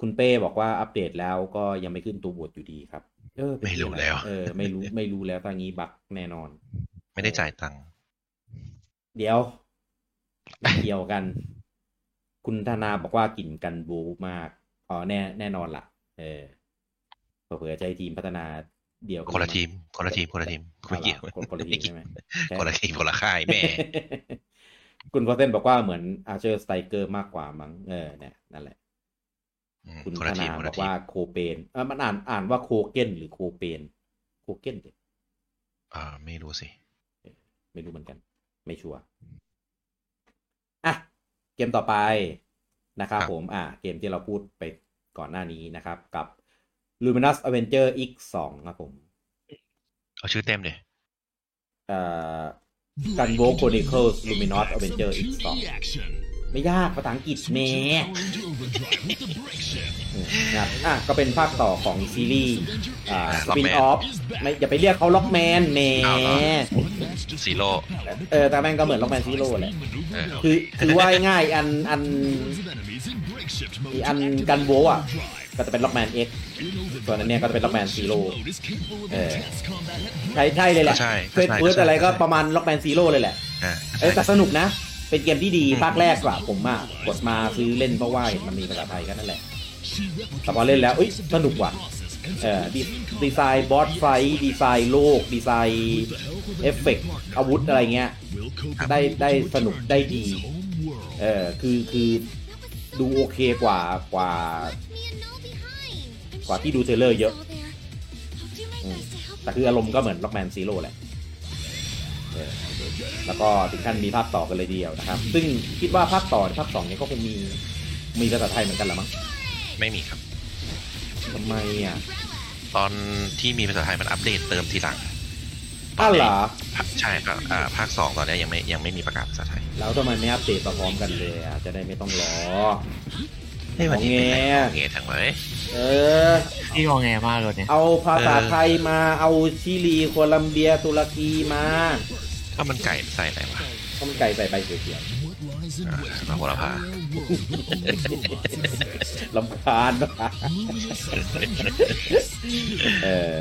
[SPEAKER 1] คุณเป้บอกว่าอัปเดตแล้วก็ยังไม่ขึ้นตัวโหวตอยู่ดีครับ เออเป็น
[SPEAKER 3] ไม่รู้แล้ว
[SPEAKER 1] เออ
[SPEAKER 3] [LAUGHS]
[SPEAKER 1] ไม่รู้ไม่รู้แล้วทางนี้บักแน่นอน
[SPEAKER 3] ไม่ได้จ่ายตังค์
[SPEAKER 1] เดี๋ยวไม่เกี่ยวกัน คุณธนาบอกว่ากลิ่นกันบูมากอ๋อแน่แน่นอนละ่ะ เออเผื่อๆใจะให้ทีมพัฒนาเดียวกั
[SPEAKER 3] คนละทีมคนละทีมคนละทีมไม่เกี่ยว
[SPEAKER 1] อาล่ะคนคนละทีม
[SPEAKER 3] [LAUGHS]
[SPEAKER 1] ใช่ไหม
[SPEAKER 3] คนละทีมคนละค่ายแม่
[SPEAKER 1] [LAUGHS] คุณโคเซนบอกว่าเหมือนอาเชอร์สไตเกอร์มากกว่ามั้งเออเนี่ยนั่นแหละ
[SPEAKER 3] อืม
[SPEAKER 1] คุณ
[SPEAKER 3] คนละ
[SPEAKER 1] ธ
[SPEAKER 3] ที
[SPEAKER 1] นาม
[SPEAKER 3] ค
[SPEAKER 1] บ
[SPEAKER 3] นละ
[SPEAKER 1] อก
[SPEAKER 3] ทีม
[SPEAKER 1] ว่าโคเปนเออมันอ่านอ่านว่าโคเกนหรือโคเปนโคเกนเด็
[SPEAKER 3] อ่าไม่รู้สิ
[SPEAKER 1] ไม่รู้เหมือนกัน ไม่ชัวร์ เกมต่อไปนะครับ
[SPEAKER 3] ครับ
[SPEAKER 1] ผมอ่าเกมที่เราพูดไปก่อนหน้านี้นะครับ กับ Luminous Avenger X 2ครับผม
[SPEAKER 3] เอาชื่อเต็มเลย
[SPEAKER 1] เอ่อ Gunvolt Chronicles Luminous Avenger X 2ไม่ยากภาษาอังกฤษเม นะครับอ่ะก็เป็นภาคต่อของซีรีส์อ่าสปินออฟไม่อย่าไปเรียกเขาล็อกแมนแหม
[SPEAKER 3] ซีโร่
[SPEAKER 1] เออแต่แม่งก็เหมือนล็อกแมนซีโร่แหละ
[SPEAKER 3] เออ
[SPEAKER 1] คือคือว่าง่ายๆอันอันอีอันกันโวอ่ะ ก็จะเป็นล็อกแมนเอ็กส่วนอันเนี้ยก็จะเป็นล็อกแมนซีโร่เออใช่ใช่เลยแหละ
[SPEAKER 3] ใช่
[SPEAKER 1] เฟซเวิร์ส
[SPEAKER 3] ใช่ใช่
[SPEAKER 1] อะไรก็ประมาณล็อกแมนซีโร่เลยแหละ
[SPEAKER 3] อ่า
[SPEAKER 1] เออแต่สนุกนะ เป็นเกมที่ดีภาคแรกอะผมอะกดมาซื้อเล่นเพราะว่าเห็นมันมีภาษาไทยก็นั่นแหละ แต่พอเล่นแล้วเอ้ยสนุกว่ะ เออดีดีไซน์บอสไฟท์ดีไซน์โลก ดีไซน์เอฟเฟกต์อาวุธอะไรเงี้ย ได้ได้สนุกได้ดี เออคือคือดูโอเคกว่ากว่า กว่าที่ดูเทรลเลอร์เยอะ อืม แต่คืออารมณ์ก็เหมือนล็อกแมนซีโร่แหละเออแล้วก็ถึงขั้นมีภาคต่อกันเลยทีเดียวนะครับ ซึ่งคิดว่าภาคต่อหรือภาคสองเนี่ยก็คงมี มีภาษาไทยเหมือนกันละมั้ง
[SPEAKER 3] ไม่มีครับ
[SPEAKER 1] ทำไมอ่ะ
[SPEAKER 3] ตอนที่มีภาษาไทยมันอัปเดตเติมทีหลัง
[SPEAKER 1] อ้าวเหรอ
[SPEAKER 3] ใช่ครับอ่าภาคสองตอนเนี้ยยังไม่ยังไม่มีประกาศภาษาไทย
[SPEAKER 1] แล้วทำไมไม่อัปเดตมาพร้อมกันเลยอ่ะ จะได้ไม่ต้องรอ
[SPEAKER 3] ให้วันนี้เป็นไง
[SPEAKER 1] งอแง
[SPEAKER 3] เงี้ยทั้งเลย
[SPEAKER 1] เออ
[SPEAKER 2] ที่งอแงมากเลยเนี่ย
[SPEAKER 1] เอาภาษา
[SPEAKER 3] เออ
[SPEAKER 1] ไทยมา เอาชิลีโคลัมเบีย ตุรกีมา
[SPEAKER 3] ก็มันไก่ใส่อะไรวะ
[SPEAKER 1] ข้าวมันไก่ใส่ใบเขียว
[SPEAKER 3] อ่ามาโหระพา
[SPEAKER 1] ๆลำคาญมาก [LAUGHS] เออ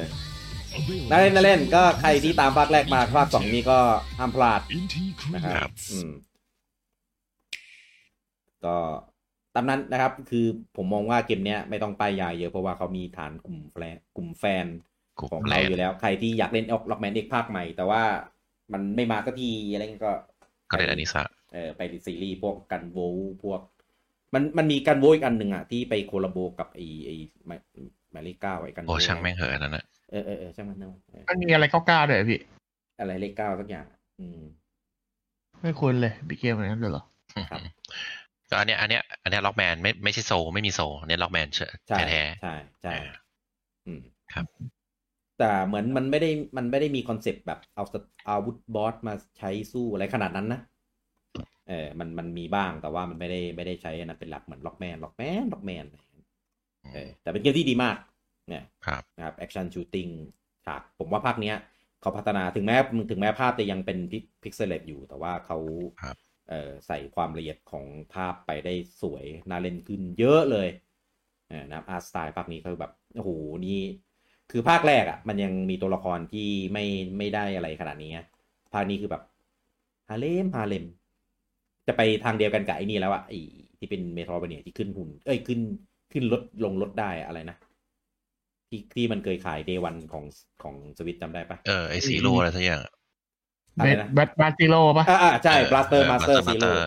[SPEAKER 1] น่าเล่นน่าเล่นก็ใครที่ตามภาคแรกมาภาคสองนี้ก็ห้ามพลาด นะครับอืมก็ตามนั้นนะครับ คือผมมองว่าเกมเนี้ยไม่ต้องป้ายยาเยอะเพราะว่าเขามีฐานกลุ่มแฟนกลุ่มแฟน
[SPEAKER 3] กู
[SPEAKER 1] ของ
[SPEAKER 3] แปล
[SPEAKER 1] เรา
[SPEAKER 3] ก
[SPEAKER 1] อยู่แล้ว ใครที่อยากเล่นออกล็อกแมนเอกภาคใหม่ แต่ว่ามันไม่มาสักทีอะไรเงี้ยก็
[SPEAKER 3] ก็เลยอันนี้ซะ
[SPEAKER 1] เออไปซีรีส์พวกกันโวพวก มันมันมีกันโวอีกอันหนึ่งอ่ะ ที่ไปโคลาโบกับไอไอแมริก้าไอ้กันโว
[SPEAKER 3] โอ้ช่างแม่งเหอะอันนั้นนะ
[SPEAKER 1] เออเออเออช่างมันเนอะเออ
[SPEAKER 2] มันมีอะไรก้าวๆด้วยเหรอพี่
[SPEAKER 1] อะไรเลขเก้าสักอย่าง อืม
[SPEAKER 2] ไม่คุ้นเลยบิ๊กเกมอะไรนั้นด้วยเหรอ
[SPEAKER 1] ครับ
[SPEAKER 3] ก็อันเนี้ยอันเนี้ยอันเนี้ยล็อกแมนไม่ไม่ใช่โซลไม่มีโซลอันเนี้ยล็อกแมน
[SPEAKER 1] ใช่
[SPEAKER 3] แท้แท้
[SPEAKER 1] ใช่ใช่ อืม
[SPEAKER 3] ครับ
[SPEAKER 1] แต่เหมือนมันไม่ได้มันไม่ได้มีคอนเซปต์แบบเอาสตอาวุธบอสมาใช้สู้อะไรขนาดนั้นนะ เออ มันมันมีบ้างแต่ว่ามันไม่ได้ไม่ได้ใช้อันนั้นเป็นหลักเหมือนล็อกแมนล็อกแมนล็อกแมนเออแต่เป็นเกมที่ดีมาก เนี่ย
[SPEAKER 3] ครับ
[SPEAKER 1] นะครับแอคชั่นชูติงฉากผมว่าภาคเนี้ย เขาพัฒนาถึงแม้ถึงแม้ภาพจะยังเป็นพิกเซลเลตอยู่ แต่ว่าเขา
[SPEAKER 3] ครับ
[SPEAKER 1] เออใส่ความละเอียดของภาพไปได้สวยน่าเล่นขึ้นเยอะเลยเออนะครับอาร์ตสไตล์ภาคนี้คือแบบโอ้โหนี่ คือภาคแรกอะ่ะ มันยังมีตัวละครที่ไม่ไม่ได้อะไรขนาดนี้ไงภาคนี้คือแบบฮาเลมฮาเลม จะไปทางเดียวกันกับไอ้นี่แล้วอะไอ้ที่เป็นเมโทรเนียที่ขึ้นหุ่น เอ้ยขึ้นขึ้นรถลงรถได้อะอะไรนะที่ที่มันเคยขายเดวันของของสวิตจำได้ปะ
[SPEAKER 3] เออไอซีโร่อะไรสักอย่างอะ
[SPEAKER 1] อะไรนะ
[SPEAKER 2] แบทแบทซิโร่ปะ
[SPEAKER 1] อ่าอ่าใช่
[SPEAKER 3] เออ
[SPEAKER 1] blaster
[SPEAKER 3] เออ
[SPEAKER 1] master
[SPEAKER 3] Blaster
[SPEAKER 1] zero
[SPEAKER 3] Master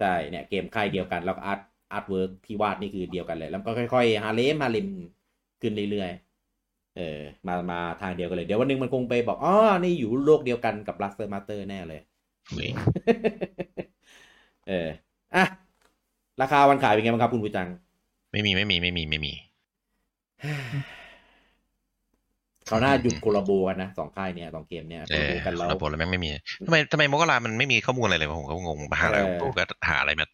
[SPEAKER 1] ใช่เนี่ยเกมค่ายเดียวกัน แล้วอาร์ตอาร์ตเวิร์กที่วาดนี่คือเดียวกันเลย แล้วก็ค่อยๆฮาเลมฮาเลมขึ้นเรื่อยๆเออมามาทางเดียวกันเลย เดี๋ยววันหนึงมันคงไปบอกอ๋อนี่อยู่โลกเดียวกันกับ blaster master แน่เลย [LAUGHS]
[SPEAKER 3] เว้ย
[SPEAKER 1] เอออ่ะราคาวันขายเป็นไงบ้างครับคุณผู้จัง
[SPEAKER 3] ไม่มีไม่มีไม่มีไม่มี
[SPEAKER 1] เขาวหน้าหยุดโคลาโบกันนะสองค่ายเนี่ยสองเกมเนี่ยโค
[SPEAKER 3] เอ
[SPEAKER 1] ลา
[SPEAKER 3] อ
[SPEAKER 1] โบกันแล้ว
[SPEAKER 3] ระบบแล้วแม่งไม่มีทำไมทำไมมกรามันไม่มีข้อมูลอะไรเลยผมก็งงหาอะไร
[SPEAKER 1] เออ
[SPEAKER 3] ผมก็หาอะไรมา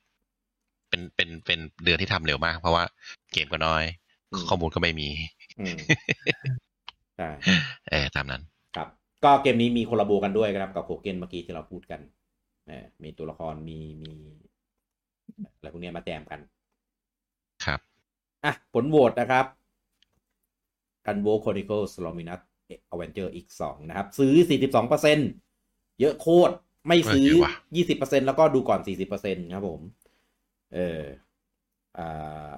[SPEAKER 3] เป็นเป็นเป็นเดือนที่ทำเร็วมาก เพราะว่าเกมก็น้อย ข้อมูลก็ไม่มี
[SPEAKER 1] อืมใช่
[SPEAKER 3] เออตามนั้น
[SPEAKER 1] ครับ ก็เกมนี้มีโคลาโบกันด้วยนะครับ กับโคเกนเมื่อกี้ที่เราพูดกันเออมีตัวละครมีมีอะไรพวกเนี้ยมาแจมกัน
[SPEAKER 3] ครับ
[SPEAKER 1] อ่ะ ผลโหวตนะครับ กันโวคอนิโคสโลมินัสอเวนเจอร์อีก 2 นะครับ ซื้อ 42%เยอะโคตร ไม่ซื้อ
[SPEAKER 3] เออเยอะว่ะ
[SPEAKER 1] 20%แล้วก็ดูก่อน 40%ครับผม เอออ่า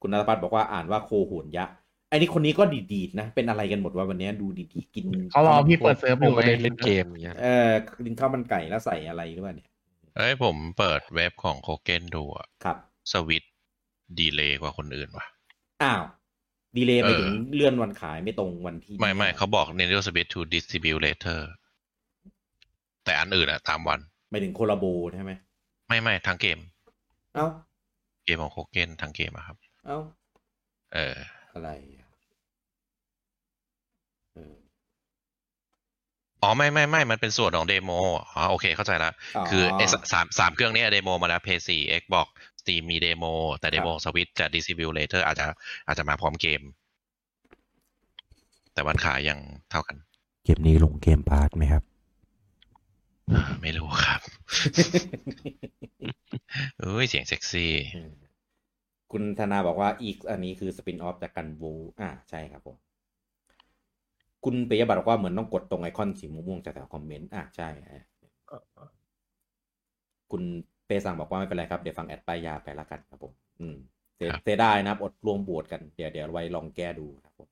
[SPEAKER 1] คุณนัทพัฒน์บอกว่าอ่านว่าโคโหนยะ ไอ้นี่คนนี้ก็ดีดๆนะ เป็นอะไรกันหมดว่าวันนี้ดูดีๆ กิน
[SPEAKER 2] เขารอพี่เปิดเซิร์ฟอ
[SPEAKER 4] ผม
[SPEAKER 2] ยู่
[SPEAKER 4] ก็
[SPEAKER 2] ไง
[SPEAKER 4] ได้เล่นเกมอย่างเงี้ย
[SPEAKER 1] เออกินข้าวมันไก่แล้วใส่อะไรหรือเปล่าเนี่ย
[SPEAKER 3] เอ้ยผมเปิดเว็บของโคเกนดูอะ
[SPEAKER 1] ครับ
[SPEAKER 3] สวิตดีเลยกว่าคนอื่นว่ะ
[SPEAKER 1] อ้าว ดีเลยไป
[SPEAKER 3] เออ
[SPEAKER 1] ถึงเลื่อนวันขายไม่ตรงวันที่
[SPEAKER 3] ไม่ไม่เขาบอก Nintendo Switch to distribute later แต่อันอื่นอะตามวัน
[SPEAKER 1] ไม่ถึงโคลาโบใช่ไหม
[SPEAKER 3] ไม่ไม่ทางเกม
[SPEAKER 1] เอ้า
[SPEAKER 3] เกมของโคเกนทางเกมอะครับ
[SPEAKER 1] เอ้า
[SPEAKER 3] เออ
[SPEAKER 1] อะไรอ่ะเออ
[SPEAKER 3] อ๋อไม่ไม่ไม่มันเป็นส่วนของเดโมอ๋อโอเคเข้าใจละ คือไอ้สสามสามเครื่องเนี้ยเดโมมาแล้ว p พ4 Xbox Steam มีเดโมแต่เดโมสวิตจะดิส t ิบิวเลเตอร์อาจจะอาจจะมาพร้อมเกม แต่วันขายยังเท่ากัน
[SPEAKER 7] เกมนี้ลงเกมพาร์ทไหมครับ
[SPEAKER 3] ไม่รู้ [LAUGHS] ครับเอ้ยเสียงเซ็กซี่
[SPEAKER 1] อืมคุณธนาบอกว่าอีกอันนี้คือสปินออฟจากกันบูอ่าใช่ครับผม คุณปิยบัตรบอกว่าเหมือนต้องกดตรงไอคอนสีม่วงๆจากแถวคอมเมนต์อ่าใช่ฮะคุณเปสั่งบอกว่าไม่เป็นไรครับ เดี๋ยวฟังแอดป้ายยาไปละกันครับผม อืมเสีย
[SPEAKER 3] ครับ
[SPEAKER 1] เสียได้นะครับอดรวมบวชกันเดี๋ยวเดี๋ยวไว้ลองแก้ดูครับผม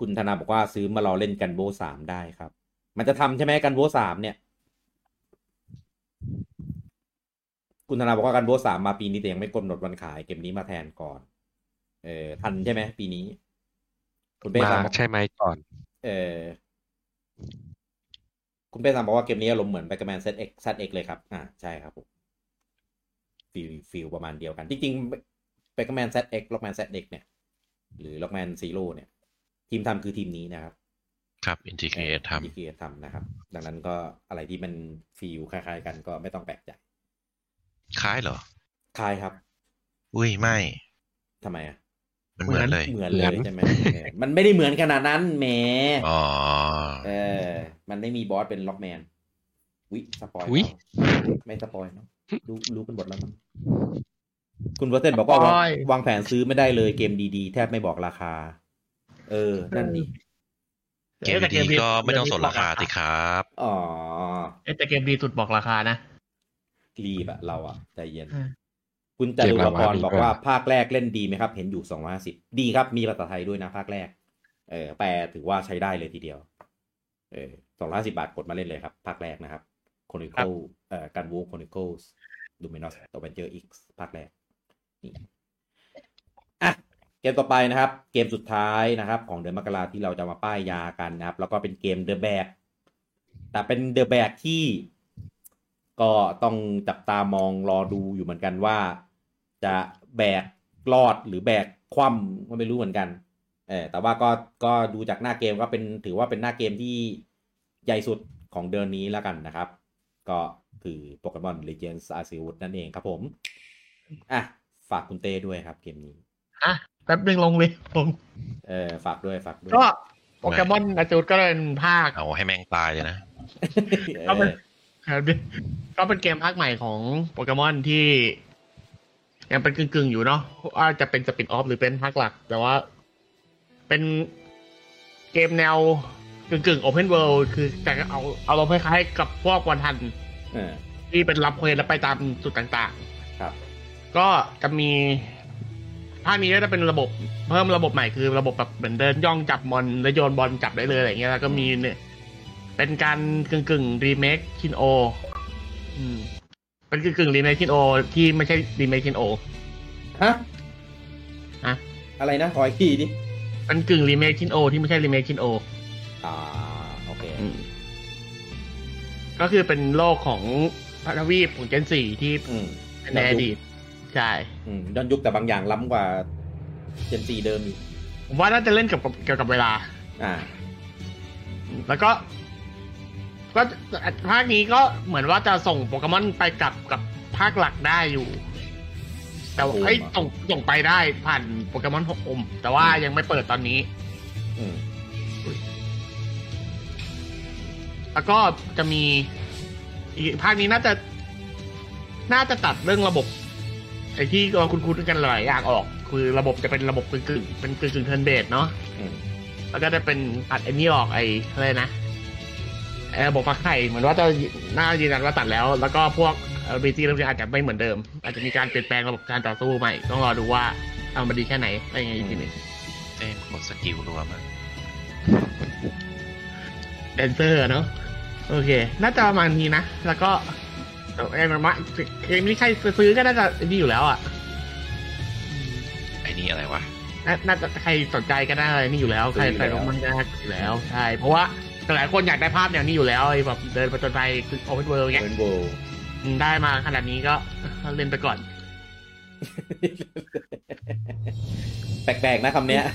[SPEAKER 1] คุณธนาบอกว่าซื้อมารอเล่นกันโบสามได้ครับ มันจะทำใช่ไหมกันโบสามเนี่ย คุณธนาบอกว่ากันโบสามมาปีนี้แต่ยังไม่กำหนดวันขายเกมนี้มาแทนก่อน เออทันใช่ไหมปีนี้ คุณเป้
[SPEAKER 4] มา
[SPEAKER 1] สั่งบอก
[SPEAKER 4] ใช่ไหมก่อน
[SPEAKER 1] เออคุณเป้สั่งบอกว่าเกมนี้อารมณ์เหมือนแบกแมนเซตเอ็กซัตเอ็กเลยครับ อ่าใช่ครับผมฟิลฟิลประมาณเดียวกัน จริงๆแบกแมนเซตเอ็กล็อกแมนเซตเอ็กเนี่ย หรือล็อกแมนซีโร่เนี่ย ทีมทำคือทีมนี้นะครับ
[SPEAKER 3] ครับอินทิเกรตท
[SPEAKER 1] ที่เกียร์ทำนะครับ ดังนั้นก็อะไรที่มันฟิลคล้ายๆกันก็ไม่ต้องแปลกใจ
[SPEAKER 3] ำคล้ายเหรอ
[SPEAKER 1] คล้ายครับ
[SPEAKER 3] อุ้ยไม่
[SPEAKER 1] ทำไมอ่ะ
[SPEAKER 3] มันเหมือนเลย
[SPEAKER 1] เหมือน
[SPEAKER 4] เหมื
[SPEAKER 1] เล
[SPEAKER 4] อย น
[SPEAKER 1] ใช่ไหมเออมันไม่ได้เหมือนขนาดนั้นแหม
[SPEAKER 3] อ๋อ
[SPEAKER 1] เออ มันไม่มีบอสเป็นล็อกแมนวิสปอยล์
[SPEAKER 4] อุ๊ย
[SPEAKER 1] ไม่สปอยล์เนาะรู้รู้กันหมดแล้วมั้งคุณเวอร์เซนบอกว่า
[SPEAKER 2] สป
[SPEAKER 1] วาง
[SPEAKER 2] อยล์
[SPEAKER 1] วางแผนซื้อไม่ได้เลยเกมดีๆ แทบไม่บอกราคา เออ นั่นดิ
[SPEAKER 3] เกมดีๆก็ไม่ต้องสนราคาติครับ
[SPEAKER 1] อ๋อ
[SPEAKER 2] เอ๊ะแต่เกมดีสุดบอกราคานะ
[SPEAKER 1] รีบอะเราอะใจเย็น
[SPEAKER 2] อ่า
[SPEAKER 1] คุณจารุปกรณ์
[SPEAKER 4] เกมเรามาดี
[SPEAKER 1] บอกว่า
[SPEAKER 4] ด้วย
[SPEAKER 1] ภาคแรกเล่นดีไหมครับ เห็นอยู่สองร้อยห้าสิบดีครับ มีภาษาไทยด้วยนะภาคแรก เออแปลถือว่าใช้ได้เลยทีเดียว เออสองร้อยสิบาทกดมาเล่นเลยครับ ภาคแรกนะครับคอนิโคลเอ่อการวูคอนิโคลดูมินอสตอเวนเจอร์อีกภาคแรกนี่อ่ะ เกมต่อไปนะครับ เกมสุดท้ายนะครับ ของเดือนมกราที่เราจะมาป้ายยากันนะครับ แล้วก็เป็นเกมเดอะแบกแต่เป็นเดอะแบกที่ก็ต้องจับตามองรอดูอยู่เหมือนกันว่า จะแบกรอดหรือแบกคว่ำก็ไม่รู้เหมือนกัน เออแต่ว่าก็ก็ดูจากหน้าเกมก็เป็นถือว่าเป็นหน้าเกมที่ใหญ่สุดของเดือนนี้แล้วกันนะครับ ก็คือโปเกมอน Legends Arceus นั่นเองครับผม อ่ะ ฝากคุณเต้ด้วยครับเกมนี้
[SPEAKER 2] อ่ะแป๊บนึงลงเลยลง
[SPEAKER 1] เออฝากด้วยฝากด้วย
[SPEAKER 2] ก็โปเกมอนอาจูดก็เป็นภาค
[SPEAKER 3] เอาให้แม่งตายเลยนะ
[SPEAKER 1] เอ
[SPEAKER 2] เอาไป
[SPEAKER 1] อ
[SPEAKER 2] [LAUGHS] ครับก็เป็นเกมภาคใหม่ของโปเกมอนที่ยังเป็นกึ่งๆอยู่เนาะว่าจะเป็นสปินออฟหรือเป็นภาคหลัก แต่ว่าเป็นเกมแนวกึ่งๆโอเพนเวิลด์คือจะเอาเอาลงคล้ายๆกับพวกวันทัน
[SPEAKER 1] เออ
[SPEAKER 2] ที่เป็นรับเควสแล้วไปตามจุดต่าง
[SPEAKER 1] ครับ
[SPEAKER 2] ๆ ก็จะมีภาคนี้ก็จะเป็นระบบเพิ่มระบบใหม่คือระบบแบบเหมือนเดินย่องจับมอนแล้วโยนบอลจับได้เลยอะไรเงี้ยแล้วก็มีเนี่ย เป็นการกึ่งกึ่งรีเมคชินโออืมเป็นกึ่งกึ่งรีเมคชินโอที่ไม่ใช่รีเมคชินโอ
[SPEAKER 1] ฮะ
[SPEAKER 2] ฮะ
[SPEAKER 1] อะไรนะขออีกทีดิ
[SPEAKER 2] เป็นกึ่งรีเมคชินโอที่ไม่ใช่รีเมคชินโอ
[SPEAKER 1] อ่า โอเค
[SPEAKER 2] ก็คือเป็นโลกของพัทวีปของเจนสี่ที่
[SPEAKER 1] อืม
[SPEAKER 2] ในอดีตใช่
[SPEAKER 1] อืมย้อนยุคแต่บางอย่างล้ำกว่าเจนซีเดิมอีก
[SPEAKER 2] ผมว่าน่าจะเล่นเกี่ยวกับเกี่ยวกับเวลา
[SPEAKER 1] อ่า
[SPEAKER 2] แล้วก็ ก็ภาคนี้ก็เหมือนว่าจะส่งโปเกมอนไปกลับกับภาคหลักได้อยู่ แต่ว่า
[SPEAKER 1] โอม
[SPEAKER 2] ไอ้ย
[SPEAKER 1] อ่ะ
[SPEAKER 2] ส่งส่งไปได้ผ่านโปเกมอนหกอม แต่ว่ายังไม่เปิดตอนนี้
[SPEAKER 1] อืม
[SPEAKER 2] แล้วก็จะมีอีกภาคนี้น่าจะ น่าจะตัดเรื่องระบบ ไอ้ที่เราคุ้นๆกันหลายอย่างออก คือระบบจะเป็นระบบกึ่งๆเป็นกึ่งๆเทิร์นเบสเนาะ
[SPEAKER 1] อืม
[SPEAKER 2] แล้วก็จะเป็นตัดไอ้นี่ออกไอ้อะไรนะไอ้ระบบฟักไข่เหมือนว่าจะน่ายืนยันว่าตัดแล้ว แล้วก็พวกบีจีเรื่องนี้อาจจะไม่เหมือนเดิม อาจจะมีการเปลี่ยนแปลงระบบการต่อสู้ใหม่ ต้องรอดูว่าเอามาดีแค่ไหนอะไรอย่างเงี้ยอีกทีหนึง
[SPEAKER 3] เต้กดสกิลรัวมาก
[SPEAKER 2] แดนเซอร์เนาะโอเค น่าจะประมาณนี้นะ แล้วก็เอ็มมะเกมนี้ใครซื้อก็น่าจะดีอยู่แล้วอ่ะ
[SPEAKER 3] ไอ้นี่อะไรวะ
[SPEAKER 2] น่าน่าจะใครสนใจก็น่าอะไรนี่อยู่แล้วใครใส่ลงมันก็ได้อยู่แล้วใช่เพราะว่าหลายคนอยากได้ภาพอย่างนี้อยู่แล้วไอ้แบบเดินไปจนไปโอเพนเวิลด์เงี้ย
[SPEAKER 1] Open World
[SPEAKER 2] อ ได้มาขนาดนี้ก็เล่นไปก่อน
[SPEAKER 1] [LAUGHS] แปลกๆนะคำเนี้ย [LAUGHS]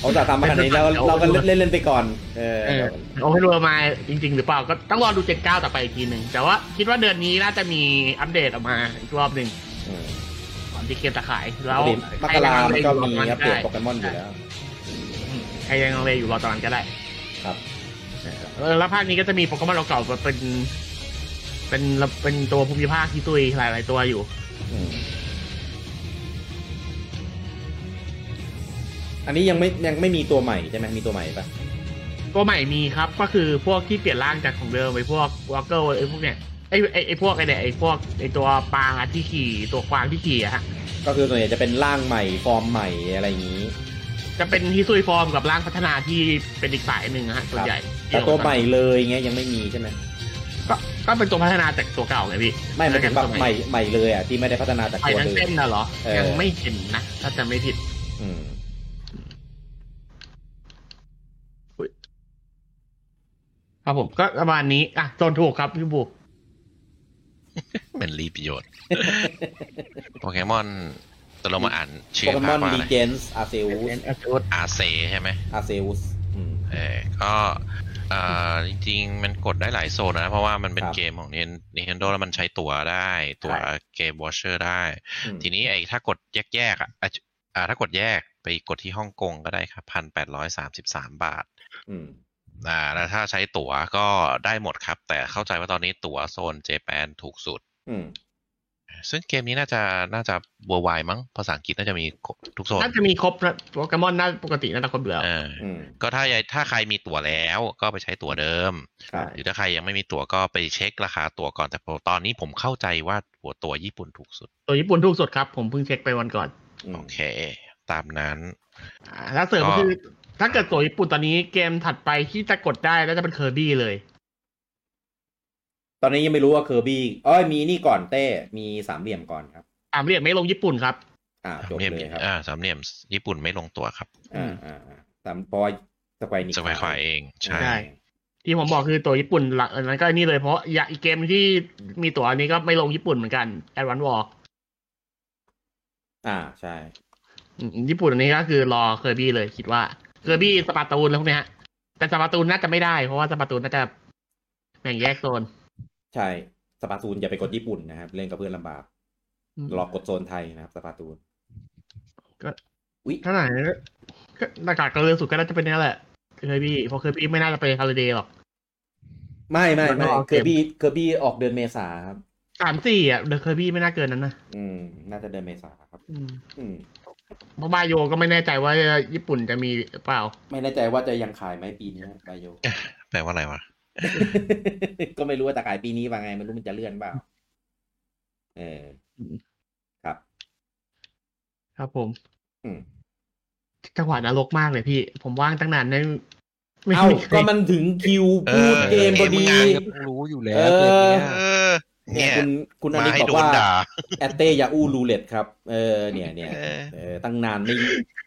[SPEAKER 1] เขาจะทำมาขนาดนี้แล้วเราก็เล่นเล่นๆไปก่อน เออ
[SPEAKER 2] เออโอเปนเวิร์มาจริง ๆ หรือเปล่าก็ต้องรอดูเจ็ดเก้าต่อไปอีกทีหนึ่งแต่ว่าคิดว่าเดือนนี้น่าจะมีอัปเดตออกมาอีกรอบหนึ่งก่อนที่เกมจะขายแล้
[SPEAKER 1] ป
[SPEAKER 2] ว
[SPEAKER 1] กติมกรามันก็มีอัปเดตโป
[SPEAKER 2] ใคร
[SPEAKER 1] เกมอนอยู่แล้ว
[SPEAKER 2] ใครยังลังเลอยู่รอตอนนั้นก็ได้
[SPEAKER 1] ครับ
[SPEAKER 2] เออแล้วภาคนี้ก็จะมีโปเกมอนเก่าๆเป็น เป็นเป็นตัวภูมิภาคที่ตุยหลาย ๆ ตัวอยู่
[SPEAKER 1] อืมอันนี้ยังไม่ยังไม่มีตัวใหม่ใช่ไหมมีตัวใหม่ปะ
[SPEAKER 2] ตัวใหม่มีครับก็คือพวกที่เปลี่ยนร่างจากของเดิมไปพวกวอลเกอร์ไอ้พวกเนี่ยไอ้ไอ้ไอ้พวกไอ้เนี่ยไอ้พวกไอ้ตัวปลาที่ขี่ตัวควางที่ขี่อะฮะ
[SPEAKER 1] ก็คือส่วนใหญ่จะเป็นร่างใหม่ฟอร์มใหม่อะไรอย่างนี้
[SPEAKER 2] จะเป็นฮิซุยฟอร์มกับร่างพัฒนาที่เป็นอีกสายหนึ่งอะฮะส่วนใหญ่
[SPEAKER 1] แต่ตัวใหม่เลยเงี้ยยังไม่มีใช่ไหม
[SPEAKER 2] ก็ก็เป็นตัวพัฒนาจากตัวเก่าไงพี่
[SPEAKER 1] ไม่หมันถึงแบบใหม่ใหม่เลยอ่ะที่ไม่ได้พัฒนาจาก
[SPEAKER 2] ใหม่
[SPEAKER 1] ตัว
[SPEAKER 2] ทั้ง
[SPEAKER 1] เดิ
[SPEAKER 2] เส้
[SPEAKER 1] ม
[SPEAKER 2] นน่ะเหรอ
[SPEAKER 1] เออ
[SPEAKER 2] ยังไม่เห็นนะถ้าจะไม่ผิด
[SPEAKER 1] อืม
[SPEAKER 2] ครับผมก็ประมาณนี้อ่ะโจนถูกครับพี่บุก
[SPEAKER 3] เป็นรีประโย [LAUGHS] ชน์ โปเกมอนตกลงมาอ่านชื่
[SPEAKER 1] โป
[SPEAKER 3] อ
[SPEAKER 1] เกม
[SPEAKER 3] ภา
[SPEAKER 1] อ
[SPEAKER 3] คนว่า
[SPEAKER 1] ดี
[SPEAKER 3] อะไร
[SPEAKER 1] เจนส์อาเซอุส
[SPEAKER 2] เป็นแอสโอด
[SPEAKER 3] อาเซใช่ไหม
[SPEAKER 1] อาเซอุสอืม
[SPEAKER 3] เออก็เอ่อจริงๆ มันกดได้หลายโซนนะ เพราะว่ามันเป็น
[SPEAKER 1] ครับ
[SPEAKER 3] เกมของ Nin- Nintendo แล้วมันใช้ตั๋วได้ ตั๋ว
[SPEAKER 1] ครับ
[SPEAKER 3] เกมวอชเชอร์ได้
[SPEAKER 1] อืม
[SPEAKER 3] ทีนี้ไอ้ถ้ากดแยกๆอ่ะอ่ะอ่าถ้ากดแยกไปกดที่ฮ่องกงก็ได้ครับพันแปดร้อยสามสิบสามบาท
[SPEAKER 1] อืม
[SPEAKER 3] อ่าแล้วถ้าใช้ตั๋วก็ได้หมดครับ แต่เข้าใจว่าตอนนี้ตั๋วโซนเจแปนถูกสุด
[SPEAKER 1] อืม
[SPEAKER 3] ซึ่งเกมนี้น่าจะน่าจะ worldwide มั้งภาษาอังกฤษน่าจะมีทุกโซน
[SPEAKER 2] น่าจะมีครบนะโปเกมอนน่าปกติน่าจะครบอยู่แล้ว
[SPEAKER 3] เออ
[SPEAKER 1] อืม
[SPEAKER 3] ก็ถ้าใหญ่ถ้าใครมีตั๋วแล้วก็ไปใช้ตั๋วเดิม
[SPEAKER 1] ครับ
[SPEAKER 3] หรือถ้าใครยังไม่มีตั๋วก็ไปเช็คราคาตั๋วก่อนแต่ตอนนี้ผมเข้าใจว่าหัวตั๋วญี่ปุ่นถูกสุด
[SPEAKER 2] ตัวญี่ปุ่นถูกสุดครับ ผมเพิ่งเช็คไปวันก่อน
[SPEAKER 1] อืม
[SPEAKER 3] โอเค ตามนั้น
[SPEAKER 2] อ่าแล้วเสริม
[SPEAKER 3] ก็
[SPEAKER 2] คือ ถ้าเกิดตัวญี่ปุ่นตอนนี้เกมถัดไปที่จะกดได้ก็จะเป็นเคอร์บี้เลย
[SPEAKER 1] ตอนนี้ยังไม่รู้ว่าเคอร์บี้อ้อยมีนี่ก่อนเต้มีสามเหลี่ยมก่อนครับ
[SPEAKER 2] อ่าเรียกไม่ลงญี่ปุ่นครับ
[SPEAKER 1] อ่าจบ
[SPEAKER 3] สาม
[SPEAKER 1] เล
[SPEAKER 3] ห
[SPEAKER 1] ย
[SPEAKER 3] ลี่ม
[SPEAKER 1] ครับ
[SPEAKER 3] อ่าสามเหลี่ยมญี่ปุ่นไม่ลงตั๋วครับ
[SPEAKER 1] อ่าอ่าอ่าสามปอยสแควร์นิก
[SPEAKER 3] สแควร์ขวาเองใช่
[SPEAKER 2] ใช่ ที่ผมบอกคือตัวญี่ปุ่นหลักอันนั้นก็นี่เลยเพราะอย่าอีกเกมที่มีตัวอันนี้ก็ไม่ลงญี่ปุ่นเหมือนกันแอดวานวอล
[SPEAKER 1] อ่าใช่
[SPEAKER 2] ญี่ปุ่นอันนี้ก็คือรอเคอร์บี้เลยคิดว่าเคอร์บี้สปาตูนแล้วพวกเนี้ยแต่สปาตูนน่าจะไม่ได้เพราะว่าสปาตูนน่าจะแบ่งแยกโซน
[SPEAKER 1] ใช่สปาตูนอย่าไปกดญี่ปุ่นนะครับ เล่นกับเพื่อนลำบาก
[SPEAKER 2] อืม
[SPEAKER 1] รอกดโซนไทยนะครับสปาตูน
[SPEAKER 2] ถ้าไหนก็หน้ากากกระเรือสุดก็น่าจะเป็นเนี้ยแหละเคอร์บี้เพราะเคอร์บี้ไม่น่าจะไปฮาลิเดย์หรอก
[SPEAKER 1] ไม่ไม่
[SPEAKER 2] มัน
[SPEAKER 1] ไม่
[SPEAKER 2] ออก
[SPEAKER 1] เค
[SPEAKER 2] เก
[SPEAKER 1] อ
[SPEAKER 2] ม
[SPEAKER 1] ร์บี้เคอร์บี้ออกเดือนเมษาครับ
[SPEAKER 2] สามสี่อ่ะเดอะเคอร์บี้ไม่น่าเกินนั้นนะ
[SPEAKER 1] อืม น่าจะเดือนเมษาครับ
[SPEAKER 2] อืม
[SPEAKER 1] อืม
[SPEAKER 2] เพราะบาโยก็ไม่แน่ใจว่าญี่ปุ่นจะมีหรือเปล่า
[SPEAKER 1] ไม่แน่ใจว่าจะยังขายไหมปีนี้ไบโย
[SPEAKER 3] แปลว่าอะไรวะ
[SPEAKER 1] [LAUGHS] ก็ไม่รู้ว่าแต่ขายปีนี้ว่าไงไม่รู้มันจะเลื่อนเปล่าเออ ครับ
[SPEAKER 2] ครับผม
[SPEAKER 1] อืม
[SPEAKER 2] จังหวะนรกมากเลยพี่ ผมว่างตั้งนานไม่ไม่
[SPEAKER 1] เอ้า
[SPEAKER 2] ใคร
[SPEAKER 1] ก็มันถึงคิว
[SPEAKER 3] เอ
[SPEAKER 1] พู
[SPEAKER 3] อ
[SPEAKER 1] ดเกมพอดี
[SPEAKER 3] เกมงาน
[SPEAKER 4] ก็ต้องรู้อยู่แล้ว
[SPEAKER 1] เออ
[SPEAKER 4] เกมเนี้ย
[SPEAKER 3] เออ
[SPEAKER 1] เนี่
[SPEAKER 3] เนี่ย ย
[SPEAKER 1] คุณคุณอ
[SPEAKER 3] มา
[SPEAKER 1] นิก
[SPEAKER 3] ให้
[SPEAKER 1] บอ
[SPEAKER 3] โด
[SPEAKER 1] ก
[SPEAKER 3] น
[SPEAKER 1] ว่า
[SPEAKER 3] ด่า
[SPEAKER 1] แอตเตยาอูรูเล็ตครับ เออเนี่ยเนี่ย
[SPEAKER 3] เออ
[SPEAKER 1] เออตั้งนานไม่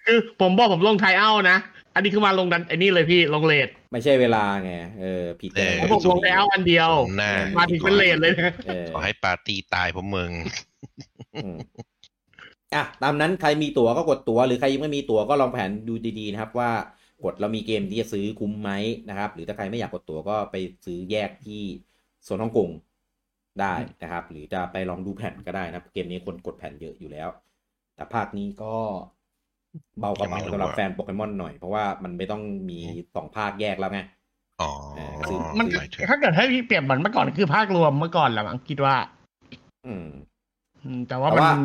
[SPEAKER 2] คือผมบอกผมลงไทยเอานะ อันนี้คือมาลงดันไอ้นี่เลยพี่ลงเลท
[SPEAKER 1] ไม่ใช่เวลาไง เออผิดเอ
[SPEAKER 2] ผมบอกลงไทยเอาอันเดียว
[SPEAKER 3] หน้า
[SPEAKER 2] มาถึงเป็นเลทเลยนะ
[SPEAKER 1] เออ
[SPEAKER 3] ขอให้ปาร์ตี้ตายเพราะมึง
[SPEAKER 1] อืมอ่ะตามนั้นใครมีตั๋วก็กดตั๋วหรือใครยังไม่มีตั๋วก็ลองแผนดูดีๆนะครับว่ากดเรามีเกมที่จะซื้อคุ้มไหมนะครับ หรือถ้าใครไม่อยากกดตั๋วก็ไปซื้อแยกที่โซนฮ่องกงได้นะครับ หรือจะไปลองดูแผ่นก็ได้นะครับ เกมนี้คนกดแผ่นเยอะอยู่แล้ว แต่ภาคนี้ก็เบากระเป๋า
[SPEAKER 3] ยังไม่รู้
[SPEAKER 1] สำหรับ
[SPEAKER 3] อะ
[SPEAKER 1] แฟนโปเกมอนหน่อยเพราะว่ามันไม่ต้องมีสองภาคแยกแล้วไง
[SPEAKER 3] อ๋อ
[SPEAKER 2] มัน
[SPEAKER 3] หายถึง
[SPEAKER 2] ถ้าเกิดให้พี่เปรียบเหมือนเมื่อก่อนคือภาครวมเมื่อก่อนแหละมั้งคิดว่า
[SPEAKER 1] อืม
[SPEAKER 2] อืมแต่ว่า
[SPEAKER 1] แต่
[SPEAKER 2] มัน
[SPEAKER 1] ว่ามั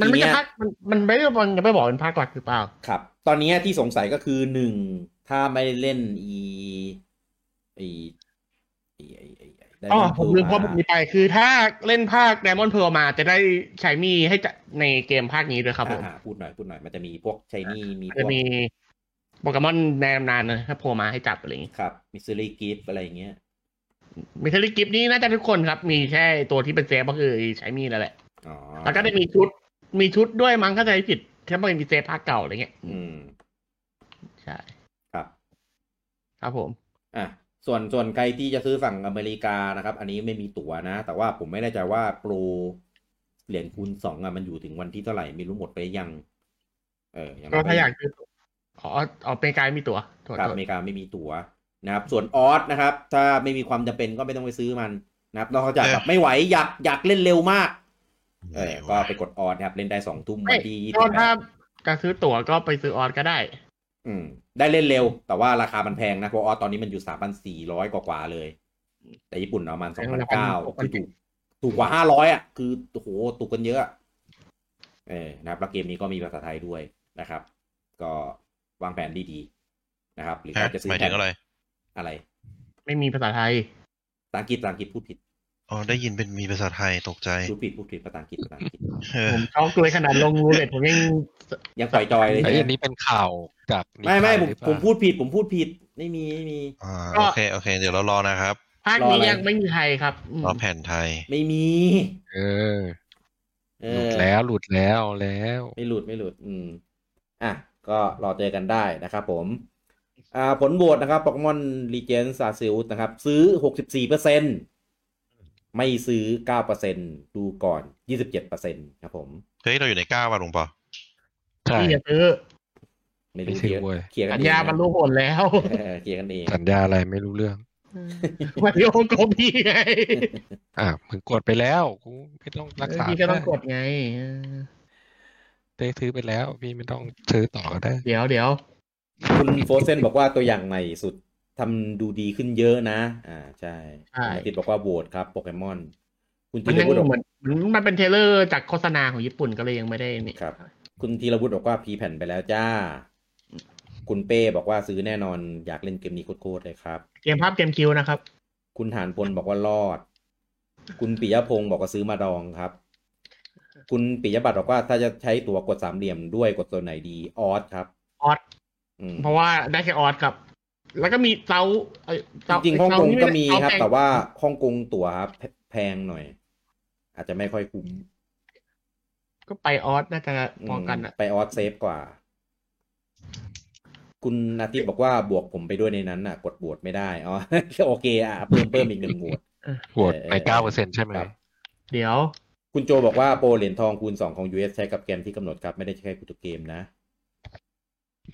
[SPEAKER 2] มันไม่
[SPEAKER 1] ทีเนี้
[SPEAKER 2] ใช่
[SPEAKER 1] ย
[SPEAKER 2] ภาคมันมันไม่ได้มันยังไม่บอกเป็นภาคหลักหรือเปล่า
[SPEAKER 1] ครับ ตอนนี้ที่สงสัยก็คือหนึ่งถ้าไม่ได้เล่นอีอีอีอีอีอีได
[SPEAKER 2] อ๋อ
[SPEAKER 1] มอนด์
[SPEAKER 2] ผมลืม
[SPEAKER 1] เพ
[SPEAKER 2] ข้
[SPEAKER 1] ล
[SPEAKER 2] อมูล
[SPEAKER 1] มา
[SPEAKER 2] นี้ไปคือถ้าเล่นภาคไดมอนด์เพลมาจะได้ใช้มีให้จะในเกมภาคนี้ด้วยครับผม
[SPEAKER 1] อ่าๆพูดหน่อยพูดหน่อยมันจะมีพวกชายนี่มีพ
[SPEAKER 2] จะ
[SPEAKER 1] วก
[SPEAKER 2] มีโปเกมอนแนมนานนะถ้าโผล่มาให้จับอะไรอย่างงี้
[SPEAKER 1] ครับมิสซิลี่กิฟอะไรอย่างเงี้ย
[SPEAKER 2] มิเทลิกิฟนี่น่าจะทุกคนครับ มีแค่ตัวที่เป็นเซฟก็คือใช้มีดนั่นแหละ
[SPEAKER 1] อ๋อ
[SPEAKER 2] แล้วก็ได้มีชุด มีชุดด้วยมั้งถ้าจะไม่ผิดถ้าเป็นมีเซฟภาคเก่าอะไรเงี้ย
[SPEAKER 1] อืม
[SPEAKER 2] ใช่
[SPEAKER 1] ครับ
[SPEAKER 2] ครับผม
[SPEAKER 1] อ่ะ ส่วนส่วนใครที่จะซื้อฝั่งอเมริกานะครับ อันนี้ไม่มีตั๋วนะ แต่ว่าผมไม่แน่ใจว่าโปรเหรียญคูณสองอ่ะมันอยู่ถึงวันที่เท่าไหร่ไม่รู้หมดไปยัง เออยังไม่
[SPEAKER 2] ก็ถ้าอยากคืออ๋ออ๋อเป็นกายมีตั๋วโทษ
[SPEAKER 1] ครับ
[SPEAKER 2] โท
[SPEAKER 1] อ
[SPEAKER 2] ษ
[SPEAKER 1] เมริกาไม่มีตั๋วนะครับ ส่วนออสนะครับ ถ้าไม่มีความจำเป็นก็ไม่ต้องไปซื้อมันนะครับนอกจากแบบไม่ไหวอยากอยากเล่นเร็วมาก เออก็ไปกดออสนะครับ เล่นได้สองทุ่ม
[SPEAKER 2] ไม่
[SPEAKER 1] วันที่ยี่
[SPEAKER 2] ก็
[SPEAKER 1] สิบ
[SPEAKER 2] ถ้าจะซื้อตั๋วก็ไปซื้อออนก็ได้
[SPEAKER 1] อืมได้เล่นเร็ว แต่ว่าราคามันแพงนะเพราะออสตอนนี้มันอยู่สามพันสี่ร้อยกว่าๆเลย แต่ญี่ปุ่นเอาประมาณสองพันเก้า
[SPEAKER 2] 2,900
[SPEAKER 1] ถูกถูกกว่าห้าร้อยอ่ะ คือโอ้โหถูกกันเยอะอะเออนะครับแล้วเกมนี้ก็มีภาษาไทยด้วยนะครับ ก็วางแผนดีๆนะครับ หรือถ้าจะซื้อ
[SPEAKER 3] หมายถึงอะไร
[SPEAKER 1] อะไร
[SPEAKER 2] ไม่มีภาษาไทย
[SPEAKER 1] ภาษาอังกฤษภาษาอังกฤษพูดผิด
[SPEAKER 3] อ๋อได้ยินเป็นมีภาษาไทยตกใจ
[SPEAKER 1] พูดผิดพูดผิดภาษาอังกฤษภาษาอังกฤษ
[SPEAKER 3] เออ
[SPEAKER 2] ผมช็อกเลยขนาดลงรูเล็ตผมยัง
[SPEAKER 1] ยังปล่อยจอยเลย
[SPEAKER 4] ไอ้
[SPEAKER 1] ใช่
[SPEAKER 4] อัน
[SPEAKER 1] ไหม
[SPEAKER 4] นี้เป็นข่าวจากนิ
[SPEAKER 1] ไม่ไม่
[SPEAKER 4] ทาน
[SPEAKER 1] ผม
[SPEAKER 4] หรือเปล่า
[SPEAKER 1] ผมพูดผิด ผมพูดผิดไม่มีไม่มี
[SPEAKER 3] อ่า
[SPEAKER 2] ก็
[SPEAKER 3] โอเคโอเค เดี๋ยวเรารอนะครับ
[SPEAKER 2] ภาคนี้ยังไม่มีไทยครับอืม
[SPEAKER 3] รอแผ่นไทย
[SPEAKER 1] ไม่มี
[SPEAKER 4] เออ
[SPEAKER 1] เอ
[SPEAKER 4] หลุ
[SPEAKER 1] อ
[SPEAKER 4] ดแล้วหลุดแล้วแล้ว
[SPEAKER 1] ไม่หลุดไม่หลุด อืม อ่ะ ก็รอเจอกันได้นะครับผม อ่า ผลโหวตนะครับ p o k e m o n Legends ซาซิลนะครับ ซื้อ 64%ไม่ซื้อ 9%ดูก่อน 27%ครับผม
[SPEAKER 3] เฮ้ย เราอยู่ในเก้าป่ะลุงปอ
[SPEAKER 4] ใช่
[SPEAKER 2] ที่จะซื้อ
[SPEAKER 1] ไม่รู้
[SPEAKER 4] ไม่ซื้
[SPEAKER 1] เคลี
[SPEAKER 4] อย
[SPEAKER 1] ร์
[SPEAKER 4] เว้ย
[SPEAKER 1] เคลียร์กั
[SPEAKER 2] สั
[SPEAKER 1] น
[SPEAKER 2] ญ
[SPEAKER 1] เอง
[SPEAKER 2] ญา
[SPEAKER 1] นะ
[SPEAKER 2] บรรลุผลแล้ว
[SPEAKER 1] เออเคลียร์กันเอง
[SPEAKER 4] สัญญาอะไรไม่รู้เรื่อง
[SPEAKER 2] มาริโอโกพี่ไง
[SPEAKER 4] อ่ะมึงกดไปแล้วกูไม่ต้องรักษา
[SPEAKER 2] พี่ก็ต้องก
[SPEAKER 4] ได้
[SPEAKER 2] ดไงเออ
[SPEAKER 4] ได้ซื้อไปแล้ว พี่ไม่ต้องซื้อต่อก็ได้
[SPEAKER 2] เดี๋ยวเดี๋ยว
[SPEAKER 1] คุณโฟเซนบอกว่าตัวอย่างใหม่สุดทำดูดีขึ้นเยอะนะ อ่าใช่
[SPEAKER 2] ใช่
[SPEAKER 1] คุณอาทิตย์บอกว่าโหวตครับโปเกมอน คุณ
[SPEAKER 2] มั
[SPEAKER 1] ธีร
[SPEAKER 2] นยัง
[SPEAKER 1] วุฒิบ
[SPEAKER 2] เหมื
[SPEAKER 1] อ
[SPEAKER 2] อน
[SPEAKER 1] ก
[SPEAKER 2] มันมันเป็นเทรลเลอร์จากโฆษณาของญี่ปุ่นก็เลยยังไม่ได้นี่
[SPEAKER 1] ครับ คุณธีรวุฒิบอกว่าพีแผ่นไปแล้วจ้า คุณเป้บอกว่าซื้อแน่นอนอยากเล่นเกมนี้โคตรๆเลยครับ
[SPEAKER 2] เกมภาพเกมคิวนะครับ
[SPEAKER 1] คุณหานพลบอกว่ารอด คุณปิยพงศ์บอกว่าซื้อมาดองครับ คุณปิยบัตรบอกว่าถ้าจะใช้ตัวกดสามเหลี่ยมด้วยกดตัวไหนดีออสครับ
[SPEAKER 2] ออส
[SPEAKER 1] อืม
[SPEAKER 2] เพราะว่าได้แค่ออสครับ แล้วก็มีเตาเอ้ย
[SPEAKER 1] จ
[SPEAKER 2] เตา
[SPEAKER 1] ริงๆฮ่องกงก็มีครับ
[SPEAKER 2] เตา
[SPEAKER 1] แต่ว่าฮ่องกงตั๋วครับแพแพงหน่อย อาจจะไม่ค่อยคุ้ม
[SPEAKER 2] ก็ไปออสน่าจะพอกัน
[SPEAKER 1] อื
[SPEAKER 2] อะ
[SPEAKER 1] มไปออสเซฟกว่า คุณอาทิตย์บอกว่าบวกผมไปด้วยในนั้นน่ะ กดบวชไม่ได้อ๋อ [LAUGHS] โอเคอ่ะเพิ่มเพิ่มอีกหนึ่งบวช
[SPEAKER 4] โหวตไป
[SPEAKER 1] เอ
[SPEAKER 4] เก้า
[SPEAKER 1] อ
[SPEAKER 4] เปอร์เซ็นใช่ไหม
[SPEAKER 1] ครับ
[SPEAKER 2] เดี๋ยว
[SPEAKER 1] คุณโจบอกว่าโปรเหรียญทองคูณสองของ US ใช้กับเกมที่กำหนดครับ ไม่ได้ใช้กับทุกเกมนะ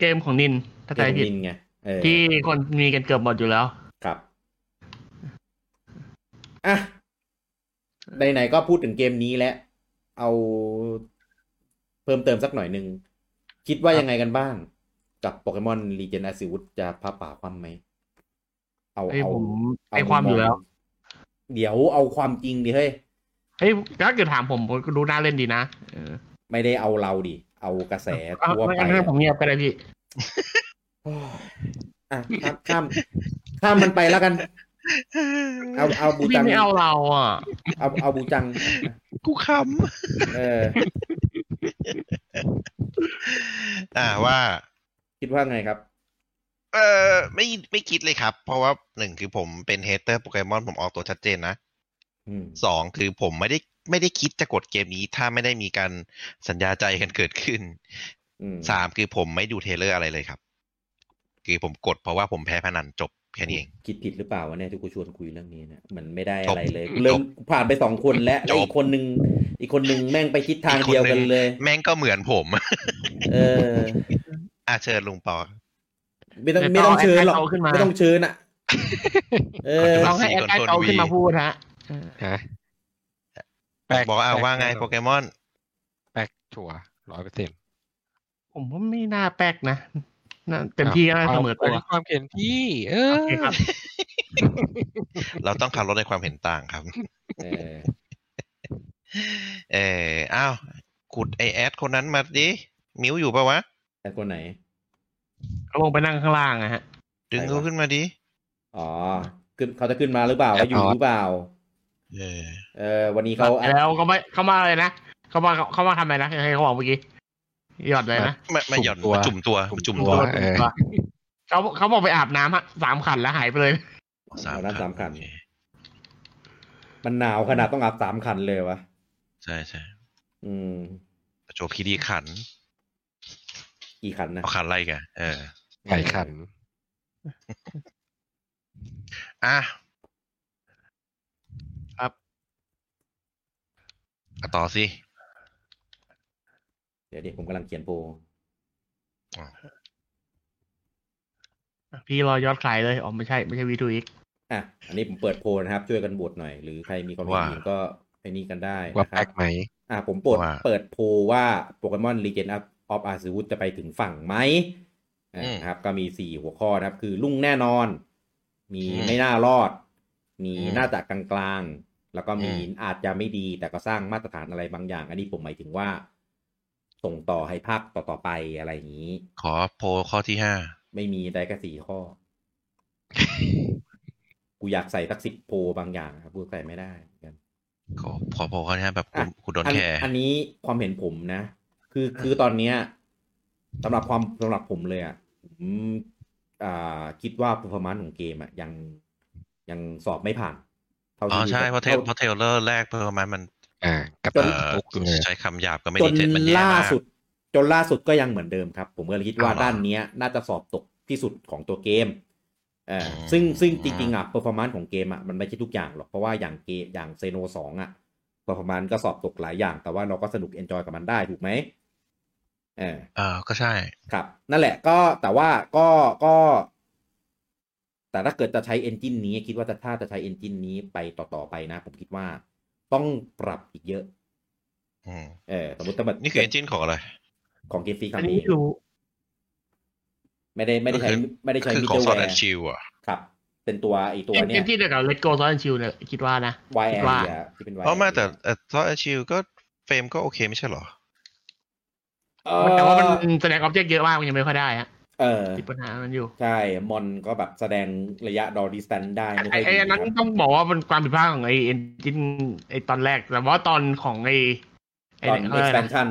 [SPEAKER 2] เกมของนินถ้า
[SPEAKER 1] เก
[SPEAKER 2] ใจ
[SPEAKER 1] ม
[SPEAKER 2] ผิด
[SPEAKER 1] นินไงเออ
[SPEAKER 2] ที่คนมีกันเกือบหมดอยู่แล้ว
[SPEAKER 1] ครับอ่ะไหนๆก็พูดถึงเกมนี้แล้ว เอาเพิ่มเติมสักหน่อยหนึ่ง คิดว่ายังไงกันบ้าง กับโปเกมอนรีเจนอาซิวจะพาป่าความไหม เอา
[SPEAKER 2] ไอ้ย
[SPEAKER 1] เอา
[SPEAKER 2] ผม
[SPEAKER 1] เ
[SPEAKER 2] ไอ้ความอยู่แล้ว
[SPEAKER 1] เดี๋ยวเอาความจริงดิเฮ้ย
[SPEAKER 2] เฮ้ยถ้าเกิดถามผมผมก็ดูน่าเล่นดีนะเออ
[SPEAKER 1] ไม่ได้เอาเราดิ เอากระแส
[SPEAKER 2] เอา
[SPEAKER 1] ทั่ว
[SPEAKER 2] ไม่
[SPEAKER 1] ไป
[SPEAKER 2] งั้นผมเงียบก็ได้พี่
[SPEAKER 1] อ่ะข้ามข้ามข้ามมันไปแล้วกัน เอาเอาบู
[SPEAKER 2] พี่
[SPEAKER 1] จัง
[SPEAKER 2] ไม่เอาเราอ่ะ
[SPEAKER 1] เอาเอาบูจัง
[SPEAKER 3] กูค
[SPEAKER 1] เออ
[SPEAKER 3] ำ อ่าว่า
[SPEAKER 1] คิดว่าไงครับ
[SPEAKER 3] เออไม่ไม่คิดเลยครับ เพราะว่าหนึ่งคือผมเป็นเฮเตอร์โปเกมอนผมออกตัวชัดเจนนะ
[SPEAKER 1] อืม
[SPEAKER 3] สองคือผมไม่ได้ไม่ได้คิดจะกดเกมนี้ ถ้าไม่ได้มีการสัญญาใจกันเกิดขึ้น
[SPEAKER 1] อืม
[SPEAKER 3] สามคือผมไม่ดูเทรลเลอร์อะไรเลยครับ คือผมกดเพราะว่าผมแพ้พนันจบแค่นี้เอง
[SPEAKER 1] คิดผิดหรือเปล่าวะเนี่ยที่กูชวนคุยเรื่องนี้เนะเหมือนไม่ได้อะไรเลย
[SPEAKER 3] จบ
[SPEAKER 1] กูเริ่มผ่านไปสองคนแล้ว
[SPEAKER 3] จบ
[SPEAKER 1] แล้วอีกคนนึงอีกคนนึงแม่งไปคิดทางเดียวกันเลย
[SPEAKER 3] แม่งก็เหมือนผม [LAUGHS]
[SPEAKER 1] เออ
[SPEAKER 3] อ่ะเชิญลุงปอ
[SPEAKER 1] ไม่ต้อง
[SPEAKER 2] เดี๋
[SPEAKER 1] ไม่
[SPEAKER 2] ยว
[SPEAKER 1] ต้อง
[SPEAKER 2] เอา
[SPEAKER 1] เชิญหรอก
[SPEAKER 2] เอาขึ้นมา
[SPEAKER 1] ไม่ต้องเชิญอ่ะ เออ
[SPEAKER 2] ล
[SPEAKER 3] เา
[SPEAKER 2] องให้แอดไลน์เขาขึ้นมาพูดฮะเออ
[SPEAKER 4] ฮะ
[SPEAKER 3] บอกอ่าว่าไงโปเกมอน
[SPEAKER 4] แปลกชัวร้อยเปอร์เซ็นต์
[SPEAKER 2] ผมว่าไม่น่าแป๊กนะน่าเต็มที่ก็น่าเสมอตัว
[SPEAKER 4] ความเห็นพี่ เอ
[SPEAKER 2] โอ
[SPEAKER 4] อ
[SPEAKER 2] เคครับ
[SPEAKER 3] เราต้องขับรถในความเห็นต่างครับ
[SPEAKER 1] เออ
[SPEAKER 3] เอออ้าวขุดไอแอดคนนั้นมาดิมิวอยู่ปะวะ
[SPEAKER 1] แต่คนไหน
[SPEAKER 2] ก็ลงไปนั่งข้างล่างนะฮะ
[SPEAKER 3] ดึง
[SPEAKER 1] ใคร
[SPEAKER 3] เขา
[SPEAKER 1] วะ
[SPEAKER 3] ขึ้นมาดิ
[SPEAKER 1] อ๋อขึ้นเขาจะขึ้นมาหรือเปล่าเขาอยู่หรือเปล่า
[SPEAKER 3] เออ
[SPEAKER 1] เออ วันนี้เขา
[SPEAKER 2] แล้วก็ไม่เข้ามาเลยนะ เข้ามาเข้ามาทำอะไรนะให้เขาบอกเมื่อกี้หยอดเลยนะ
[SPEAKER 3] มามาหย่อนมาจุ่มตัวมาจุ่ม
[SPEAKER 4] ตั
[SPEAKER 3] ตัวว
[SPEAKER 4] เออ
[SPEAKER 2] เขาเขาบอกไปอาบน้ำฮะสามขันแล้วหายไปเลย
[SPEAKER 1] เอาน้ำสามขัน
[SPEAKER 3] โอเค
[SPEAKER 1] มันหนาวขนาดต้องอาบสามขันเลยวะ
[SPEAKER 3] ใช่ใช่
[SPEAKER 1] อืม
[SPEAKER 3] ประจวบคีรีขันธ์
[SPEAKER 1] กี่ขันนะ
[SPEAKER 3] เอาขันอะไรกันเออ
[SPEAKER 4] ไก่ขัน
[SPEAKER 3] อ่ะ
[SPEAKER 2] ครับ
[SPEAKER 3] อ่ะต่อสิ
[SPEAKER 1] เดี๋ยวเดี๋ยวผมกำลังเขียนโปร
[SPEAKER 2] พี่รอยอดขายเลยอ๋อไม่ใช่ไม่ใช่วีทูอีก
[SPEAKER 1] อ่ะอันนี้ผมเปิดโพลนะครับ ช่วยกันบวชหน่อย หรือใครมีความคิดเห็นก็ไอ้นี่กันได้
[SPEAKER 4] ว่า
[SPEAKER 1] นะค
[SPEAKER 4] แปล
[SPEAKER 1] รับ
[SPEAKER 4] กไหม
[SPEAKER 1] อ่ะผมเปิด
[SPEAKER 3] ว่า
[SPEAKER 1] เปิดโพลว่าโปเกมอนลีเจนด์ออฟอาร์ซูจะไปถึงฝั่งไหมอ่ะนะครับก็มีสี่หัวข้อนะครับ คือลุ่งแน่นอน มี
[SPEAKER 3] อืม
[SPEAKER 1] ไม่น่ารอด มี
[SPEAKER 3] อืม
[SPEAKER 1] หน้าจากกลางๆ แล้วก็มี
[SPEAKER 3] อืม
[SPEAKER 1] อาจจะไม่ดี แต่ก็สร้างมาตรฐานอะไรบางอย่าง อันนี้ผมหมายถึงว่า ส่งต่อให้ภาคต่อๆไปอะไรอย่างนี้
[SPEAKER 3] ขอโพลข้อที่ห้า
[SPEAKER 1] ไม่มีได้แค่สี่ข้อ กูอยากใส่สักสิบโพลบางอย่างครับกูใส่ไม่ได้เหมือนกัน
[SPEAKER 3] ขอขอโพลข้อที่ห้าแบบคุณ
[SPEAKER 1] อ่ะ
[SPEAKER 3] คุณโดน
[SPEAKER 1] อัน
[SPEAKER 3] แคร์
[SPEAKER 1] อันนี้ความเห็นผมนะ คือคือตอนเนี้ยสำหรับความสำหรับผมเลยอ่ะผมอ่าคิดว่า performance ของเกมอ่ะยังยังสอบไม่ผ่านเท่า
[SPEAKER 3] อ๋อ
[SPEAKER 1] ที่
[SPEAKER 3] ใช่เพราะเท
[SPEAKER 1] ท่า
[SPEAKER 3] เพราะเทเลอร์แรกเพิ่มมามัน
[SPEAKER 4] อ่ากระ
[SPEAKER 1] จ
[SPEAKER 4] ตุ
[SPEAKER 1] น
[SPEAKER 4] ก
[SPEAKER 3] เอ่อก
[SPEAKER 4] อยู่เลย
[SPEAKER 3] ใช้คำหยาบก็ไม่
[SPEAKER 1] จ
[SPEAKER 3] ดี
[SPEAKER 1] น
[SPEAKER 3] เจ็ดมันแย่
[SPEAKER 1] ล่าม
[SPEAKER 3] าก
[SPEAKER 1] สุด จนล่าสุดก็ยังเหมือนเดิมครับ ผมก็เลยคิดว่า
[SPEAKER 3] เอาล่ะ
[SPEAKER 1] ด้านเนี้ย น่าจะสอบตกที่สุดของตัวเกมเอออ
[SPEAKER 3] ม
[SPEAKER 1] ซึ่งซึ่งจริงๆอ่ะ performance ของเกมอ่ะมันไม่ใช่ทุกอย่างหรอก เพราะว่าอย่างเกมอย่างเซโนสองอ่ะ performance ก็สอบตกหลายอย่าง แต่ว่าเราก็สนุก enjoy กับมันได้ถูกไหมเออ
[SPEAKER 3] เออก็ใช่
[SPEAKER 1] ครับ นั่นแหละก็แต่ว่าก็ก็ แต่ถ้าเกิดจะใช้เอนจินนี้ คิดว่าจะถ้าจะใช้เอนจินนี้ไปต่อ ๆ ไปนะ ผมคิดว่าต้องปรับอีกเยอะ
[SPEAKER 3] อืม
[SPEAKER 1] เออสมมติถ้ามัน
[SPEAKER 3] นี่คือเอนจินของอะไร
[SPEAKER 1] ของเกมฟรีค
[SPEAKER 2] อั
[SPEAKER 1] รั้
[SPEAKER 2] น
[SPEAKER 1] ง
[SPEAKER 2] นี้
[SPEAKER 1] นี้
[SPEAKER 2] ไม่รู้
[SPEAKER 1] ไม่ได้ไม่ได้ใช้
[SPEAKER 3] ก็คือ
[SPEAKER 1] ไม่ได้ใช้
[SPEAKER 3] คือ
[SPEAKER 1] มิด
[SPEAKER 3] ขอ
[SPEAKER 1] เดิ
[SPEAKER 3] ง
[SPEAKER 1] ล
[SPEAKER 3] ซอ
[SPEAKER 1] แวน
[SPEAKER 3] แอน
[SPEAKER 1] ร์
[SPEAKER 3] ชิลอ่ะ
[SPEAKER 1] ครับ เป็นตัวไอตัว
[SPEAKER 2] เอ็น
[SPEAKER 1] เนี่ย
[SPEAKER 2] ที่เดียวกับเลตโกซอนชิลเนี่ยคิดว่านะ
[SPEAKER 1] วายแอ
[SPEAKER 2] ว่า
[SPEAKER 1] ร์ที่เป็นวาย
[SPEAKER 3] เพราะมาแต่ซอนแอนชิลก็เฟรมก็โอเคไม่ใช่เหรอ
[SPEAKER 2] แต่
[SPEAKER 1] แต่
[SPEAKER 2] ว่า
[SPEAKER 1] ว่า
[SPEAKER 2] มั
[SPEAKER 1] มัน น
[SPEAKER 2] แสดงออบเจกต์เยอะมากมันยังไม่ค่อยได้ฮะ
[SPEAKER 1] เออ
[SPEAKER 2] ติดปัญหามันอยู่
[SPEAKER 1] ใช่ มอนก็แบบแสดงระยะดอดิสแตนได้ไม่
[SPEAKER 2] ไอ้
[SPEAKER 1] ค่อยดี
[SPEAKER 2] ไอ้อันนั้น
[SPEAKER 1] ครับ
[SPEAKER 2] ต้องบอกว่ามันความผิดพลาดของไอ้เอนจินไอ้ตอนแรก แต่ว่าตอนของไอ้ไอ้
[SPEAKER 1] ตอน
[SPEAKER 2] เขาเรียกอะไรนะ
[SPEAKER 1] expansion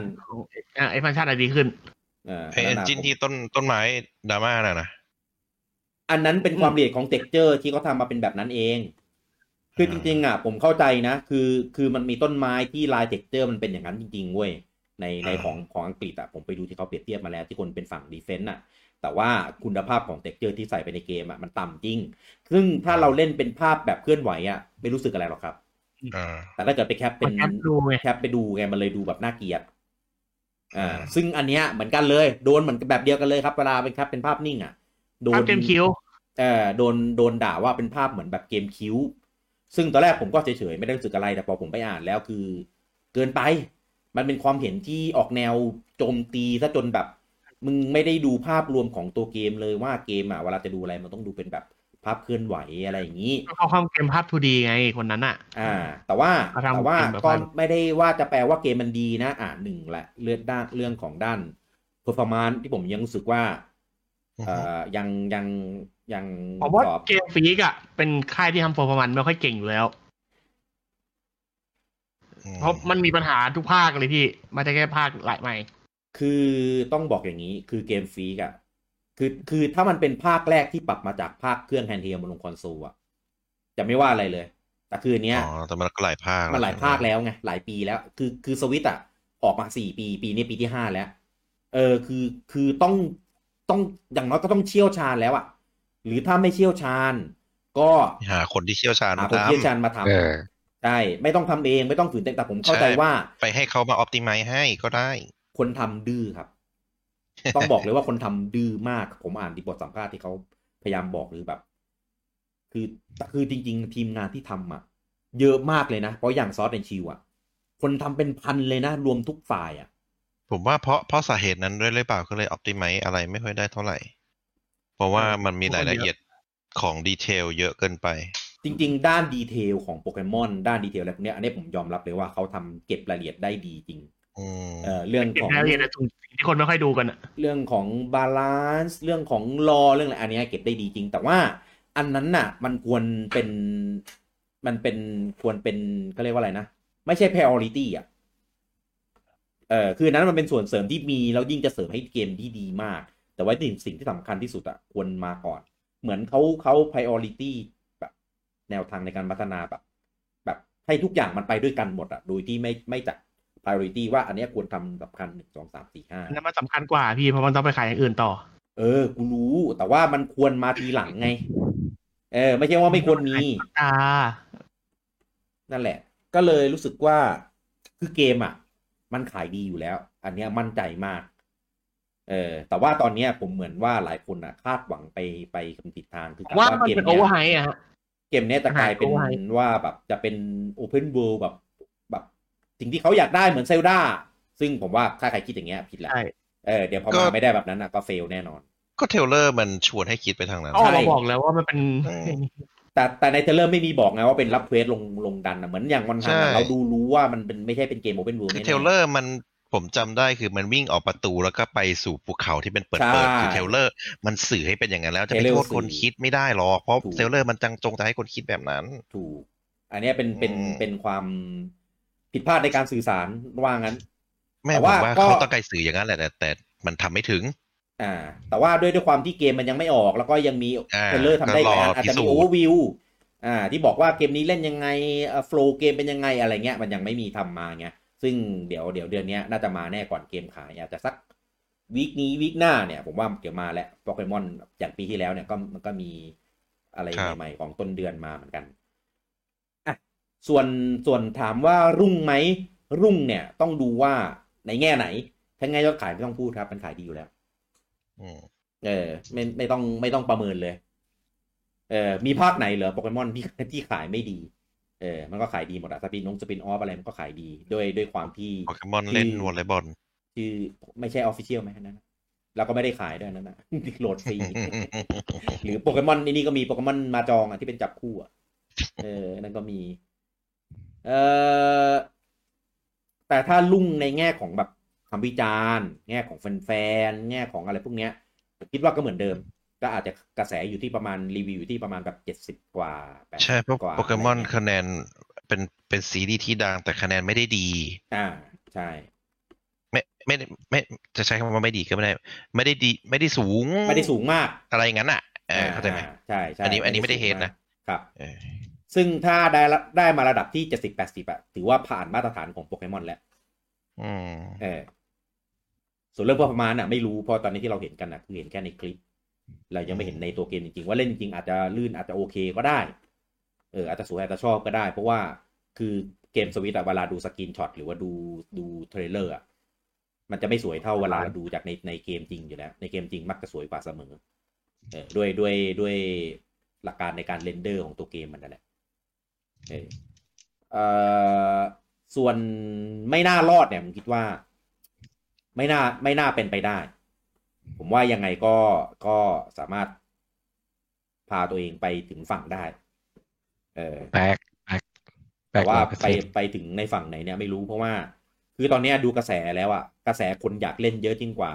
[SPEAKER 2] อ่ะไอ้ฟังก์ชันอะดีขึ้น
[SPEAKER 1] เออ
[SPEAKER 3] ไอเอนจิน
[SPEAKER 1] ผม
[SPEAKER 3] ที่ต้นต้นไม้ดราม่าน่ะนะ
[SPEAKER 1] อันนั้นเป็นความละเอียดของเท็กเจอร์ที่เขาทำมาเป็นแบบนั้นเอง คือจริงๆอ่ะผมเข้าใจนะ คือคือมันมีต้นไม้ที่ลายเท็กเจอร์มันเป็นอย่างนั้นจริงๆเว้ย ในในของของอังกฤษอ่ะผมไปดูที่เขาเปรียบเทียบมาแล้วที่คนเป็นฝั่งดีเฟนต์อ่ะ แต่ว่าคุณภาพของเท็กเจอร์ที่ใส่ไปในเกมอ่ะมันต่ำจริง ซึ่งถ้าเราเล่นเป็นภาพแบบเคลื่อนไหวอ่ะไม่รู้สึกอะไรหรอกครับ
[SPEAKER 3] เออ
[SPEAKER 1] แต่ถ้าเกิดไปแคปเป็น
[SPEAKER 2] มันแคปดูไง
[SPEAKER 1] แคปไปดูไงมันเลยดูแบบน่าเกลียด อ่า
[SPEAKER 3] อืม
[SPEAKER 1] ซึ่งอันเนี้ยเหมือนกันเลย โดนเหมือนกับแบบเดียวกันเลยครับเวลาเป็นแคปเป็นภาพนิ่งอ่ะ โด
[SPEAKER 2] ภาพ
[SPEAKER 1] น
[SPEAKER 2] เต็มคิว
[SPEAKER 1] เอ่อโดนโดนด่าว่าเป็นภาพเหมือนแบบเกมคิ้ว ซึ่งตอนแรกผมก็เฉยๆ ไม่ได้รู้สึกอะไรแต่พอผมไปอ่านแล้วคือ เกินไป มันเป็นความเห็นที่ออกแนวโจมตีซะจนแบบ มึงไม่ได้ดูภาพรวมของตัวเกมเลยว่าเกมอ่ะเวลาจะดูอะไรมันต้องดูเป็นแบบภาพเคลื่อนไหวอะไรอย่างนี้
[SPEAKER 2] เขาความเกมภาพ 2D ไงคนนั้นอ่ะ
[SPEAKER 1] อ่า แต่ว่า
[SPEAKER 2] เขาทำ
[SPEAKER 1] แต่ว่า
[SPEAKER 2] เป็นแบบ
[SPEAKER 1] ก็
[SPEAKER 2] ว่า
[SPEAKER 1] ไม่ได้ว่าจะแปลว่าเกมมันดีนะ อ่าหนึ่งแหละเลือดด้านเรื่องของด้าน performance ที่ผมยังรู้สึกว่า เอ่อยังยังยัง
[SPEAKER 2] ผมว่า
[SPEAKER 1] ตอบ
[SPEAKER 2] เกมฟรีกอ่ะ เป็นค่ายที่ทำโฟร์มันไม่ค่อยเก่งอยู่แล้ว เพราะมันมีปัญหาทุกภาคเลยพี่ ไมันจะแค่ภาคหลายใหม่
[SPEAKER 1] คือต้องบอกอย่างนี้คือเกมฟรีกอะคือคือถ้ามันเป็นภาคแรกที่ปรับมาจากภาคเครื่องแฮนด์เฮลมาลงคอนโซลอะจะไม่ว่าอะไรเลย แต่คืออันเนี้ย
[SPEAKER 3] อ๋อแต่มันก็หลายภาคแว
[SPEAKER 1] มันหลายภาคแล้วไงหลายปีแล้ว คือคือสวิตอะออกมาสี่ปี ปีนี้ปีที่ห้าแล้ว เออคือคือต้องต้องอย่างน้อยก็ต้องเชี่ยวชาญแล้วอะหรือถ้าไม่เชี่ยวชาญ ก็
[SPEAKER 3] หาคนที่เชี่ยวชาญ
[SPEAKER 1] หา
[SPEAKER 3] มา
[SPEAKER 1] คน
[SPEAKER 3] ท
[SPEAKER 1] เชี่ยวชาญมา
[SPEAKER 4] เอ
[SPEAKER 1] ทำ
[SPEAKER 4] อ
[SPEAKER 1] ใช่ไม่ต้องทำเองไม่ต้องฝืนเต็มแต่ผมเข้าใจว่า
[SPEAKER 3] ำไปให้เขามาออ t ติ i z e ให้ก็ได้
[SPEAKER 1] คนทำดื้อครับ ต้องบอกเลยว่าคนทำดื้อมาก ผมอ่านดีบทสัมภาษณ์ที่เขาพยายามบอกหรือแบบ คือแต่คือจริง ๆ ทีมงานที่ทำอ่ะ เยอะมากเลยนะ เพราะอย่างซอสแอนชิวอ่ะ คนทำเป็นพันเลยนะ รวมทุกฝ่ายอ่ะ
[SPEAKER 3] ผมว่าเพราะเพราะสาเหตุนั้นด้วยหรือเปล่าก็เลยออ t ติ i z e อะไรไม่ค่อยได้เท่าไหร่ เพราะว่ามันมีรายละเอียดของดีเทลเยอะเกินไป
[SPEAKER 1] จริง ๆ ด้านดีเทลของโปเกมอนด้านดีเทลอะไรพวกเนี้ยอันนี้ผมยอมรับเลยว่าเขาทำเก็บรายละเอียดได้ดีจริง
[SPEAKER 3] อืม
[SPEAKER 1] เอ่อเรื่อง
[SPEAKER 2] เก็บ
[SPEAKER 1] ของ
[SPEAKER 2] รายละเอียดในถุงที่คนไม่ค่อยดูกันอะ
[SPEAKER 1] เรื่องของบาลานซ์เรื่องของรอเรื่องอะไรอันเนี้ยเก็บได้ดีจริง แต่ว่าอันนั้นน่ะ มันควรเป็นมันเป็นควรเป็นก็เรียกว่าอะไรนะ ไม่ใช่ priority อ่ะเออคืออนนั้นมันเป็นส่วนเสริมที่มีแล้วยิ่งจะเสริมให้เกมที่ดีมาก แต่ว่าสิ่งสิ่งที่สำคัญที่สุดอ่ะควรมาก่อน เหมือนเขาเขา priority แบบแนวทางในการพัฒนาแบบ แบบให้ทุกอย่างมันไปด้วยกันหมดอ่ะโดยที่ไม่ไม่จัด priority ว่าอันเนี้ยควรทำสำคัญหนึ่งสองสามสี่ห้า
[SPEAKER 2] อันนั้นมันสำคัญกว่าพี่เพราะมันต้องไปขายอย่างอื่นต่อ
[SPEAKER 1] เออ กูรู้ แต่ว่ามันควรมาทีหลังไง เอ เออไม่ใช่ว่าไม่ควรมี
[SPEAKER 2] ตา
[SPEAKER 1] นั่นแหละ ก็เลยรู้สึกว่าคือเกมอ่ะ มันขายดีอยู่แล้ว อันเนี้ยมั่นใจมาก เออแต่ว่าตอนเนี้ยผมเหมือนว่าหลายคนอ่ะ คาดหวังไปไปคำติดทางคือกะ
[SPEAKER 2] ว่ามัน
[SPEAKER 1] ก
[SPEAKER 2] เป็น
[SPEAKER 1] ย
[SPEAKER 2] โอเวอร์ไฮอะฮะ
[SPEAKER 1] เกมเนี้ยจะกลายเป็น
[SPEAKER 2] โอเวอร์ไฮ
[SPEAKER 1] ว่าแบบจะเป็นโอเพน o วิลด์แบบแบบ สิ่งที่เขาอยากได้เหมือนเซลดาซึ่งผมว่าถ้าใครคิดอย่างเงี้ยผิดแล้ว
[SPEAKER 2] ใช่
[SPEAKER 1] เออเดี๋ยวพอ
[SPEAKER 3] ก็
[SPEAKER 1] มาไม่ได้แบบนั้นอ่ะก็เฟลแน่นอน
[SPEAKER 3] ก็เทรลเลอร์มันชวนให้คิดไปทางนั้น
[SPEAKER 2] อ้อมาบอกแล้วว่ามันเป็น
[SPEAKER 3] อืม
[SPEAKER 1] แต่แต่ในเทรลเลอร์ไม่มีบอกไงว่าเป็นรับเควสลงลงดันอะเหมือนอย่างวันหัน
[SPEAKER 3] ใช่
[SPEAKER 1] อะเราดูรู้ว่ามันเป็นไม่ใช่เป็นเกมโอเพนเวิลด์
[SPEAKER 3] คือ
[SPEAKER 1] แน่ๆ
[SPEAKER 3] เทรลเลอร์มันผมจำได้คือมันวิ่งออกประตูแล้วก็ไปสู่ภูเขาที่เป็นเปิด
[SPEAKER 1] ใช่
[SPEAKER 3] เปิดคือเทรลเลอร์มันสื่อให้เป็นอย่างนั้นแล้วจะไป
[SPEAKER 1] เทรลเลอร์
[SPEAKER 3] โทษคน
[SPEAKER 1] สื่อ
[SPEAKER 3] คิดไม่ได้หรอกเพราะ
[SPEAKER 1] ถูก
[SPEAKER 3] เทรลเลอร์มันจังจงจะให้คนคิดแบบนั้น
[SPEAKER 1] ถูก อันเนี้ยเป็นเป็น
[SPEAKER 3] อืม
[SPEAKER 1] เป็นความผิดพลาดในการสื่อสารว่างั้น
[SPEAKER 3] แม่
[SPEAKER 1] แต่
[SPEAKER 3] ผ
[SPEAKER 1] ว่าม
[SPEAKER 3] ว่า
[SPEAKER 1] ก็
[SPEAKER 3] เขาต้องการสื่ออย่างนั้นแหละแต่แต่มันทำไม่ถึง
[SPEAKER 1] อ่า แต่ว่าด้วยด้วยความที่เกมมันยังไม่ออก แล้วก็ยังมี
[SPEAKER 3] อ่า
[SPEAKER 1] เทรลเลอร์ทำได้
[SPEAKER 3] ก็รอ
[SPEAKER 1] หลายอันอาจจะ
[SPEAKER 3] พิสู
[SPEAKER 1] มี
[SPEAKER 3] จ
[SPEAKER 1] โอ
[SPEAKER 3] น์
[SPEAKER 1] เวอร์วิวอ่า ที่บอกว่าเกมนี้เล่นยังไงโฟล์เกมเป็นยังไงอะไรเงี้ย มันยังไม่มีทำมาเงี้ยซึ่งเดี๋ยวเดี๋ยวเดือนเนี้ยน่าจะมาแน่ก่อนเกมขายอาจจะสักวีคนี้วีคหน้าเนี่ย ผมว่าเดี๋ยวมาแล้วโปเกมอนอย่างปีที่แล้วเนี่ยก็มันก็มีอะไรใหม่ๆของต้นเดือนมาเหมือนกันอ่ะส่วนส่วนถามว่ารุ่งไหมรุ่งเนี่ยต้องดูว่าในแง่ไหนทั้งไงยอดขายไม่ต้องพูดครับมันขายดีอยู่แล้ว
[SPEAKER 3] อืม
[SPEAKER 1] เออไม่ไม่ต้องไม่ต้องประเมินเลย เออมีภาคไหนเหรอโปเกมอนที่ [LAUGHS] ที่ขายไม่ดี เออ มันก็ขายดีหมดอะสปินนงสปินออฟอะไรมันก็ขายดีด้วยด้วยความที่
[SPEAKER 3] โปเกมอนเล่นวอลเลย์บอล
[SPEAKER 1] คือไม่ใช่ออฟฟิเชียลไหมอันนั้นอะแล้วก็ไม่ได้ขายด้วยอันนั้นนะ [LAUGHS] โหลด
[SPEAKER 3] [LAUGHS]
[SPEAKER 1] ฟรี หรือโปเกมอนนี่ก็มีโปเกมอนมาจองอ่ะที่เป็นจับคู่อ่ะ เออ นั่นก็มี เออแต่ถ้าลุ่งในแง่ของแบบคำวิจารณ์ แง่ของแฟนๆ แง่ของอะไรพวกเนี้ยผมคิดว่าก็เหมือนเดิม ก็อาจจะกระแสอยู่ที่ประมาณรีวิวอยู่ที่ประมาณแบบเจ็ดสิบ70 กว่า80
[SPEAKER 3] ใช่เพราะ
[SPEAKER 1] ว่า
[SPEAKER 3] โปเกมอ
[SPEAKER 1] ไร
[SPEAKER 3] นะ
[SPEAKER 1] เงี้ย
[SPEAKER 3] คะแนนเป็นเป็นซีรีส์ที่ดังแต่คะแนนไม่ได้ดี
[SPEAKER 1] อ่า ใช่
[SPEAKER 3] ไม่ไม่ได้ไม่จะใช้คำว่าไม่ดีก็ไม่ได้ ไม่ได้ดีไม่ได้สูง
[SPEAKER 1] ไม่ได้สูงมาก
[SPEAKER 3] อะไรอย่างนั้นอ่ะเออเข้าใจไหม
[SPEAKER 1] อ่ใช่ใช่
[SPEAKER 3] อันนี้อันนี้ไม่ได้เฮดนะ
[SPEAKER 1] ครับ
[SPEAKER 3] เออ
[SPEAKER 1] ซึ่งถ้าได้ละได้มาระดับที่เจ็ดสิบแปดสิบอะถือว่าผ่านมาตรฐานของโปเกมอนแล้ว
[SPEAKER 3] อืม
[SPEAKER 1] เออส่วนเรื่องพอประมาณน่ะไม่รู้เพราะตอนนี้ที่เราเห็นกันน่ะคือเห็นแค่ในคลิป เรายังไม่เห็นในตัวเกมจริงๆ ว่าเล่นจริงๆอาจจะลื่นอาจจะโอเคก็ได้ เอออาจจะสวยอาจจะชอบก็ได้ เพราะว่าคือเกมสวิตเวลาดูสกรีนช็อตหรือว่าดูดูเทรลเลอร์อะมันจะไม่สวยเท่าเวลาเราดูจากในในเกมจริงอยู่แล้ว ในเกมจริงมักจะสวยกว่าเสมอ เออด้วยด้วยด้วยหลักการในการเรนเดอร์ของตัวเกมมันนั่นแหละเออ เอ่อส่วนไม่น่ารอดเนี่ยผมคิดว่า ไม่น่าไม่น่าเป็นไปได้ ผมว่ายังไงก็ก็สามารถพาตัวเองไปถึงฝั่งได้ เออ
[SPEAKER 4] แบกแบกแบ
[SPEAKER 1] แต่
[SPEAKER 4] ก
[SPEAKER 1] ว่า
[SPEAKER 4] ร้อยเปอร์
[SPEAKER 1] ไป
[SPEAKER 4] เซ็นต์
[SPEAKER 1] ไปถึงในฝั่งไหนเนี่ยไม่รู้เพราะว่า คือตอนเนี้ยดูกระแสแล้วอะกระแสคนอยากเล่นเยอะยิ่งกว่า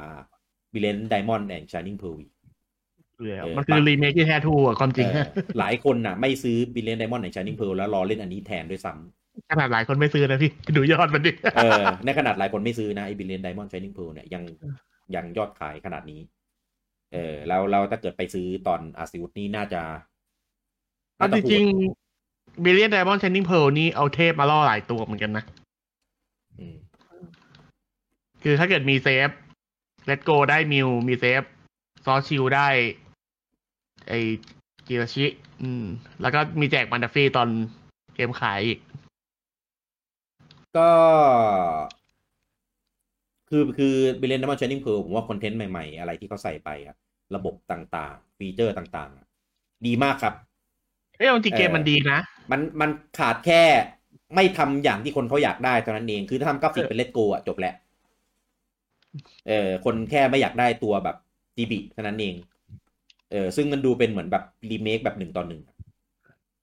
[SPEAKER 1] บิเลนไดมอนด์แอนด์ชานิงเพลวี
[SPEAKER 2] แล้ว
[SPEAKER 1] เออ
[SPEAKER 2] มันคือรีเมคที่แท้ทูอะความจริง
[SPEAKER 1] เออหลายคนน่ะ ไม่ซื้อบิเลนไดมอนด์แอนด์ชานิงเพลแล้วรอเล่นอันนี้แทนด้วยซ้ำ
[SPEAKER 2] ขนาดหลายคนไม่ซื้อนะพี่ [LAUGHS] ดูยอดมันดิ
[SPEAKER 1] เออในขนาดหลายคนไม่ซื้อนะไอบิลเลนไดมอนด์ไฟนิงพูเนี่ย
[SPEAKER 2] [LAUGHS]
[SPEAKER 1] ยังยังยอดขายขนาดนี้ เออแล้วเราถ้าเกิดไปซื้อตอนอาซิวุธนี่น่าจะ
[SPEAKER 2] เอาจริง
[SPEAKER 1] น่าะพูด
[SPEAKER 2] ๆบิลเลียนไดมอนด์เชนนิงเพลนี่เอาเทพมาล่อหลายตัวเหมือนกันนะ
[SPEAKER 1] อืม
[SPEAKER 2] คือถ้าเกิดมีเซฟเลตโกได้มิว มีเซฟ ซอสชิลได้ ไอจิราชิ อืม แล้วก็มีแจกมันดาฟรีตอนเกมขายอีก
[SPEAKER 1] ก็ คือคือบิลเลนไดมอนด์ไฟนิงพูผมว่าคอนเทนต์ใหม่ๆ อะไรที่เขาใส่ไปอะระบบต่างๆ ฟีเจอร์ต่างๆอะดีมากครับ
[SPEAKER 2] เอ้ยเอาจริงเกมมันดีนะ
[SPEAKER 1] มันมันขาดแค่ไม่ทำอย่างที่คนเขาอยากได้เท่านั้นเอง คือถ้าทำกราฟิกเป็นเลตโกอะจบแล้ว เออคนแค่ไม่อยากได้ตัวแบบจีบีเท่านั้นเอง เออซึ่งมันดูเป็นเหมือนแบบรีเมคแบบหนึ่งต่อหนึ่ง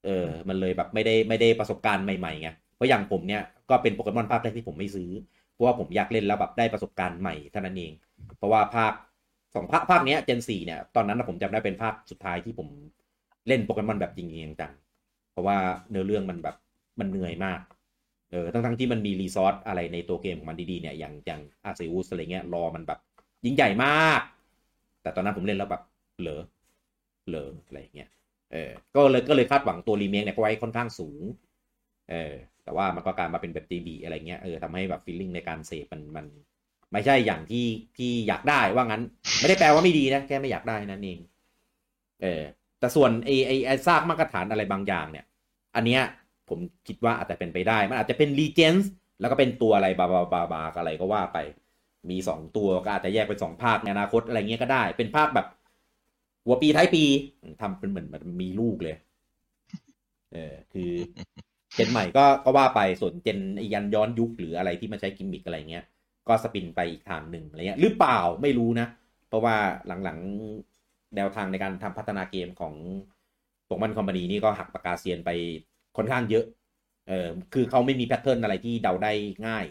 [SPEAKER 1] เออ มันเลยแบบไม่ได้ไม่ได้ประสบการณ์ใหม่ๆไง เพราะอย่างผมเนี่ยก็เป็นโปเกมอนภาคแรกที่ผมไม่ซื้อ เพราะว่าผมอยากเล่นแล้วแบบได้ประสบการณ์ใหม่เท่านั้นเอง เพราะว่าภาคสองภาคภาคเนี้ยเจนสี่เนี่ย ตอนนั้นนะผมจำได้เป็นภาคสุดท้ายที่ผมเล่นโปเกมอนแบบจริงๆจังๆเพราะว่าเนื้อเรื่องมันแบบมันเหนื่อยมาก เออทั้งทั้งๆที่มันมีรีซอสอะไรในตัวเกมของมันดีๆเนี่ยอย่างอย่างอาเซอุสอะไรเงี้ยรอมันแบบยิ่งใหญ่มาก แต่ตอนนั้นผมเล่นแล้วแบบเหลอเหลออะไรอย่างเงี้ย เออ ก็เลยก็เลยคาดหวังตัวรีเมคเนี่ยก็ไว้ค่อนข้างสูง เออ แต่ว่ามันก็กลารมาเป็นแบบดีบีอะไรเงี้ย เออทำให้แบบฟีลลิ่งในการเสพมันมัน ไม่ใช่อย่างที่ที่อยากได้ว่างั้น ไม่ได้แปลว่าไม่ดีนะ แค่ไม่อยากได้นั่นเอง เออ แต่ส่วนไอไอไอซากมาตรฐานอะไรบางอย่างเนี่ย อันเนี้ยผมคิดว่าอาจจะเป็นไปได้ มันอาจจะเป็นรีเจนส์แล้วก็เป็นตัวอะไรบาบาบาบาอะไรก็ว่าไป มีสองตัวก็อาจจะแยกเป็นสองภาคในอนาคตอะไรเงี้ยก็ได้ เป็นภาคแบบ หัวปีท้ายปีทำเป็นเหมือนมันมีลูกเลย เออคือเจนใหม่ก็ก็ว่าไปส่วนเจนไอ้ยันย้อนยุคหรืออะไรที่มันใช้กิมมิคอะไรเงี้ย ก็สปินไปอีกทางหนึ่งอะไรเงี้ยหรือเปล่าไม่รู้นะ เพราะว่าหลังๆแนวทางในการทำพัฒนาเกมของพวกมันคอมพานีนี่ก็หักปากกาเซียนไปค่อนข้างเยอะ เออคือเขาไม่มีแพทเทิร์นอะไรที่เดาได้ง่าย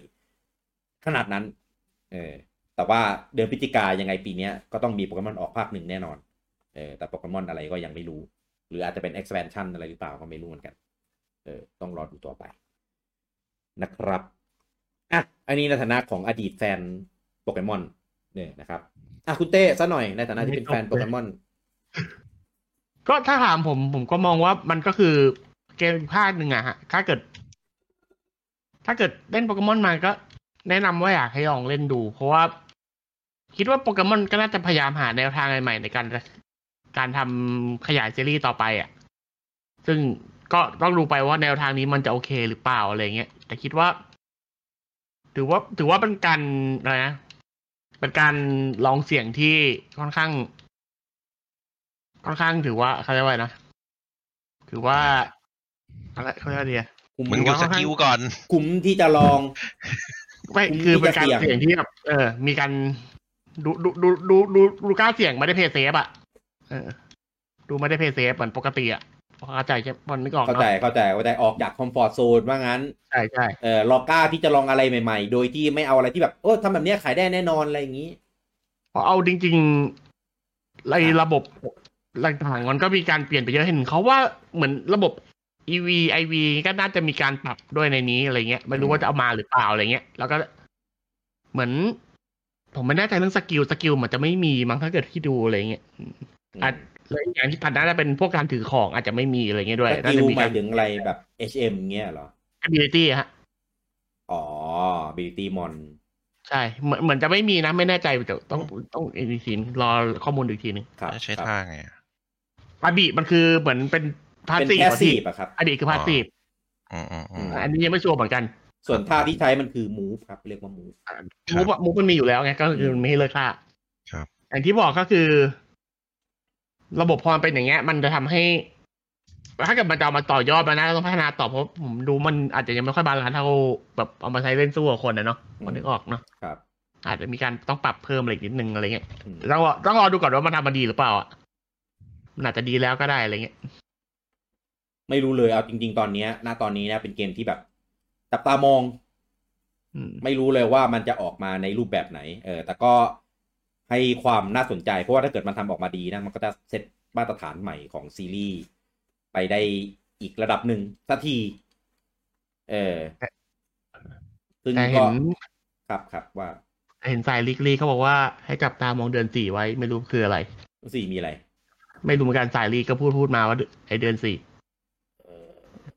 [SPEAKER 1] ขนาดนั้น เออ แต่ว่าเดือนพฤศจิกายังไงปีเนี้ยก็ต้องมีโปเกมอนออกภาคหนึ่งแน่นอน เออแต่โปเกมอนอะไรก็ยังไม่รู้ หรืออาจจะเป็น expansion อะไรหรือเปล่าก็ไม่รู้เหมือนกัน เออ ต้องรอดูต่อไป นะครับ อ่ะ อันนี้ในฐานะของอดีตแฟนโปเกมอนเนี่ยนะครับ อ่ะคุณเต้ซะหน่อยในฐานะที่เป็นแฟนโปเกมอน
[SPEAKER 2] ก็ถ้าถามผมผมก็มองว่ามันก็คือเกมภาคหนึ่งอะฮะถ้าเกิด ถ้าเกิดเล่นโปเกมอนมาก็แนะนำว่าอยากให้ลองเล่นดู เพราะว่า คิดว่าโปเกมอนก็น่าจะพยายามหาแนวทางใหม่ๆในการการทำขยายซีรีส์ต่อไปอะซึ่งก็ต้องดูไปว่าแนวทางนี้มันจะโอเคหรือเปล่าอะไรเงี้ยแต่คิดว่า ถือว่า ถือว่าเป็นการอะไรนะเป็นการลองเสี่ยงที่ค่อนข้าง ค่อนข้างถือว่าเขาเรียกว่าไงนะถือว่าอะไรเขาเรียกว่าดีอะ
[SPEAKER 1] คุม
[SPEAKER 3] มึงดูสกิลก่อน
[SPEAKER 1] คุมที่จะลอง
[SPEAKER 2] ไม่
[SPEAKER 1] คุณ
[SPEAKER 2] คือเป็นการ
[SPEAKER 1] มีการเสี่
[SPEAKER 2] เสี่
[SPEAKER 1] ย
[SPEAKER 2] ย
[SPEAKER 1] ง
[SPEAKER 2] งที่แบบเออ มีการดูดูดูดูดูดูกล้าเสี่ยงไม่ได้เพย์เซฟอ่ะเออ ดูไม่ได้เพย์เซฟเหมือนปกติอ่ะเข้าใจใช่มันนึกออก
[SPEAKER 1] เข้า
[SPEAKER 2] เนาะ
[SPEAKER 1] ใจเข้าใจเข้าใจออกจากคอมฟอร์ z โซนว่างั้น
[SPEAKER 2] ใช่ใช่
[SPEAKER 1] เออลอกล้าที่จะลองอะไรใหม่ๆ โดยที่ไม่เอาอะไรที่แบบโอ้ทำแบบเนี้ยขายได้แน่นอนอะไรอย่างนี้
[SPEAKER 2] เพราะเอาจริงๆไอ้ระบบต่างๆมันก็มีการเปลี่ยนไปเยอะเห็นเขาว่าเหมือนระบบ EV IV ก็น่าจะมีการปรับด้วยในนี้อะไรเงี้ยไม่รู้ว่าจะเอามาหรือเปล่าอะไรเงี้ยแล้วก็เหมือน ผมไม่แน่ใจเรื่องสกิลสกิลเหมือนจะไม่มีมั้งถ้าเกิดที่ดูอะไรเงี้ย อาจและอีกอย่างที่ผ่านน่าจะเป็นพวกการถือของอาจจะไม่มีอะไรเงี้ยด้วย
[SPEAKER 1] ส
[SPEAKER 2] น่า
[SPEAKER 1] กิ
[SPEAKER 2] จะ
[SPEAKER 1] ล
[SPEAKER 2] มีกาม
[SPEAKER 1] หาร ยถึงอะไรแบบ HM เงี้ยเหรอ
[SPEAKER 2] ability อะฮะ
[SPEAKER 1] อ๋อ Beauty Mon
[SPEAKER 2] ใช่ เหมือนเหมือนจะไม่มีนะ ไม่แน่ใจเดี๋ยวต้องต้องอีกทีนึงรอข้อมูลอีกทีนึง
[SPEAKER 1] ครับ
[SPEAKER 3] ใช้
[SPEAKER 1] ครับ
[SPEAKER 3] ท่าไงอะ
[SPEAKER 2] อาบีมันคือเหมือนเป็นพาส
[SPEAKER 1] เป็น
[SPEAKER 2] ซีฟ
[SPEAKER 1] แพสซีฟอะครับ
[SPEAKER 2] อาบีคือพาสซีฟ
[SPEAKER 3] อืมอืมอืม
[SPEAKER 1] ม
[SPEAKER 2] อันนี้ยังไม่ชัวร์เหมือนกัน
[SPEAKER 1] ส่วนท่าที่ใช้มันคือ move ครับ เรียกว่า move
[SPEAKER 3] ครับ
[SPEAKER 2] มูฟมูฟมันมีอยู่แล้วไงก็คือมันไม่ให้เลิกค่า
[SPEAKER 3] ครับ
[SPEAKER 2] อย่างที่บอกก็คือ ระบบพอมันเป็นอย่างเงี้ย มันจะทำให้ ถ้าเกิดมันจะเอามาต่อยอดมานะต้องพัฒนาต่อเพราะผมดูมันอาจจะยังไม่ค่อยบาลานซ์เท่าแบบเอามาใช้เล่นสู้กับคนนะเนาะคนนึกออกเนาะ
[SPEAKER 1] ครับ
[SPEAKER 2] อาจจะมีการต้องปรับเพิ่มอะไรอีกนิดนึงอะไรเงี้ย
[SPEAKER 1] อืม
[SPEAKER 2] ต้องรอต้องรอดูก่อนว่ามันทำมาดีหรือเปล่าอ่ะมันอาจจะดีแล้วก็ได้อะไรเงี้ย
[SPEAKER 1] ไม่รู้เลย เอาจริง ๆ ตอนเนี้ยณตอนนี้นะเป็นเกมที่แบบจับตามอง
[SPEAKER 2] อืม
[SPEAKER 1] ไม่รู้เลยว่ามันจะออกมาในรูปแบบไหน เออ แต่ก็ให้ความน่าสนใจ เพราะว่าถ้าเกิดมันทำออกมาดีนะ มันก็จะเซตมาตรฐานใหม่ของซีรีส์ไปได้อีกระดับหนึ่งสักที เออซึ่ง
[SPEAKER 2] แต่เห็
[SPEAKER 1] ก็
[SPEAKER 2] น
[SPEAKER 1] ครับครับว่า
[SPEAKER 2] เห็นสายลิกลีเขาบอกว่าให้จับตามองเดือนสี่ไว้ไม่รู้คืออะไร
[SPEAKER 1] สี่มีอะไร
[SPEAKER 2] ไม่รู้เหมือนกันสายลีกก็พูดพูดมาว่าเดือนไอเดือนสี่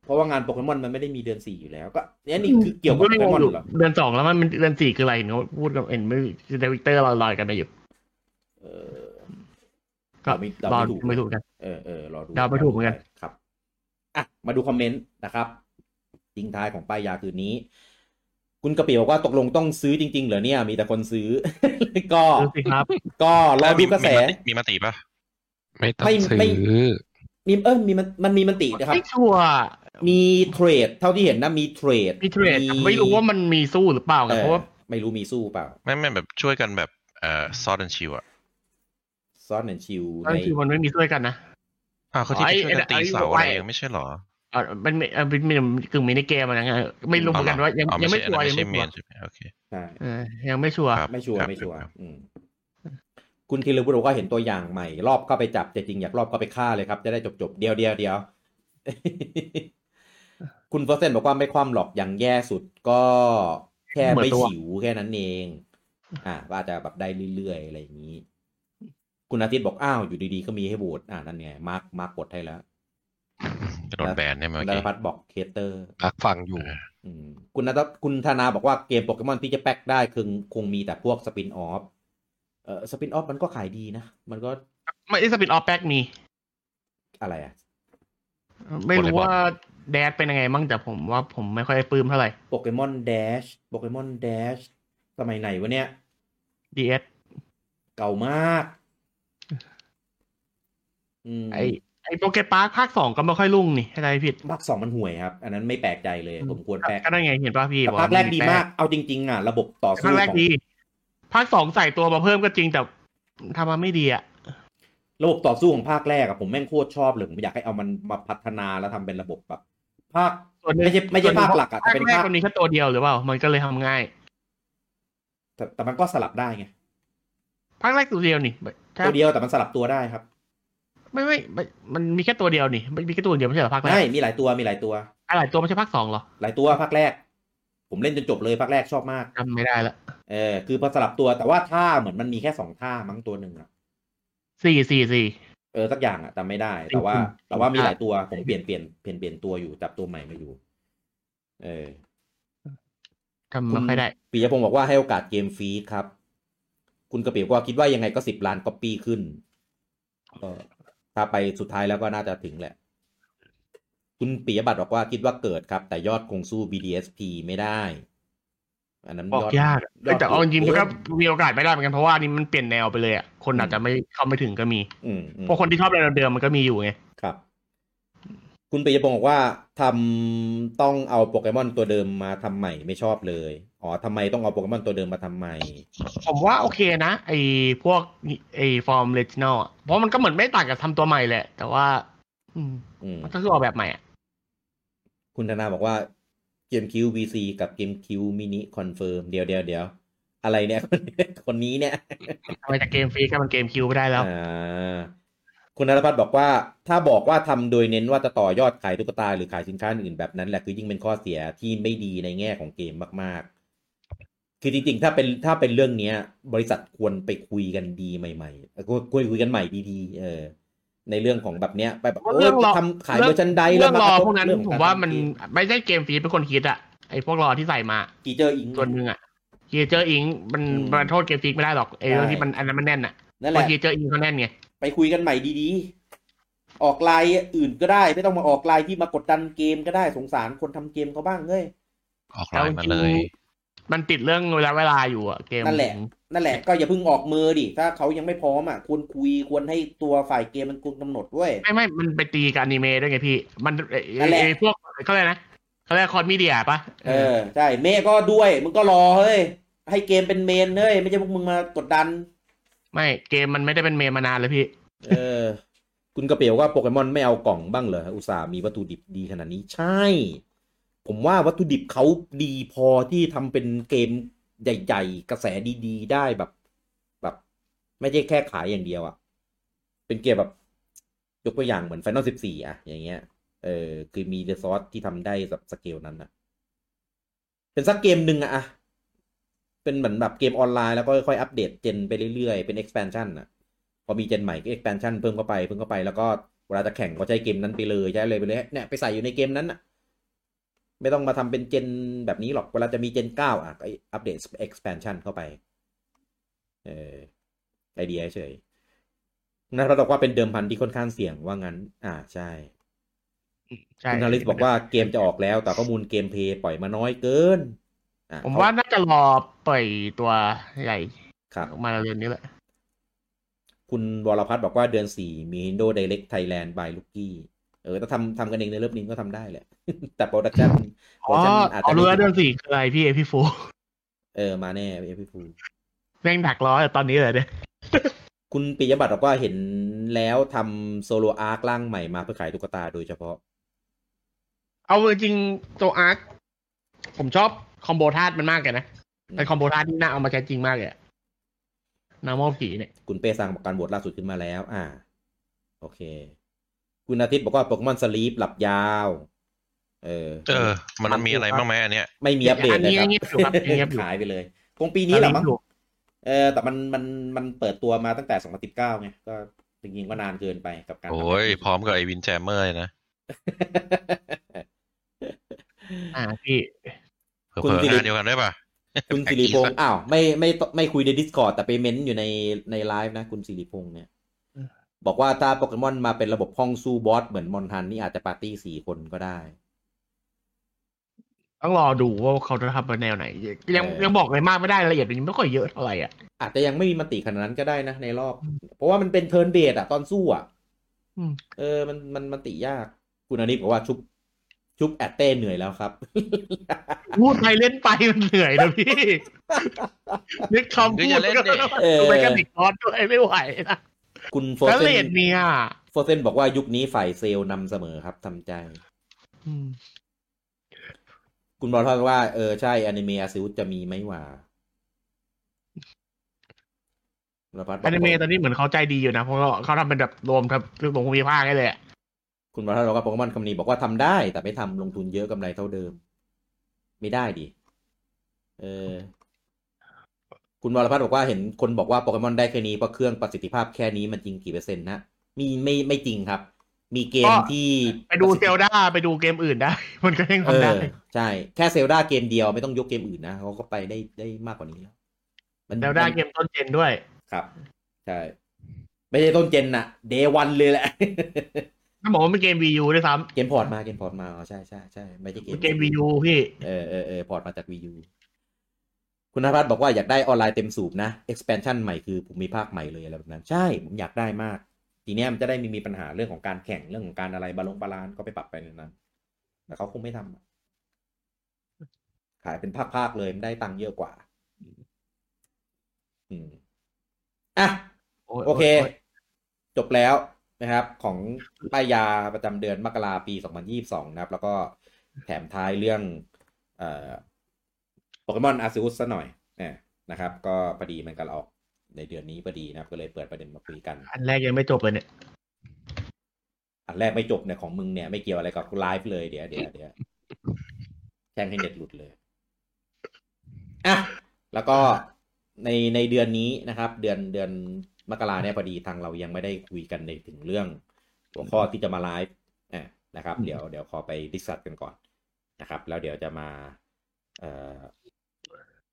[SPEAKER 1] เพราะว่างานโปเกมอนมันไม่ได้มีเดือนสี่อยู่แล้ว ก็เนี่ยนี่คือเกี่ยวกับ
[SPEAKER 2] ผ
[SPEAKER 1] โปเกมอนเหรอ
[SPEAKER 2] เดือนสองแล้วมันมันเดือนสี่คืออะไรเห็นเขาพูดกับเห็นไม่เดวิเตอร์ลอยๆกันไปอยู่
[SPEAKER 1] เออ
[SPEAKER 2] ก็
[SPEAKER 1] เราไม่เรา
[SPEAKER 2] ร
[SPEAKER 1] ไม่ถูก
[SPEAKER 2] อดูไม่ถูกกัน
[SPEAKER 1] เออเออรอดู
[SPEAKER 2] เดาไม่ถูกเหมือนกัน
[SPEAKER 1] ครับอ่ะมาดูคอมเมนต์นะครับทิ้งท้ายของป้ายยาคืนนี้ คุณกะปิบอกว่าตกลงต้องซื้อจริง ๆ เหรอเนี่ย มีแต่คนซื้อ [LAUGHS] ก็
[SPEAKER 2] ดูสิครับ
[SPEAKER 1] ก็รอดูกระแส
[SPEAKER 3] มีมติมีมติปะ
[SPEAKER 4] ไม่ต้อง
[SPEAKER 1] ไม่
[SPEAKER 4] ซื้
[SPEAKER 1] ไม่
[SPEAKER 4] อ
[SPEAKER 1] มีเออมีมันมันมีมันตินะครับ
[SPEAKER 2] ไม่ชัวร์
[SPEAKER 1] มีเทรดเท่าที่เห็นนะมีเทรด
[SPEAKER 2] มีเทรดไม่รู้ว่ามันมีสู้หรือเปล่าไง
[SPEAKER 1] เออ
[SPEAKER 2] เพราะว่า
[SPEAKER 1] ไม่รู้มีสู้เปล่า
[SPEAKER 3] ไม่ไม่แบบช่วยกันแบบเอ่อซอดันชิวอะ
[SPEAKER 1] ซอนแอนชิว
[SPEAKER 2] ก็
[SPEAKER 1] ใน
[SPEAKER 2] คือมันไม่มีช่วยกันนะ
[SPEAKER 3] อ้าวเขาที่ไปช่วยกัน
[SPEAKER 2] ไอ้
[SPEAKER 3] ตี
[SPEAKER 2] ไอ้
[SPEAKER 3] เสาอะไร
[SPEAKER 2] ไอ้
[SPEAKER 3] ยังไม่ใช่เหรอ
[SPEAKER 2] เออมันมีเอ่อเป็นมีกึ่งมินิเกมอะไรเงี้ยไม่รู้เหมือนกันว่ายัง
[SPEAKER 3] อ๋อ
[SPEAKER 2] ยังไม่
[SPEAKER 3] ใช่
[SPEAKER 2] ชัวร์
[SPEAKER 3] อัน
[SPEAKER 2] ยัง
[SPEAKER 3] นั้น
[SPEAKER 2] ไม่
[SPEAKER 3] ใช่เม
[SPEAKER 2] ชัวร์
[SPEAKER 3] นใช่ไหมโอเค
[SPEAKER 1] ใช่
[SPEAKER 2] เออยังไม่ชัวร์
[SPEAKER 3] ครับ
[SPEAKER 1] ไม่ชัวร์
[SPEAKER 3] บ
[SPEAKER 1] ไม่ชัวร์
[SPEAKER 3] ครับ
[SPEAKER 1] อืมคุณธีรวุฒิบอกว่าเห็นตัวอย่างใหม่ รอบเข้าไปจับแต่จริงอยากรอบเข้าไปฆ่าเลยครับ จะได้จบจบๆเดียวเดียวเดียว คุณเฟอร์เซนบอกว่าไม่ความหลอกอย่างแย่สุดก็แค่ไม่ฉิวแค่นั้นเอง อ่าก็อาจจะแบบได้เรื่อยๆ อะไรอย่างนี้ คุณอาทิตย์บอกอ้าวอยู่ดีๆ ก็มีให้โหวตอ่านั่นไงมาร์คมาร์กกดให้แล้ว
[SPEAKER 3] กระโดดแบนเนี่ยเมื่อ
[SPEAKER 1] นัท
[SPEAKER 3] กี้
[SPEAKER 1] พัฒน์บอกเคเตอร์
[SPEAKER 4] รักฟังอยู่
[SPEAKER 1] อืมคุณนัทคุณธนาบอกว่าเกมโปเกมอนที่จะแป๊กได้คือคงมีแต่พวกสปินออฟ เออสปินออฟมันก็ขายดีนะ มันก็
[SPEAKER 2] ไม่ได้สปินออฟแบ็กมี
[SPEAKER 1] อะไรอะ
[SPEAKER 2] ไม่รู้ว่าแดดเป็นยังไงมั่งแต่ผมว่าผมไม่ค่อยปลื้มเท่าไหร่
[SPEAKER 1] โปเกมอนเดชโปเกมอนเดชสมัยไหนวะเนี่ย
[SPEAKER 2] DS
[SPEAKER 1] เก่ามาก อืม
[SPEAKER 2] ไอไอโปเกปาร์คภาคสองก็ไม่ค่อยรุ่งนี่ถ้าจำไม่ผิด
[SPEAKER 1] ภาคสองมันห่วยครับ อันนั้นไม่แปลกใจเลย
[SPEAKER 2] อืม
[SPEAKER 1] ผมควรแปลก
[SPEAKER 2] ก็นั่นไงเห็นป่ะพี่
[SPEAKER 1] แต่
[SPEAKER 2] บอ
[SPEAKER 1] ภาคแรก
[SPEAKER 2] ว่
[SPEAKER 1] ดีมากเอาจริง ๆ อ่ะ ระบบต่อสู้
[SPEAKER 2] ภาคแรก
[SPEAKER 1] ของ
[SPEAKER 2] ดีภาคสองใส่ตัวมาเพิ่มก็จริงแต่ทำมาไม่ดีอะ
[SPEAKER 1] ระบบต่อสู้ของภาคแรกอะผมแม่งโคตรชอบเลยผมอยากให้เอามันมาพัฒนาแล้วทำเป็นระบบแบบภาค
[SPEAKER 2] ส่วนหนึ่ง
[SPEAKER 1] ไม่ใช่ไม่ใช่ภาคหลักอะแต่
[SPEAKER 2] ภาค
[SPEAKER 1] เป็น
[SPEAKER 2] แรก
[SPEAKER 1] ภาค
[SPEAKER 2] มันมีแค่ตัวเดียวหรือเปล่ามันก็เลยทำง่าย
[SPEAKER 1] แต่แต่มันก็สลับได้ไง
[SPEAKER 2] ภาคแรกตัวเดียวนี่ถ้า
[SPEAKER 1] ตัวเดียวแต่มันสลับตัวได้ครับ
[SPEAKER 2] ไม่ไม่ไม่มันมีแค่ตัวเดียวนี่มันมีแค่ตัวเดียวไม่ใช่เหรอภาคแรก
[SPEAKER 1] ไม่มีหลายตัวมีหลายตัว
[SPEAKER 2] อะไรตัวไม่ใช่ภาคสองเหรอ
[SPEAKER 1] หลายตัวภาคแรก ผมเล่นจนจบเลยภาคแรกชอบมาก
[SPEAKER 2] จำไม่ได้ละ
[SPEAKER 1] เออคือพอสลับตัวแต่ว่าท่าเหมือนมันมีแค่สองท่ามั้งตัวหนึ่งอะ
[SPEAKER 2] สี่สี่สี่
[SPEAKER 1] เออสักอย่างอะจำไม่ได้ แต่ว่า
[SPEAKER 2] อืม
[SPEAKER 1] แต่ว่ามี
[SPEAKER 2] อ่ะ
[SPEAKER 1] หลายตัวผมเปลี่ยนเปลี่ยนเปลี่ยนเปลี่ยนตัวอยู่จับตัวใหม่มาอยู่ เออ
[SPEAKER 2] จำไม่ค่อยได้
[SPEAKER 1] ปียพงศ์บอกว่าให้โอกาสเกมฟรีดครับ คุณกระเปียบอกว่าคิดว่ายังไงก็สิบล้านก๊อปปี้ขึ้นเออถ้าไปสุดท้ายแล้วก็น่าจะถึงแหละ คุณปิยบัตรบอกว่าคิดว่าเกิดครับ แต่ยอดคงสู้ BDSP ไม่ได้ อันนั้น
[SPEAKER 2] บอก
[SPEAKER 1] ยอด
[SPEAKER 2] ยากอะเอ้ยแต่เอาจริงๆมันก็มีโอกาสไม่ได้เหมือนกันเพราะว่านี่มันเปลี่ยนแนวไปเลยอ่ะคนอาจจะไม่เข้าไม่ถึงก็มี
[SPEAKER 1] อืมอืม
[SPEAKER 2] เพราะคนที่ชอบแนวเดิมๆมันก็มีอยู่ไง
[SPEAKER 1] ครับ คุณปิยพงศ์บอกว่าทำต้องเอาโปเกมอนตัวเดิมมาทำใหม่ไม่ชอบเลย อ๋อทำไมต้องเอาโปเกมอนตัวเดิมมาทำใหม่
[SPEAKER 2] ผมว่าโอเคนะไอพวกไอฟอร์มเลจินอลเพราะมันก็เหมือนไม่ต่างกับทำตัวใหม่แหละ แต่ว่า อืม
[SPEAKER 1] อืม
[SPEAKER 2] มันก็คือออกแบบใหม่อ่ะ
[SPEAKER 1] คุณธนาบอกว่าเกมคิว VC กับเกมคิวมินิคอนเฟิร์มเดี๋ยวเดี๋ยวเดี๋ยวอะไรเนี่ย [LAUGHS] คนนี้เนี่ย
[SPEAKER 2] ทำไมจากเกมฟรีก็มันเกมคิวไม่ได้แล้ว
[SPEAKER 1] อ่าคุณนรพัฒน์บอกว่าถ้าบอกว่าทำโดยเน้นว่าจะต่อยอดขายตุ๊กตาหรือขายสินค้าอื่นแบบนั้นแหละคือยิ่งเป็นข้อเสียที่ไม่ดีในแง่ของเกมมาก ๆ คือจริง ๆ ถ้าเป็นถ้าเป็นเรื่องเนี้ย บริษัทควรไปคุยกันดีใหม่ๆเอ่อควรควรคุยกันใหม่ดี ๆ เออ ในเรื่องของแบบเนี้ยไปแบบ
[SPEAKER 2] เพราะเรื่องรอ
[SPEAKER 1] ทำขายเวอร์ชันใด
[SPEAKER 2] เรื่องรอพวกนั้น
[SPEAKER 1] เรื่องข
[SPEAKER 2] ผ
[SPEAKER 1] อง
[SPEAKER 2] ม
[SPEAKER 1] กร
[SPEAKER 2] ว่ามัน
[SPEAKER 1] ทำเก
[SPEAKER 2] ไม่ใช่เกมฟรีเป็นคนคิดอ่ะไอพวกรอที่ใส่มา
[SPEAKER 1] กีเจอร์อิง
[SPEAKER 2] ส่วนหนึ่งอ่ะเจอร์อิงมัน
[SPEAKER 1] อืม
[SPEAKER 2] มันโทษเกมฟรีไม่ได้หรอกไอเรื่อง
[SPEAKER 1] ใช่
[SPEAKER 2] ที่มันอันนั้นมันแน่นอ่ะ
[SPEAKER 1] นั่น
[SPEAKER 2] เพ
[SPEAKER 1] แหละ
[SPEAKER 2] ราะเจอร์อิงเขาแน่นไง
[SPEAKER 1] ไปคุยกันใหม่ดีๆ ออกไลน์อื่นก็ได้ ไม่ต้องมาออกไลน์ที่มากดดันเกมก็ได้สงสารคนทำเกมเขาบ้างเอ้ย
[SPEAKER 3] ออกไลน์มาเลย
[SPEAKER 2] มันติดเรื่องเวลาเวลาอยู่อะเกม
[SPEAKER 1] นั่นแหละ นั่นแหละก็อย่าเพิ่งออกมือดิ ถ้าเขายังไม่พร้อมอ่ะควรคุยควรให้ตัวฝ่ายเกมมันควรกำหนดด้วย
[SPEAKER 2] ไม่ไม่มันไปตีกับอนิเมะด้วยไงพี่ มันไอ้
[SPEAKER 1] นั่นแหละ
[SPEAKER 2] ไอ้พวกเขาเรียกนะเขาเรียกคอนมีเดียปะ
[SPEAKER 1] เออใช่เมย์ก็ด้วย มึงก็รอเฮ้ย ให้เกมเป็นเมนเฮ้ย ไม่ใช่พวกมึงมากดดัน
[SPEAKER 2] ไม่เกมมันไม่ได้เป็นเมมานานเลยพี่
[SPEAKER 1] เออ คุณกระเปียวว่าโปเกมอนไม่เอากล่องบ้างเหรออุตส่าห์มีวัตถุดิบดีขนาดนี้ใช่ ผมว่าวัตถุดิบเขาดีพอที่ทำเป็นเกมใหญ่ๆ กระแสดีๆ ได้แบบ แบบ ไม่ใช่แค่ขายอย่างเดียวอะเป็นเกมแบบ ยกตัวอย่างเหมือน Final 14อะอย่างเงี้ย เออ คือมีเดซอสที่ทำได้แบบสเกลนั้นนะเป็นสักเกมหนึ่งอะอะเป็นเหมือนแบบเกมออนไลน์แล้วก็ค่อยๆอัปเดตเจนไปเรื่อยๆ เป็น expansion อะพอมีเจนใหม่ก็ expansion เพิ่มเข้าไปเพิ่มเข้าไปแล้วก็เวลาจะแข่งก็ใช้เกมนั้นไปเลยใช้เลยไปเลยเนี่ยไปใส่อยู่ในเกมนั้นอะไม่ต้องมาทำเป็นเจนแบบนี้หรอกเวลาจะมีเจนเก้าอะก็อัปเดต expansion เข้าไปเออไอเดียเฉยนั่นเราบอกว่าเป็นเดิมพันที่ค่อนข้างเสี่ยงว่างั้น อ่าใช่
[SPEAKER 2] ใช่
[SPEAKER 1] คุณนาริสบอกว่าเกมจะออกแล้ว แต่ข้อมูลเกมเพลย์ปล่อยมาน้อยเกินอ่ะ
[SPEAKER 2] ผมว่าน่าจะรอปล่อยตัวใหญ่
[SPEAKER 1] ครับ
[SPEAKER 2] ออกมาเร็วๆนี้แหละ
[SPEAKER 1] คุณวรพัฒน์บอกว่าเดือนสี่มี Indo Direct Thailand by Lucky เออถ้าทำทำกันเองในเรื่องนี้ก็ทำได้แหละ [LAUGHS] แต่โปรดักชั่นโปร
[SPEAKER 2] อ๋อ
[SPEAKER 1] ดักชั่นอาจ
[SPEAKER 2] เอา
[SPEAKER 1] จะ
[SPEAKER 2] เรื่อง
[SPEAKER 1] ไม่
[SPEAKER 2] เรื่องสี่คืออะไรพี่เอพี่ฟู
[SPEAKER 1] เออ มาแน่เอพี่ฟู
[SPEAKER 2] แม่งดักล้อตอนนี้เลยเนี่ย
[SPEAKER 1] คุณปิยบัตรบอกว่าเห็นแล้วทำโซโลอาร์คร่างใหม่มาเพื่อขายตุ๊กตาโดยเฉพาะ
[SPEAKER 2] เอาจริงๆตัวอาร์คผมชอบคอมโบธาตุมันมากเลยนะเป็นคอมโบธาตุที่น่าเอามาใช้จริงมากเลยอะน้ำมอผีเนี่ย
[SPEAKER 1] คุณเป้สร้างการโหวตล่าสุดขึ้นมาแล้ว อ่า โอเค คุณอาทิตย์บอกว่าโปเกมอนสลีปหลับยาว เออ
[SPEAKER 3] เออ มันมีอะไรบ้างไหมอันเนี้ย
[SPEAKER 1] ไม่มีอัปเดตเลยครั
[SPEAKER 2] อันนี้ยังเงียบอยู่ครับยังเงียบอยู่
[SPEAKER 1] ขายไปเลยคงปีนี้แหละมั้ง
[SPEAKER 2] อยู่
[SPEAKER 1] เออ แต่มันมันมันเปิดตัวมาตั้งแต่ 2019ไง ก็จริงๆก็นานเกินไปกับการทำ
[SPEAKER 3] โอ้ย พร้อมกับไอวินแจมเมอร์เลยนะ
[SPEAKER 2] อ่าพี่
[SPEAKER 3] เผื่อๆงานเดียวกันด้วยป่ะ
[SPEAKER 1] [LAUGHS] คุณสิริพงษ์อ้าว ไม่ไม่ไม่คุยใน Discord แต่ไปเม้นอยู่ในในไลฟ์นะ คุณสิริพงษ์เนี่ย บอกว่าถ้าโปเกมอนมาเป็นระบบห้องสู้บอสเหมือนมอนทันนี่อาจจะปาร์ตี้สี่คนก็ได้
[SPEAKER 2] ต้องรอดูว่าเขาจะทำเป็นแนวไหน ยัง
[SPEAKER 1] เออ
[SPEAKER 2] ยังบอกอะไรมากไม่ได้รายละเอียดมันยังไม่ค่อยเยอะเท่าไหร่อ่ะ
[SPEAKER 1] อาจจะยังไม่มีมติขนาดนั้นก็ได้นะในรอบ เพราะว่ามันเป็นเทิร์นเบดอะตอนสู้อะ
[SPEAKER 2] อืม
[SPEAKER 1] เออมันมันมันติยาก คุณอนิพบอกว่าชุบชุบแอตเต้เหนื่อยแล้วครับ
[SPEAKER 2] พูดไปเล่นไปมันเหนื่อยนะพี่ นึกคำพูด
[SPEAKER 3] เดี๋ยวจะเล่นดิ
[SPEAKER 1] เออ
[SPEAKER 2] ทำไมกันติดคอร์สด้วยไม่ไหวนะ
[SPEAKER 1] คุณโฟ
[SPEAKER 2] แล้ว
[SPEAKER 1] เซ
[SPEAKER 2] เล
[SPEAKER 1] น
[SPEAKER 2] ดเนี่ย
[SPEAKER 1] โฟเซนบอกว่ายุคนี้ฝ่ายเซลล์นำเสมอครับทำใจ
[SPEAKER 2] อืม
[SPEAKER 1] คุณบอลทอนว่าเออใช่อนิเมะอาซิวจะมีไหมว่าระพัดบก
[SPEAKER 2] อนิเมะตอนนี้เหมือนเขาใจดีอยู่นะ เพราะว่าเขาทำเป็นแบบรวมครับเรื่องของภูมิภาคนี่แหละ
[SPEAKER 1] คุณบอลทอนบอกว่าโปเกมอนคำนี้บอกว่าทำได้ แต่ไม่ทำลงทุนเยอะกำไรเท่าเดิม ไม่ได้ดิเออ คุณวรพัฒน์บอกว่าเห็นคนบอกว่าโปเกมอนได้แค่นี้เพราะเครื่องประสิทธิภาพแค่นี้มันจริงกี่เปอร์เซ็นต์นะมีไม่ไม่จริงครับ มีเกมที่
[SPEAKER 2] ไปดู
[SPEAKER 1] ระสิท
[SPEAKER 2] เซ
[SPEAKER 1] ธิ
[SPEAKER 2] ลดาไปดูเกมอื่นได้ มันก็ยังทำได้
[SPEAKER 1] เออใช่แค่เซลดาเกมเดียวไม่ต้องยกเกมอื่นนะเขาก็ไปได้ได้มากกว่านี้แล้ว
[SPEAKER 2] เซลดาเกมต้นเจนด้วย
[SPEAKER 1] ครับ ใช่ ไม่ใช่ต้นเจนนะเดวันเลยแหละ [LAUGHS]
[SPEAKER 2] ถ้าบอกว่าเป็นเกม VU ด้วยซ้
[SPEAKER 1] เกมพอร์ตมาเกมพอร์ตมาอ๋อใช่ใช่ใช่ไม่ใช่
[SPEAKER 2] ำ
[SPEAKER 1] เก
[SPEAKER 2] เป็
[SPEAKER 1] ม
[SPEAKER 2] นเกม VU พี่
[SPEAKER 1] เออเออเออพอร์ตมาจากวีูคุณนภัสบอกว่าอยากได้ออนไลน์เต็มสูบนะ expansion ใหม่คือภูมิภาคใหม่เลยอะไรแบบนั้น ใช่ผมอยากได้มาก ทีเนี้ยมันจะได้ไมีมีปัญหาเรื่องของการแข่งเรื่องของการอะไรบาลงบาลานซ์ก็ไปปรับไปในนั้นแต่เขาคงไม่ทำอะขายเป็นภาคๆเลยมันได้ตังค์เยอะกว่า อืมอ่ะ โอเค จบแล้วนะครับ ของป้ายยาประจำเดือนมกราปี 2022 นะครับ แล้วก็แถมท้ายเรื่องเอ่อโปเกมอนอาซิอุสซะหน่อยนะนะครับ ก็พอดีมันกำลันออกในเดือนนี้พอดีนะครับ ก็เลยเปิดประเด็นมาคุยกัน
[SPEAKER 2] อันแรกยังไม่จบเลยเนี่ย
[SPEAKER 1] อันแรกไม่จบเนี่ยของมึงเนี่ย ไม่เกี่ยวอะไรกับไลฟ์เลยเดี๋ยวเดี๋ยวเดี๋ยวแช่งให้เน็ตหลุดเลยอ่ะแล้วก็ในในเดือนนี้นะครับ เดือนเดือนมกราเนี่ยพอดีทางเรายังไม่ได้คุยกันในถึงเรื่อง หัวข้อที่จะมาไลฟ์อ่ะนะครับ เดี๋ยวเดี๋ยวขอไปดิสคัตกันก่อนนะครับ แล้วเดี๋ยวจะมาเอ่อ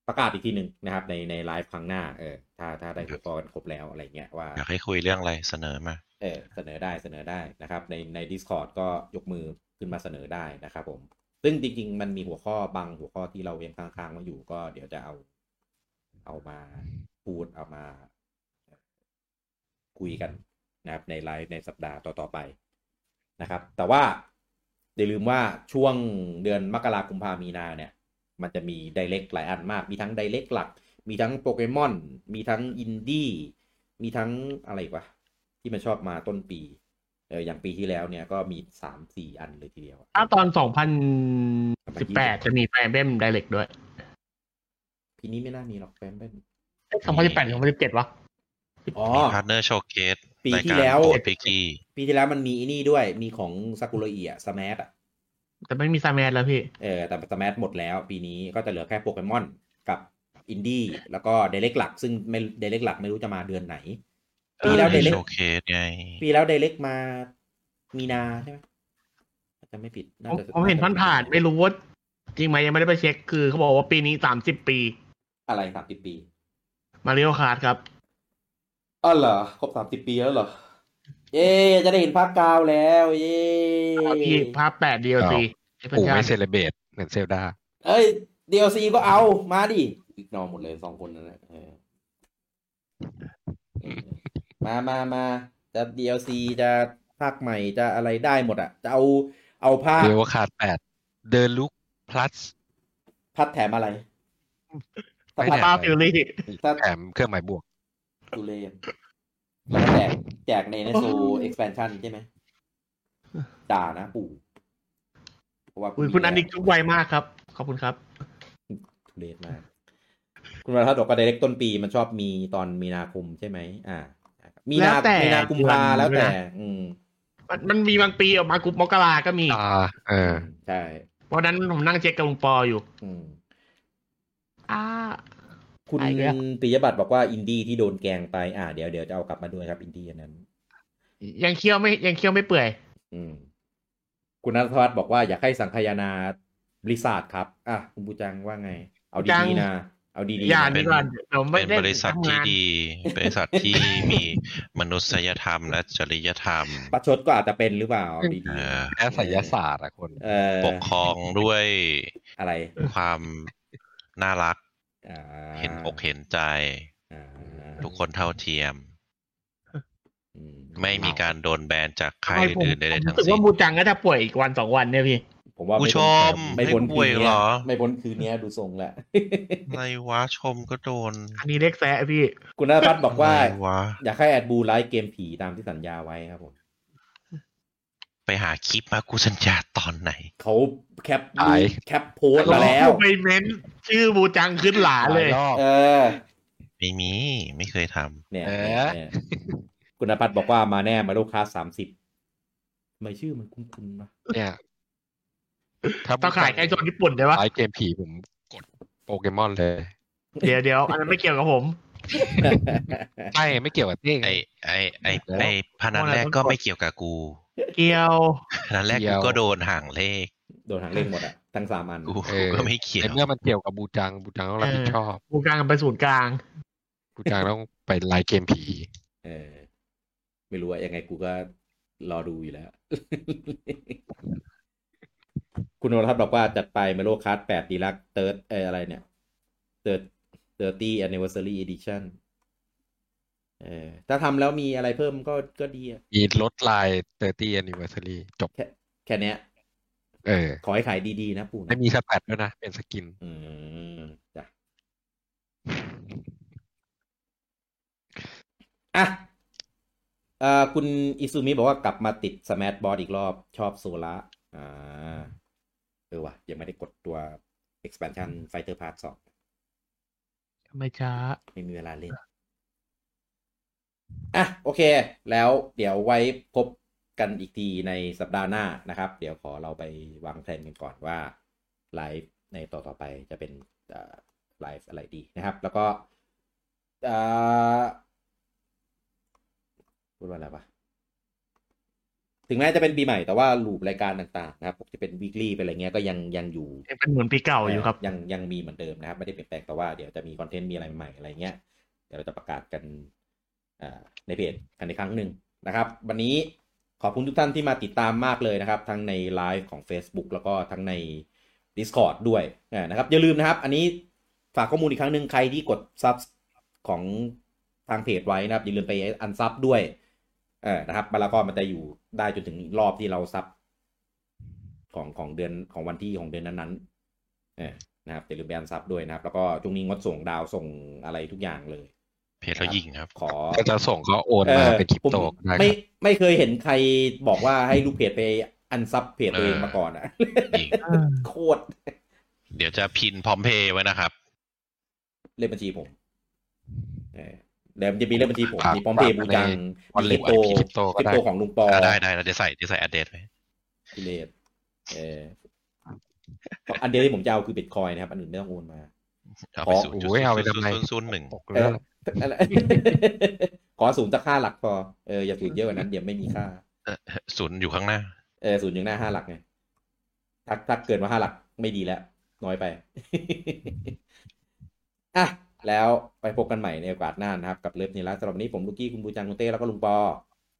[SPEAKER 1] ประกาศอีกทีหนึ่งนะครับ ในในไลฟ์ครั้งหน้าเออถ้าถ้าได้หัวข้อกันครบแล้วอะไรเงี้ยว่า
[SPEAKER 3] อยากให้คุยเรื่องอะไรเสนอมา
[SPEAKER 1] เออเสนอได้เสนอได้นะครับ ในใน Discord ก็ยกมือขึ้นมาเสนอได้นะครับผม ซึ่งจริงๆ มันมีหัวข้อบางหัวข้อที่เรายังค้างๆไว้อยู่ก็เดี๋ยวจะเอา เอามาพูดเอามา คุยกันนะครับในไลฟ์ในสัปดาห์ต่อๆไปนะครับ แต่ว่าอย่าลืมว่าช่วงเดือนมกราคมพามีนาเนี่ย มันจะมีไดเ c กหลายอันมาก มีทั้งไดเ c กหลัก มีทั้งโปเกมอน มีทั้งอินดี้มีทั้งอะไรอีกวะ ที่มันชอบมาต้นปีเอออย่างปีที่แล้วเนี่ยก็มีสามสี่อันเลยทีเดียว
[SPEAKER 2] ถ้าตอน 2018 จะมีแฟนเบ้มไดเรกด้วย
[SPEAKER 1] ปีนี้ไม่น่ามีหรอกแฟนเป็น
[SPEAKER 2] เอ้ย2018 2017วะ
[SPEAKER 1] อ๋อ
[SPEAKER 3] พาร์ทเนอร์โชว์เกส
[SPEAKER 1] ปีที่แล้ว
[SPEAKER 3] ปิกี้
[SPEAKER 1] ปีที่แล้วมันมีไอ้นี่ด้วยมีของซากุโรอิอะสมาร์ทอะ
[SPEAKER 2] แต่ไม่มีซาแมนแล้วพี่
[SPEAKER 1] เออแต่สมาร์ทหมดแล้ว ปีนี้ก็จะเหลือแค่โปเกมอนกับอินดี้แล้วก็เดเล็กหลัก ซึ่งไม่เดเล็กหลักไม่รู้จะมาเดือนไหน ปีแล้ว
[SPEAKER 2] เออ
[SPEAKER 1] เดเล็ก
[SPEAKER 3] โชว์เคสไง
[SPEAKER 1] ปีแล้วเดเล็กมามีนาใช่ไหมถ้าจะไม่ผิดน่าจะ
[SPEAKER 2] ผมเห็นผ่านผ่านๆไม่รู้ว่าจริงไหมยังไม่ได้ไปเช็ค คือเขาบอกว่าปีนี้ 30 ปี
[SPEAKER 1] อะไรสามสิบปี
[SPEAKER 2] มาริโอคาร์ดครับ
[SPEAKER 1] อ๋อเหรอครบสามสิบปีแล้วเหรอเย่จะได้เห็นภาคกาวแล้วเย่
[SPEAKER 2] พี่ภาพ 8 DLC
[SPEAKER 4] ปู่ไม่เซเลเบตเหมือนเซลดา
[SPEAKER 1] เอ้ย DLC ก็เอามาดิอีกนอหมดเลยสองคนนั่นแหละเออเออมามามาจะ DLC จะภาคใหม่จะอะไรได้หมดอ่ะ จะเอาเอาภาค
[SPEAKER 4] เดวขาดแปดเดลุกพลัส
[SPEAKER 1] พัดแถมอะไร
[SPEAKER 4] ไม่แถม
[SPEAKER 2] ป้าฟิลลี่
[SPEAKER 1] ถ้า
[SPEAKER 4] แถมเครื่องหมายบวก
[SPEAKER 1] ดูเลมแล้วก็แจกแจกในในโซ expansion ใช่ไหมด่านะปู่เพราะว่า
[SPEAKER 2] อุ๊ยคุณอันนี้
[SPEAKER 1] ก
[SPEAKER 2] จุกไวมากครับ ขอบคุณครับ
[SPEAKER 1] ทุเรศมาก คุณวรทัศน์บอกว่าไดเรกต้นปีมันชอบมีตอนมีนาคมใช่ไหม อ่า มีนา
[SPEAKER 2] แล้วแต่
[SPEAKER 1] มีนากุมภา
[SPEAKER 2] เดือน
[SPEAKER 1] แล้วแต่
[SPEAKER 2] ด้วยนะ
[SPEAKER 1] อืม
[SPEAKER 2] มันมันมีบางปีออกมากุมมกราก็มี
[SPEAKER 4] อ่า เออ
[SPEAKER 1] ใช่
[SPEAKER 2] วันนั้นผมนั่งเช็คกับลุงปออยู่
[SPEAKER 1] อืม
[SPEAKER 2] อ้า
[SPEAKER 1] คุณ
[SPEAKER 2] ไปอีกแล้ว
[SPEAKER 1] ปิยบัตรบอกว่าอินดี้ที่โดนแกงไปอ่าเดี๋ยวเดี๋ยวจะเอากลับมาด้วยครับอินดี้อันนั้น
[SPEAKER 2] ยังเคี้ยวไม่ยังเคี้ยวไม่เปื่อย
[SPEAKER 1] อืม คุณนัทวัฒน์บอกว่าอยากให้สังคายนาบริษัทครับ อ่ะคุณบูจังว่าไง เอา
[SPEAKER 2] จัง
[SPEAKER 1] ดีๆนะ เอาดี
[SPEAKER 2] อย่า
[SPEAKER 1] ๆ
[SPEAKER 2] ดีกว่าเดี๋ยวไม่
[SPEAKER 3] เป็น
[SPEAKER 2] ได้
[SPEAKER 3] บริษัท
[SPEAKER 2] ทำ
[SPEAKER 3] ที่
[SPEAKER 2] งาน
[SPEAKER 3] ดี
[SPEAKER 2] [LAUGHS]
[SPEAKER 3] บริษัทที่มีมนุษยธรรมและจริย
[SPEAKER 2] [LAUGHS]
[SPEAKER 3] ธรรม
[SPEAKER 1] ประชดก็อาจจะเป็นหรือเปล่าเอาดี
[SPEAKER 3] เอ่อ
[SPEAKER 4] แค่ไสยศาสตร์อะคน
[SPEAKER 1] ๆเออ
[SPEAKER 3] ปกครอง
[SPEAKER 2] [LAUGHS]
[SPEAKER 3] ด้วย
[SPEAKER 1] อะไร
[SPEAKER 3] ความน่ารัก
[SPEAKER 1] อ่า
[SPEAKER 3] เห็นอกเห็นใจ
[SPEAKER 1] อ่า
[SPEAKER 3] ทุกคนเท่าเทียม
[SPEAKER 1] อื
[SPEAKER 3] ไม่มีการโดนแบนจากค่าย
[SPEAKER 2] ไม่ผม
[SPEAKER 3] อื่นๆใด
[SPEAKER 2] ผม
[SPEAKER 3] ๆทั้
[SPEAKER 2] รู้
[SPEAKER 3] ง
[SPEAKER 2] สึก
[SPEAKER 3] สิ้
[SPEAKER 2] ว่าน มูจังก็จะป่วยอีกวันสองวันเนี่ยพี่
[SPEAKER 1] ผมว่า
[SPEAKER 3] ผู้ชม
[SPEAKER 1] ไม่พ้น
[SPEAKER 3] ให้ป่
[SPEAKER 1] คื
[SPEAKER 3] วย
[SPEAKER 1] น
[SPEAKER 3] เหร
[SPEAKER 1] เนี้ย
[SPEAKER 3] อ
[SPEAKER 1] ไม่พ้นคืนเนี้ยดูทรงแล้ว [LAUGHS]
[SPEAKER 3] อะไรวะชมก็โดน
[SPEAKER 2] อันนี้เล็กแซะพี่
[SPEAKER 1] คุณนภัทรบอกว่า
[SPEAKER 3] [LAUGHS] อะไรวะ
[SPEAKER 1] อยากให้แอดบูไลฟ์เกมผีตามที่สัญญาไว้ครับผม
[SPEAKER 3] ไปหาคลิปมากูสัญญาตอนไหน
[SPEAKER 1] เขาแคป
[SPEAKER 4] ขาย
[SPEAKER 1] แคปโพสต์มาแล้ว
[SPEAKER 2] ไปเม้นชื่อบูจังขึ้นหลาเลย
[SPEAKER 4] หรอบ
[SPEAKER 1] เออ
[SPEAKER 3] ไม่มี ไม่เคยท
[SPEAKER 1] เนี่ย
[SPEAKER 4] เอ๊ะ
[SPEAKER 1] เนี่ยเนี่ยคุณนภัทรบอกว่ามาแน่มาลูกค้าสามสิบทำไมชื่อมันคุ้นๆนะ [LAUGHS]
[SPEAKER 4] เนี่ย
[SPEAKER 2] ต้องขายใกล้โซนญี่ปุ่นใช่ปะ
[SPEAKER 4] ไลฟ์เกมผีผมกดโปเกมอนเลย
[SPEAKER 2] เดี๋ยวเดี๋ยวอันนั้นไม่เกี่ยวกับผม
[SPEAKER 4] ใช่ไม่เกี่ยวกับเต้
[SPEAKER 3] ำ
[SPEAKER 4] ไง
[SPEAKER 3] ไอไอ
[SPEAKER 4] แล้ว
[SPEAKER 3] ไอไอพนันแรกก็ไม่เกี่ยวกับกู
[SPEAKER 2] เกี่ยว
[SPEAKER 3] พนันแรกกูก็โดนห่างเลข
[SPEAKER 1] โดนหางเล่งหมดอ่ะ ทั้งสามอัน
[SPEAKER 3] กูก็ไม่เกี่ยว
[SPEAKER 4] ในเมื่อมันเกี่ยวกับบูจังบูจังต้องรับผิดชอบ
[SPEAKER 2] บูจังไปศูนย์กลาง
[SPEAKER 4] บูจังต้องไปไลฟ์เกมผี
[SPEAKER 1] เออ ไม่รู้ว่ายังไงกูก็รอดูอยู่แล้ว [LAUGHS] คุณโอรทัศน์บอกว่าจัดไปเมโลคัสแปดดีลักเติร์ดเอออะไรเนี่ยเติร์ดเติร์ตี้แอนนิเวอร์ซารีเอดิชั่นเออถ้าทำแล้วมีอะไรเพิ่มก็ก็ดีอะ
[SPEAKER 4] มีลดลาย 30 anniversary จบ
[SPEAKER 1] แค่แค่เนี้ย
[SPEAKER 4] เออ
[SPEAKER 1] ขอให้ขายดีๆนะปู่
[SPEAKER 4] ไม่
[SPEAKER 1] นะ
[SPEAKER 4] มีสแตทด้วยนะ เป็นสกิน
[SPEAKER 1] อืมจ้ะอ่ะเอ่อคุณอิซูมิบอกว่ากลับมาติดสมาร์ทบอร์ดอีกรอบชอบโซล่าอ่า เออว่ะ ยังไม่ได้กดตัว expansion fighter part สอง
[SPEAKER 2] ทำไมช้า
[SPEAKER 1] ไม่มีเวลาเล่น อ่ะ โอเค แล้วเดี๋ยวไว้พบกันอีกทีในสัปดาห์หน้านะครับ เดี๋ยวขอเราไปวางแผนกันก่อนว่าไลฟ์ในต่อต่อไปจะเป็นเอ่อไลฟ์อะไรดีนะครับ แล้วก็เอ่อพูดว่าอะไรวะถึงแม้จะเป็นปีใหม่แต่ว่ารูปรายการต่างๆ นะครับจะเป็น weekly เป็นอะไรเงี้ยก็ยังยังอยู่
[SPEAKER 2] ยังเป็นเหมือนปีเก่าอยู่ครับ
[SPEAKER 1] ยังยังมีเหมือนเดิมนะครับ ไม่ได้เปลี่ยนแปลงแต่ว่าเดี๋ยวจะมีคอนเทนต์มีอะไรใหม่ๆอะไรเงี้ย เดี๋ยวเราจะประกาศกันอ่าในเพจกันในครั้งหนึ่งนะครับ วันนี้ขอบคุณทุกท่านที่มาติดตามมากเลยนะครับ ทั้งในไลฟ์ของ Facebook แล้วก็ทั้งใน Discord ด้วยอ่านะครับ อย่าลืมนะครับ อันนี้ฝากข้อมูลอีกครั้งหนึ่งใครที่กดซับของทางเพจไว้นะครับ อย่าลืมไปอันซับด้วยเออนะครับมาแล้วก็มันจะอยู่ได้จนถึงรอบที่เราซับของของเดือนของวันที่ของเดือนนั้นๆเออนะครับอย่าลืมไปอันซับด้วยนะครับ แล้วก็ช่วงนี้งดส่งดาวส่งอะไรทุกอย่างเลย
[SPEAKER 3] เพจเรายิงครับ
[SPEAKER 1] ขอ
[SPEAKER 4] ก็จะส่งเขาโอนมา
[SPEAKER 1] อ่อ
[SPEAKER 4] เป็นคริปโต
[SPEAKER 1] ผม
[SPEAKER 4] ได้ครับ
[SPEAKER 1] ไม่ไม่เคยเห็นใครบอกว่าให้ลูกเพจไปอันซับเพจตัวเอง
[SPEAKER 3] เออ
[SPEAKER 1] มาก่อนอ่ะ
[SPEAKER 4] [LAUGHS]
[SPEAKER 3] ยิง
[SPEAKER 1] โคตร
[SPEAKER 3] เดี๋ยวจะพินพร้อมเพย์ไว้นะครับ
[SPEAKER 1] เลขบัญชีผมเออเดี๋ยวมันจะมีเลขบัญชีผมมีพร้อมเพย์
[SPEAKER 4] ฝา
[SPEAKER 1] บู
[SPEAKER 4] กไว้
[SPEAKER 1] จัง
[SPEAKER 4] ใน
[SPEAKER 1] มีคริปโต
[SPEAKER 4] ค
[SPEAKER 1] ค
[SPEAKER 4] ริปโตก็
[SPEAKER 1] ริป
[SPEAKER 4] ได้
[SPEAKER 1] โตของลุงปอ
[SPEAKER 3] อ่ะได้ได้เราจะใส่จะใส่อัปเดตไว้
[SPEAKER 1] ทุเรศเอออันเดียวที่ผมจะเอาคือบิตคอยนะครับ อันอื่นไม่ต้องโอนมา [LAUGHS]
[SPEAKER 3] เอาไป
[SPEAKER 1] ขอ
[SPEAKER 3] ศูนย์จุด
[SPEAKER 4] โอ้ยเอาไปทำไม
[SPEAKER 3] ศูนย์ศูนย์หนึ่ง
[SPEAKER 4] ปกเรื่อง
[SPEAKER 1] อะไร ขอศูนย์ตะค่าหลักพอเอออย่าศูนย์เยอะกว่านั้นเดี๋ยวไม่มีค่า
[SPEAKER 3] ศูนย์อยู่ข้างหน้า
[SPEAKER 1] เออศูนย์ยังหน้าห้าหลักไงถ้าถ้าเกินมาห้าหลักไม่ดีแล้ว น้อยไป [LAUGHS] อ่ะ แล้วไปพบกันใหม่ในโอกาสหน้านะครับ กับเลิฟนีละสำหรับวันนี้ผมลูกกี้คุณบูจังคุณเต้แล้วก็ลุงปอ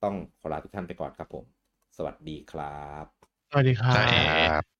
[SPEAKER 1] ต้องขอลาทุกท่านไปก่อนครับผม สวัสดีครับ
[SPEAKER 2] สวัสดีครั
[SPEAKER 3] ใช่
[SPEAKER 2] บ
[SPEAKER 4] ครับ